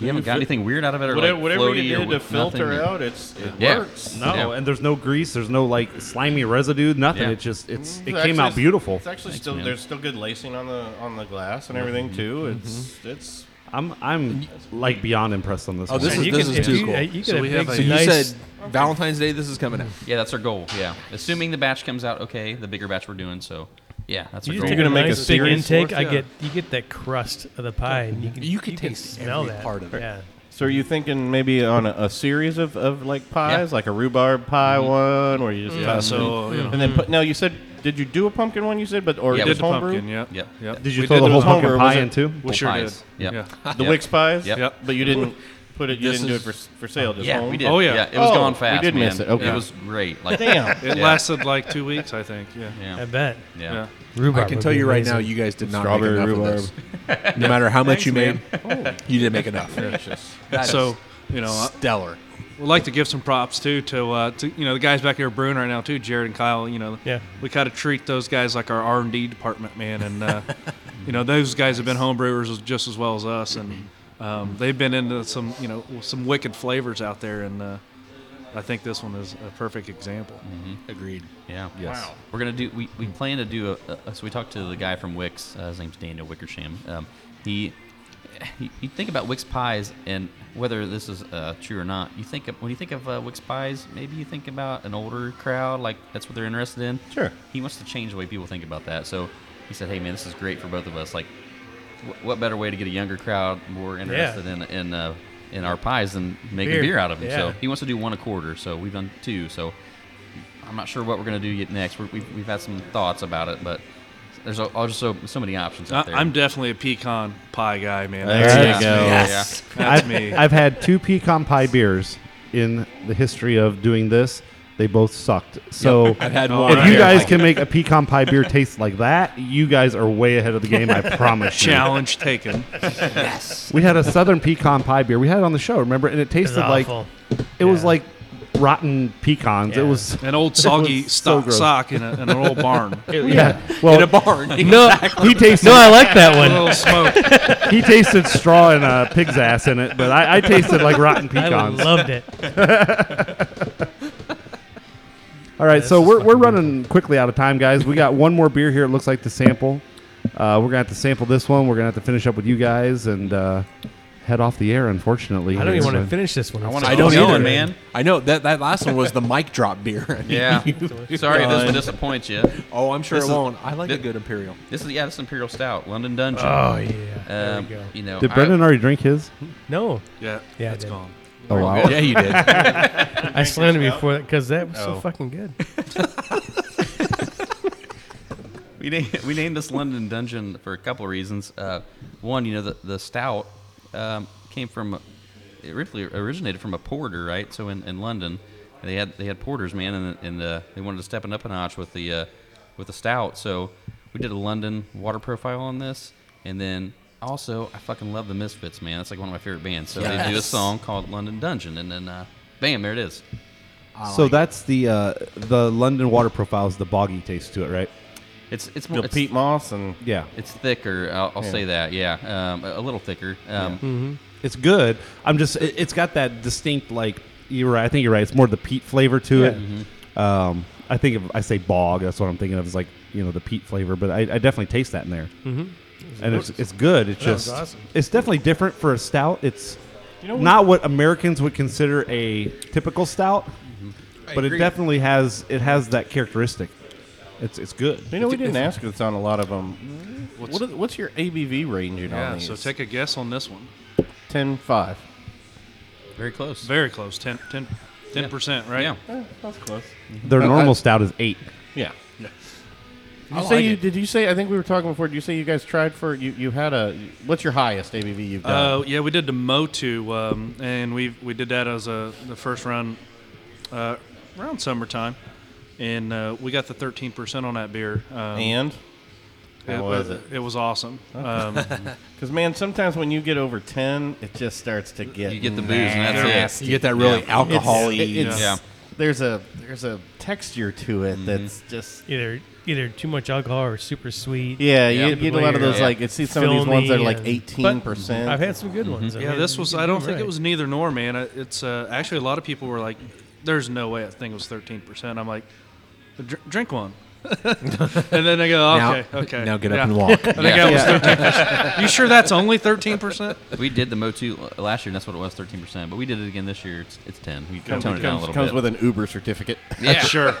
Speaker 5: we haven't got anything weird out of it or
Speaker 2: whatever,
Speaker 5: like
Speaker 2: whatever
Speaker 5: floaty
Speaker 2: you
Speaker 5: or
Speaker 2: did to
Speaker 5: with
Speaker 2: filter
Speaker 5: nothing.
Speaker 2: out, it's it
Speaker 5: Yeah.
Speaker 2: works.
Speaker 3: No,
Speaker 5: Yeah.
Speaker 3: and there's no grease. There's no like slimy residue. Nothing.
Speaker 5: Yeah.
Speaker 3: It just it's it
Speaker 2: It's
Speaker 3: came
Speaker 2: Mm-hmm. actually-
Speaker 3: out beautiful.
Speaker 2: It's actually still
Speaker 5: man.
Speaker 2: there's still good lacing on the on the glass and everything too. It's it's
Speaker 3: I'm I'm like beyond impressed on this.
Speaker 8: Oh, this
Speaker 3: one.
Speaker 8: is-
Speaker 4: You could-
Speaker 8: is
Speaker 4: if
Speaker 8: too
Speaker 4: you-
Speaker 8: cool.
Speaker 4: uh, You
Speaker 6: So
Speaker 4: could
Speaker 6: we
Speaker 4: have
Speaker 6: have
Speaker 4: big,
Speaker 6: a-
Speaker 8: you
Speaker 4: nice-
Speaker 8: said Valentine's Day. This is coming out.
Speaker 5: Yeah, that's our goal. Yeah, assuming the batch comes out okay, the bigger batch we're doing. So yeah, that's our
Speaker 4: You
Speaker 5: goal.
Speaker 4: take
Speaker 2: gonna
Speaker 4: a
Speaker 2: make a
Speaker 4: nice big
Speaker 2: series
Speaker 4: intake.
Speaker 2: for
Speaker 4: I
Speaker 2: us?
Speaker 4: get you get that crust of the pie, and you can
Speaker 8: You can taste
Speaker 4: smell
Speaker 8: every
Speaker 4: that
Speaker 8: part of it.
Speaker 4: Yeah,
Speaker 2: So are you thinking maybe on a, a series of, of like pies, like a rhubarb pie one, where you just
Speaker 6: Yeah,
Speaker 2: toss
Speaker 6: so,
Speaker 2: in-
Speaker 6: you know.
Speaker 2: and then put. No, you said did you do a pumpkin one? You said, but or
Speaker 5: Yeah,
Speaker 6: We
Speaker 5: we
Speaker 2: just
Speaker 6: did the
Speaker 2: homebrew?
Speaker 6: pumpkin, yeah.
Speaker 5: Yep.
Speaker 6: Yep.
Speaker 3: Did you
Speaker 6: We
Speaker 3: throw
Speaker 6: did
Speaker 3: the
Speaker 2: it
Speaker 3: whole
Speaker 2: was
Speaker 3: pumpkin
Speaker 2: homebrew, was
Speaker 3: pie
Speaker 2: it?
Speaker 3: in too?
Speaker 6: We sure did.
Speaker 5: pies. Yep.
Speaker 6: Yeah.
Speaker 2: The
Speaker 5: Yep.
Speaker 2: Wix pies.
Speaker 5: Yep.
Speaker 6: Yep.
Speaker 2: But you didn't put it. You didn't do it for for sale. Just
Speaker 5: Yeah,
Speaker 2: home?
Speaker 5: we did.
Speaker 6: Oh, yeah.
Speaker 5: it was
Speaker 2: Oh,
Speaker 5: gone
Speaker 2: we
Speaker 5: fast.
Speaker 2: did
Speaker 5: man.
Speaker 2: miss it. Okay.
Speaker 5: it was great. Like
Speaker 2: Damn.
Speaker 6: It
Speaker 5: Yeah.
Speaker 6: lasted like two weeks, I think. Yeah.
Speaker 5: Yeah.
Speaker 4: I bet.
Speaker 5: Yeah.
Speaker 6: Yeah.
Speaker 4: Rhubarb
Speaker 8: I can
Speaker 4: would
Speaker 8: tell
Speaker 4: be
Speaker 8: you right
Speaker 4: amazing.
Speaker 8: now, you guys did not
Speaker 2: Strawberry
Speaker 8: make enough
Speaker 2: rhubarb.
Speaker 8: of this. No matter how much you made, you didn't make enough.
Speaker 6: So, you know, I-
Speaker 8: Stellar.
Speaker 6: we'd like to give some props too to, uh, to you know the guys back here brewing right now too, Jared and Kyle. You know,
Speaker 4: Yeah.
Speaker 6: we kind of treat those guys like our R and D department, man. And uh, you know, those guys have been homebrewers as- just as well as us, and um, they've been into some you know some wicked flavors out there. And uh, I think this one is a perfect example.
Speaker 8: Agreed.
Speaker 5: Yeah. Yes. Wow. We're gonna do. We, we plan to do a, a. So we talked to the guy from Wix. Uh, his name's Daniel Wickersham. Um, he, he. You think about Wix pies and whether this is uh, true or not. You think of, when you think of uh, Wix pies, maybe you think about an older crowd, like that's what they're interested in.
Speaker 2: Sure.
Speaker 5: He wants to change the way people think about that. So he said, "Hey man, this is great for both of us. Like, wh- what better way to get a younger crowd more interested in in uh, in our pies than making
Speaker 4: Beer.
Speaker 5: beer, out of them?" So
Speaker 4: Yeah.
Speaker 5: he wants to do one a quarter. So we've done two. So I'm not sure what we're gonna do yet next. We're, we've, we've had some thoughts about it, but there's al- also so many options out
Speaker 6: I,
Speaker 5: there.
Speaker 6: I'm definitely a pecan pie guy, man.
Speaker 2: There
Speaker 6: That's,
Speaker 2: you go.
Speaker 5: Yes.
Speaker 6: that's
Speaker 3: I've,
Speaker 6: me.
Speaker 3: I've had two pecan pie beers in the history of doing this. They both sucked. So
Speaker 8: I've had
Speaker 6: Oh,
Speaker 8: one.
Speaker 3: if
Speaker 6: right.
Speaker 3: you guys can make a pecan pie beer taste like that, you guys are way ahead of the game. I promise you.
Speaker 6: Challenge taken.
Speaker 3: We had a southern pecan pie beer. We had it on the show, remember? And it tasted like
Speaker 4: awful.
Speaker 3: it was
Speaker 4: Yeah.
Speaker 3: like rotten pecans.
Speaker 4: Yeah.
Speaker 3: It was
Speaker 6: An old soggy
Speaker 3: was so
Speaker 6: stock
Speaker 3: gross.
Speaker 6: sock in, a, in an old barn. A
Speaker 3: yeah. Well, in a barn. No, he tasted.
Speaker 4: No, I like that one.
Speaker 6: little smoke.
Speaker 3: he tasted straw and a pig's ass in it, but I, I tasted like rotten pecans.
Speaker 4: I would loved it.
Speaker 3: All right,
Speaker 4: This
Speaker 3: so
Speaker 4: is
Speaker 3: we're, we're
Speaker 4: fucking
Speaker 3: running quickly out of time, guys. We got one more beer here. It looks like the sample. Uh, we're gonna have to sample this one. We're gonna have to finish up with you guys and uh, head off the air.
Speaker 4: I
Speaker 3: Unfortunately,
Speaker 4: don't even
Speaker 3: here,
Speaker 4: want to
Speaker 3: so-
Speaker 4: finish this one.
Speaker 5: I
Speaker 4: It's
Speaker 5: wanna
Speaker 4: so
Speaker 8: I don't
Speaker 5: Going,
Speaker 8: either,
Speaker 5: man.
Speaker 8: I know that that last one was the mic drop beer.
Speaker 5: yeah. Sorry, if this will disappoint you.
Speaker 8: oh, I'm sure
Speaker 5: This
Speaker 8: it
Speaker 5: is-
Speaker 8: won't. I like a
Speaker 5: thi-
Speaker 8: good imperial.
Speaker 5: This is yeah, this is Imperial Stout, London Dungeon.
Speaker 4: Oh yeah. There
Speaker 5: Um,
Speaker 4: we go.
Speaker 5: You know,
Speaker 3: Did
Speaker 5: I-
Speaker 3: Brendan already drink his?
Speaker 4: No.
Speaker 6: Yeah,
Speaker 4: Yeah, I
Speaker 6: it's
Speaker 4: did.
Speaker 6: gone.
Speaker 5: Oh, Real wow. good. Yeah, you did.
Speaker 4: I slandered
Speaker 5: Thanks,
Speaker 4: before
Speaker 5: Scout.
Speaker 4: that because that was so
Speaker 5: Oh.
Speaker 4: fucking good.
Speaker 5: we named, we named this London Dungeon for a couple of reasons. Uh, one, you know, the the stout um, came from it originally originated from a porter, right? So in, in London, they had they had porters, man, and and uh, they wanted to step it up a notch with the uh, with the stout. So we did a London water profile on this, and then. Also, I fucking love the Misfits, man. That's like one of my favorite bands. So they do a
Speaker 12: Yes.
Speaker 5: song called "London Dungeon," and then, uh, bam, there it is.
Speaker 3: so that's the uh, the London water profile is the boggy taste to it, right?
Speaker 5: It's it's more
Speaker 2: The
Speaker 5: it's,
Speaker 2: peat moss and-
Speaker 3: Yeah.
Speaker 5: it's thicker. I'll, I'll
Speaker 2: Yeah.
Speaker 5: say that. Yeah, um, a a little thicker. Um,
Speaker 3: It's good. I'm just. It, it's got that distinct like. You're right. I think you're right. It's more the peat flavor to
Speaker 5: Yeah.
Speaker 3: it. Um, I think if I say bog, that's what I'm thinking of. Is like you know the peat flavor, but I, I definitely taste that in there.
Speaker 4: Mhm.
Speaker 3: And it's it's good. It's
Speaker 4: That was
Speaker 3: just
Speaker 4: awesome.
Speaker 3: it's definitely different for a stout. It's
Speaker 4: You know what-
Speaker 3: not what Americans would consider a typical stout,
Speaker 2: I
Speaker 3: but it
Speaker 2: agree.
Speaker 3: definitely has it has that characteristic. It's it's good.
Speaker 2: You know, we didn't ask this on a lot of them.
Speaker 6: What's-
Speaker 2: What's, what, are- what's your ABV ranging
Speaker 6: Yeah,
Speaker 2: on these?
Speaker 6: so take a guess on this one.
Speaker 2: 10, 5.
Speaker 5: Very close.
Speaker 6: Very close. 10 percent, right? Yeah,
Speaker 2: that's close.
Speaker 3: Their
Speaker 2: Uh,
Speaker 3: normal
Speaker 2: I-
Speaker 3: stout is eight.
Speaker 2: Yeah. Did you
Speaker 6: I
Speaker 2: say
Speaker 6: like
Speaker 2: you,
Speaker 6: it.
Speaker 2: did you say I think we were talking before? Did you say you guys tried for you? You had a what's your highest ABV you've done?
Speaker 6: Uh, yeah, we did the Motu, um, and we we did that as a the first run uh, around summertime, and uh, we got the thirteen percent on that beer. Um,
Speaker 2: And? How was it?
Speaker 6: It was awesome. Um,
Speaker 2: Because man, sometimes when you get over ten, it just starts to get
Speaker 5: You get the booze and that's it.
Speaker 2: nasty.
Speaker 5: You get that really
Speaker 2: It's-
Speaker 5: alcohol-y-
Speaker 2: it- it's-
Speaker 5: Yeah.
Speaker 2: There's a there's a texture to it that's just
Speaker 4: Either either too much alcohol or super sweet.
Speaker 2: Yeah, you get- you get a lot of those, like, it's- see some of these ones that are, like,
Speaker 4: Filmy and-
Speaker 2: 18%.
Speaker 4: I've had some good ones. I
Speaker 6: Yeah,
Speaker 4: mean,
Speaker 6: this was.
Speaker 4: you
Speaker 6: I
Speaker 4: do
Speaker 6: don't
Speaker 4: them
Speaker 6: think
Speaker 4: right.
Speaker 6: it was neither nor, man. I- It's uh, actually a lot of people were like, "There's no way that thing was 13 percent." I'm like, "Dr- "Drink one," and then they go,
Speaker 7: Now-
Speaker 6: "Okay, okay."
Speaker 7: now get up
Speaker 6: yeah."
Speaker 7: and walk.
Speaker 6: I think
Speaker 7: Yeah.
Speaker 6: that was
Speaker 7: Yeah.
Speaker 6: 13%. you sure that's only 13 percent?
Speaker 5: We did the Motu l- last year, and that's what it was, thirteen percent. But we did it again this year. It's, it's ten. We
Speaker 2: Comes-
Speaker 5: toned it down a
Speaker 2: comes-
Speaker 5: little
Speaker 2: comes
Speaker 5: bit.
Speaker 2: with an Uber certificate.
Speaker 5: Yeah,
Speaker 6: Sure.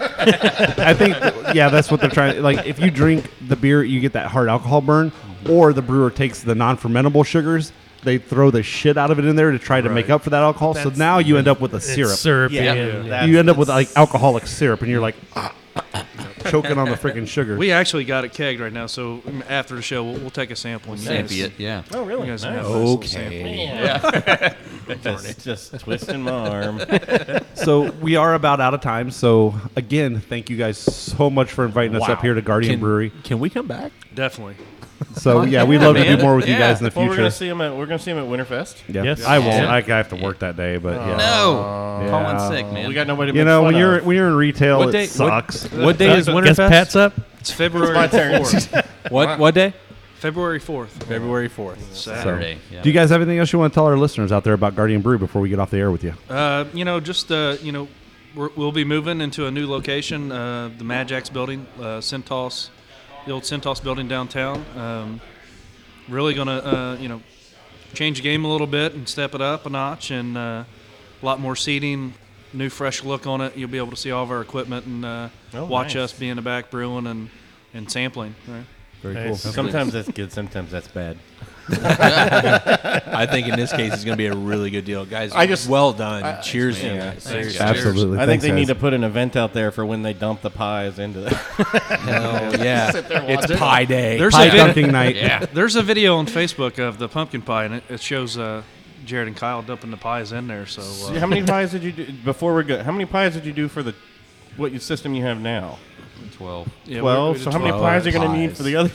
Speaker 3: I think, yeah, that's what they're trying. Like, if you drink the beer, you get that hard alcohol burn, or the brewer takes the non-fermentable sugars. They throw the shit out of it in there to try to make up for that alcohol. so
Speaker 2: That's-
Speaker 3: now you end up with a syrup.
Speaker 4: syrup, Yeah, yeah, yeah.
Speaker 3: You
Speaker 2: that's-
Speaker 3: end up with like alcoholic syrup, and you're like ah, ah, ah, choking on the freaking sugar.
Speaker 6: We actually got it kegged right now, so after the show, we'll, we'll take a sample. And you
Speaker 5: Sample
Speaker 6: guys-
Speaker 5: it, yeah.
Speaker 2: Oh, really?
Speaker 6: You guys can
Speaker 2: Nice.
Speaker 6: have a nice little
Speaker 2: Okay.
Speaker 6: sample.
Speaker 2: Yeah. Just- just twisting my arm.
Speaker 3: so we are about out of time. So again, thank you guys so much for inviting us up
Speaker 2: Wow.
Speaker 3: here to Guardian
Speaker 2: Can-
Speaker 3: Brewery.
Speaker 8: Can we come back?
Speaker 6: Definitely.
Speaker 3: So yeah, we'd love to do more with you
Speaker 2: Yeah.
Speaker 3: guys in the
Speaker 2: Well, we're
Speaker 3: future.
Speaker 2: gonna see him at we're gonna see him at Winterfest.
Speaker 3: Yeah. I won't. I, I have to work that day, but yeah.
Speaker 2: No.
Speaker 3: Yeah.
Speaker 2: Call in sick, man. We got nobody to
Speaker 3: You
Speaker 2: make
Speaker 3: know,
Speaker 2: fun
Speaker 3: when you're
Speaker 2: of.
Speaker 3: when you're in retail,
Speaker 2: What
Speaker 3: it
Speaker 2: day- what-
Speaker 3: sucks.
Speaker 2: what day is Winterfest? Guess Pat's up?
Speaker 6: It's February
Speaker 2: It's my turn.
Speaker 6: 4th.
Speaker 2: What- what day?
Speaker 6: February 4th.
Speaker 8: February 4th.
Speaker 6: Saturday.
Speaker 3: So,
Speaker 6: yeah.
Speaker 3: Do you guys have anything else you want to tell our listeners out there about Guardian Brew before we get off the air with you?
Speaker 6: Uh, you know, just uh, you know, we're, we'll be moving into a new location, uh, the Majax building, uh, Centos, the old Centos building downtown. Um, really gonna, uh, you know, change the game a little bit and step it up a notch, and uh, a lot more seating, new fresh look on it. You'll be able to see all of our equipment and uh,
Speaker 2: Oh,
Speaker 6: watch
Speaker 2: nice.
Speaker 6: us be in the back brewing and and sampling. right?
Speaker 2: Sometimes that's good. Sometimes that's bad.
Speaker 8: I think in this case it's going to be a really good deal, guys.
Speaker 2: I just
Speaker 8: well done.
Speaker 2: I-
Speaker 8: Cheers,
Speaker 2: man.
Speaker 8: you guys.
Speaker 2: Thanks,
Speaker 8: Seriously.
Speaker 2: guys.
Speaker 8: Absolutely.
Speaker 2: I think
Speaker 8: Thanks,
Speaker 2: they need
Speaker 8: guys.
Speaker 2: to put an event out there for when they dump the pies into. The
Speaker 8: Hell, yeah.
Speaker 2: Sit there and
Speaker 8: It's
Speaker 2: watch it.
Speaker 8: pie day.
Speaker 6: There's
Speaker 8: Pie
Speaker 6: a vid-
Speaker 8: dunking night.
Speaker 6: Yeah. There's a video on Facebook of the pumpkin pie, and it, it shows uh, Jared and Kyle dumping the pies in there. So uh,
Speaker 2: how many pies did you do before we're good? How many pies did you do for the what you- system you have now?
Speaker 5: Twelve.
Speaker 6: Yeah,
Speaker 2: Twelve.
Speaker 6: we- we
Speaker 2: so
Speaker 6: did
Speaker 2: how many
Speaker 6: 12
Speaker 2: pies are you going to need
Speaker 6: pies.
Speaker 2: for the other?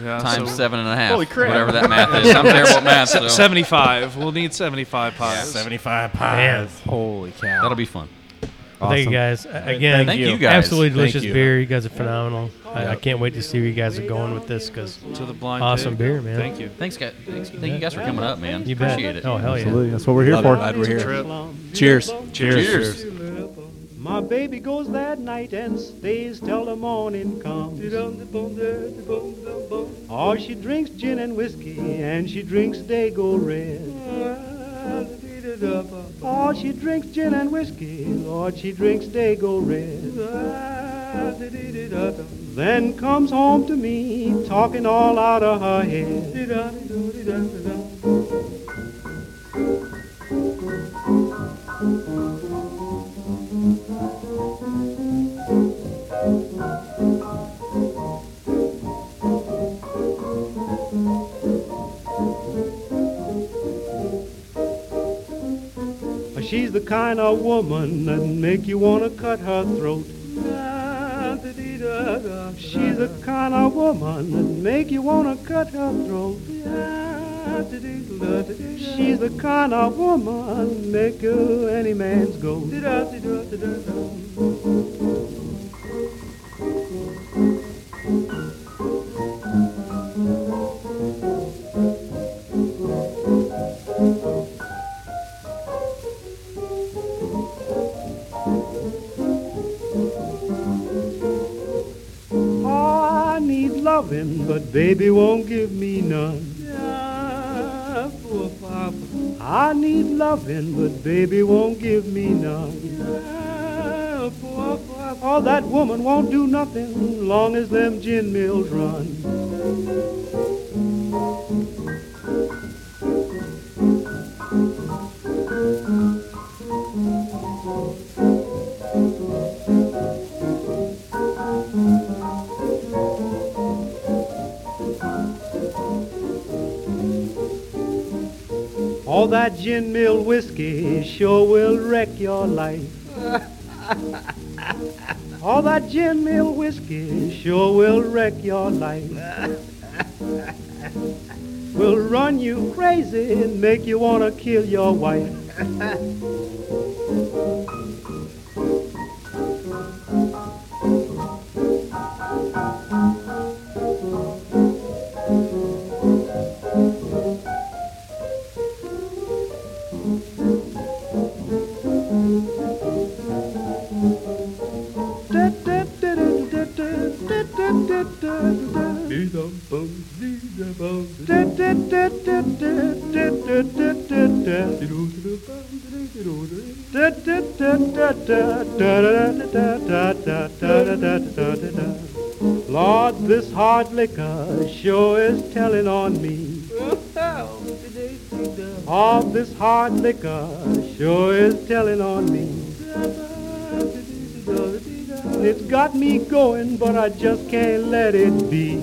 Speaker 6: Yeah,
Speaker 5: Times
Speaker 6: so-
Speaker 5: seven and a half.
Speaker 2: Holy crap!
Speaker 5: Whatever that math is. I'm terrible at math. So.
Speaker 6: Se- Seventy-five. We'll need seventy-five pies.
Speaker 2: seventy-five
Speaker 4: Man.
Speaker 8: Holy cow!
Speaker 5: That'll be fun.
Speaker 4: Well, Thank you guys A- again.
Speaker 5: Thank you guys.
Speaker 4: Absolutely
Speaker 5: Thank
Speaker 4: delicious
Speaker 5: you.
Speaker 4: beer. You guys are phenomenal. I, I can't wait to see where you guys are going with this because
Speaker 6: to the blind
Speaker 4: awesome
Speaker 6: pig.
Speaker 4: beer, man.
Speaker 6: Thank you.
Speaker 5: Thanks, guys. Thanks. Thank you guys for coming up, man.
Speaker 4: You bet.
Speaker 5: Appreciate it.
Speaker 4: Oh hell yeah!
Speaker 3: Absolutely. That's what we're here
Speaker 8: Love
Speaker 3: for.
Speaker 8: it. Glad we're here.
Speaker 3: Cheers.
Speaker 8: Cheers.
Speaker 3: Cheers.
Speaker 1: My baby goes that night and stays till the morning comes. Oh, she drinks gin and whiskey and she drinks Dago Red. Oh, she drinks gin and whiskey. Lord, she drinks Dago Red. Then comes home to me, talking all out of her head. She's the kind of woman that make you wanna cut her throat. She's the kind of woman that make you wanna cut her throat. She's the kind of woman make you any man's goat. Oh, I need loving, but baby won't give me none. I need loving, but baby won't give me none. Oh, that woman won't do nothing long as them gin mills run. All that gin mill whiskey sure will wreck your life. All that gin mill whiskey sure will wreck your life. will run you crazy and make you wanna kill your wife. Lord, this hard liquor sure is telling on me. All this hard liquor sure is telling on me. It's got me going, but I just can't let it be.